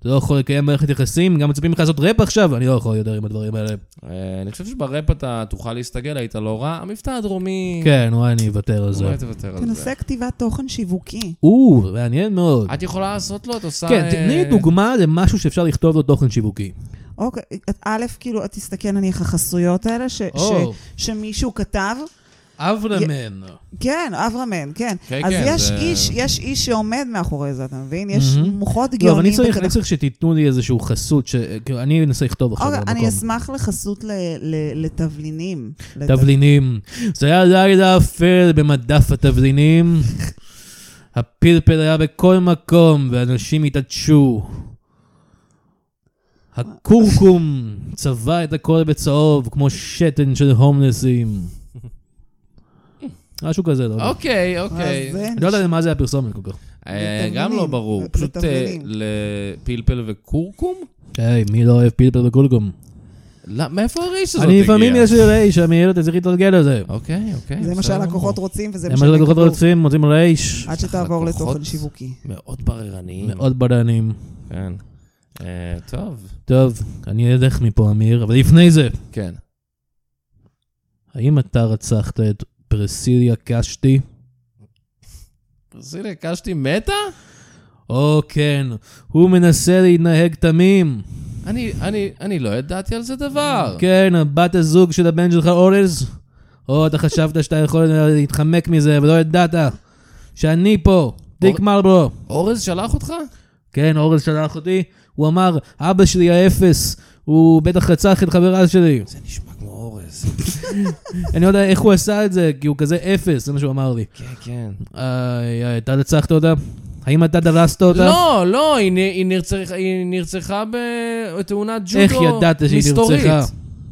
Speaker 3: אתה לא יכול לקיים מערכת יחסים, גם מצפים לך לעשות ראפ עכשיו, אני לא יכול יותר עם הדברים האלה.
Speaker 4: כן.
Speaker 2: אה, אני חושב שבראפ אתה תוכל להסתגל, היית לא רע. המבטא הדרומי...
Speaker 3: כן, וואי, אני אוותר על זה.
Speaker 2: אולי תוותר על זה.
Speaker 4: תנסה כתיבת תוכן שיווקי.
Speaker 3: או, מעניין מאוד.
Speaker 4: אה,
Speaker 2: את יכולה לעשות לו, את עושה...
Speaker 3: כן, תני לי
Speaker 2: אה,
Speaker 3: דוגמה למשהו שאפשר לכתוב לו תוכן שיווקי.
Speaker 4: אוקיי, את- א', כאילו, את תסתכל נניח החסויות האלה ש-
Speaker 3: או.
Speaker 4: ש- שמישהו כתב.
Speaker 3: אברמן.
Speaker 4: כן, אברמן, כן.
Speaker 2: כן,
Speaker 4: אז
Speaker 2: כן,
Speaker 4: יש
Speaker 2: זה-
Speaker 4: איש, יש איש שעומד מאחורי זה, אתה מבין? יש
Speaker 3: מהמם.
Speaker 4: מוחות
Speaker 3: לא, אבל אני
Speaker 4: גאונים.
Speaker 3: צריך-
Speaker 4: וכדומה.
Speaker 3: אני צריך שתיתנו לי איזשהו חסות, ש- כאילו, אני אנסה לכתוב עכשיו
Speaker 4: אוקיי, אני
Speaker 3: במקום.
Speaker 4: אשמח לחסות ל- ל- לתבלינים.
Speaker 3: תבלינים. זה היה לילה אפל במדף התבלינים. הפלפל היה בכל מקום, ואנשים התעטשו. הכורכום צבע את הכל בצהוב, כמו שתן של הומלסים. משהו כזה, לא יודע.
Speaker 2: אוקיי,
Speaker 4: אוקיי.
Speaker 2: אוקיי.
Speaker 3: אני לא יודע למה זה היה פרסומת כל כך.
Speaker 2: אה,
Speaker 4: לתבלינים,
Speaker 2: גם לא ברור. פשוט אה,
Speaker 4: לתבלינים.
Speaker 2: לפלפל וכורכום?
Speaker 3: היי, מי לא אוהב פלפל וכורכום?
Speaker 2: לא, מאיפה הרייש הזאת הגיע?
Speaker 3: אני לפעמים יש לי רייש, אמיר, אתה צריך להתרגל לזה.
Speaker 2: אוקיי, אוקיי.
Speaker 4: זה מה
Speaker 2: בסדר
Speaker 4: שהלקוחות
Speaker 2: גמור.
Speaker 4: רוצים, וזה
Speaker 3: זה
Speaker 4: מה
Speaker 3: מה שלקוחות
Speaker 4: יקבלו.
Speaker 3: רוצים, מוצאים רייש.
Speaker 4: עד שתעבור
Speaker 2: לקוחות-
Speaker 4: לתוכן שיווקי.
Speaker 2: מאוד בררניים.
Speaker 3: מאוד בדענים.
Speaker 2: כן. אה, טוב.
Speaker 3: טוב, אני אלך מפה, אמיר, אבל לפני זה,
Speaker 2: כן.
Speaker 3: האם אתה רצחת את פרסיליה קשתי?
Speaker 2: אז הנה, קשתי מתה?
Speaker 3: או כן, הוא מנסה להתנהג תמים.
Speaker 2: אני, אני, אני לא ידעתי על זה דבר.
Speaker 3: כן, בת הזוג של הבן שלך אורז? או אתה חשבת שאתה יכול להתחמק מזה ולא ידעת שאני פה, דיק
Speaker 2: אור-
Speaker 3: מרבו.
Speaker 2: אורז שלח אותך?
Speaker 3: כן, אורז שלח אותי, הוא אמר, אבא שלי האפס, הוא בטח רצח את חברה שלי.
Speaker 2: זה נשמע כמו אורז.
Speaker 3: אני לא יודע איך הוא עשה את זה, כי הוא כזה אפס, זה מה שהוא אמר לי.
Speaker 2: כן, כן.
Speaker 3: איי, איי, אתה רצחת אותה? האם אתה דרסת אותה?
Speaker 2: לא, לא, היא נ- היא נרצח- היא נרצחה בתאונת ג'ודו
Speaker 3: איך
Speaker 2: מסתורית.
Speaker 3: ידעת שהיא נרצחה?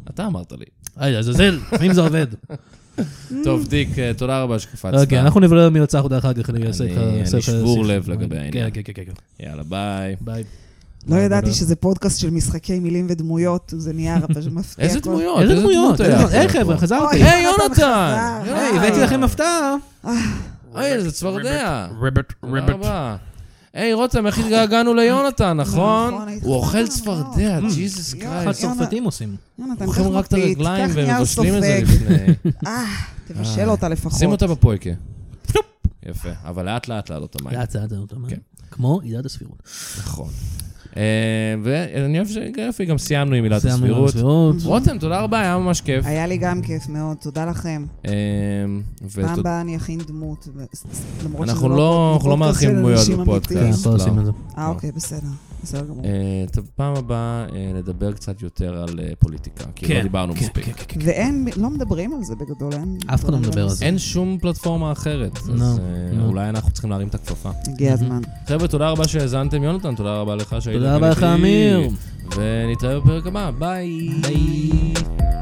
Speaker 2: אתה אמרת לי.
Speaker 3: היי, עזאזל, לפעמים זה
Speaker 2: [laughs]
Speaker 3: עובד.
Speaker 2: טוב, דיק, אה, תודה רבה שקפצת.
Speaker 3: אוקיי, אנחנו נברר מי רצח אותה אחר כך, אני אעשה
Speaker 2: אני-
Speaker 3: לך...
Speaker 2: אני
Speaker 3: אעשה לך
Speaker 2: שבור
Speaker 3: שיח.
Speaker 2: לב לגבי
Speaker 3: כן,
Speaker 2: העניין.
Speaker 3: כן, כן, כן, כן.
Speaker 2: יאללה, ביי.
Speaker 3: ביי.
Speaker 4: לא
Speaker 3: לא,
Speaker 4: ידעתי
Speaker 3: לא.
Speaker 4: שזה פודקאסט של משחקי מילים ודמויות, זה נהיה
Speaker 2: [laughs]
Speaker 4: פשוט מפתיע.
Speaker 2: איזה
Speaker 4: כל-
Speaker 2: דמויות?
Speaker 3: איזה דמויות?
Speaker 2: היה
Speaker 3: איזה-
Speaker 2: פה?
Speaker 3: היי חבר'ה, חזרתי.
Speaker 4: אוי,
Speaker 2: היי,
Speaker 4: יונתן
Speaker 2: יונתן!
Speaker 4: חזר.
Speaker 2: היי,
Speaker 4: אה.
Speaker 3: הבאתי לכם הפתעה.
Speaker 2: היי, איזה צפרדע.
Speaker 5: Ribbit,
Speaker 2: תודה
Speaker 5: ribbit.
Speaker 2: רבה. היי, רותם, איך התגעגענו ליונתן, נכון?
Speaker 4: נכון, הייתי
Speaker 2: הוא אוכל
Speaker 4: חזק
Speaker 2: צפרדע, ג'יזוס
Speaker 4: יונתן.
Speaker 2: קרייסט.
Speaker 3: הצרפתים עושים.
Speaker 4: יונתן, קח
Speaker 2: אוכלים רק את
Speaker 4: מפית,
Speaker 2: הרגליים
Speaker 4: קח נייר
Speaker 2: ומבשלים את זה
Speaker 3: [laughs]
Speaker 4: סופג.
Speaker 2: לפני.
Speaker 4: אה, תבשל אותה לפחות.
Speaker 2: שים אותה בפויקה. יפה, אבל לאט לאט לעלות את המים.
Speaker 3: לאט לאט לאט, לאט.
Speaker 2: כן.
Speaker 3: כמו עילת הסבירות.
Speaker 2: נכון. אה, ואני אוהב שיפה, גם סיימנו עם עילת
Speaker 3: סיימנו עם
Speaker 2: הסבירות.
Speaker 3: הסבירות.
Speaker 2: רותם, תודה רבה, היה ממש כיף.
Speaker 4: היה לי גם כיף מאוד, תודה לכם.
Speaker 2: אה, ותודה-
Speaker 4: פעם באה אני אכין דמות, ו- למרות שזה
Speaker 2: אנחנו לא- אנחנו לא
Speaker 4: פודקאסט
Speaker 2: מארחים
Speaker 4: של
Speaker 2: דמויות
Speaker 4: אנשים
Speaker 2: בפודקאסט.
Speaker 3: כן,
Speaker 4: אמיתיים.
Speaker 3: פה עושים את זה.
Speaker 4: אה, אוקיי, בסדר. בסדר גמור.
Speaker 2: אה, טוב, פעם הבאה אה, נדבר קצת יותר על אה, פוליטיקה, כי לא
Speaker 3: כן,
Speaker 2: דיברנו
Speaker 3: כן,
Speaker 2: מספיק.
Speaker 3: כן, כן, כן.
Speaker 4: ואין, לא מדברים על זה בגדול, אין...
Speaker 3: אף אחד לא מדבר על זה.
Speaker 2: אין שום פלטפורמה אחרת, אז
Speaker 3: לא,
Speaker 2: אה,
Speaker 3: לא.
Speaker 2: אולי אנחנו צריכים להרים את הכפפה.
Speaker 4: הגיע הזמן.
Speaker 2: חבר'ה, תודה רבה שהאזנתם, יונתן, תודה רבה לך שהיית
Speaker 3: תודה
Speaker 2: כאן
Speaker 3: רבה לך,
Speaker 2: איתי.
Speaker 3: אמיר.
Speaker 2: ונתראה בפרק הבא, ביי.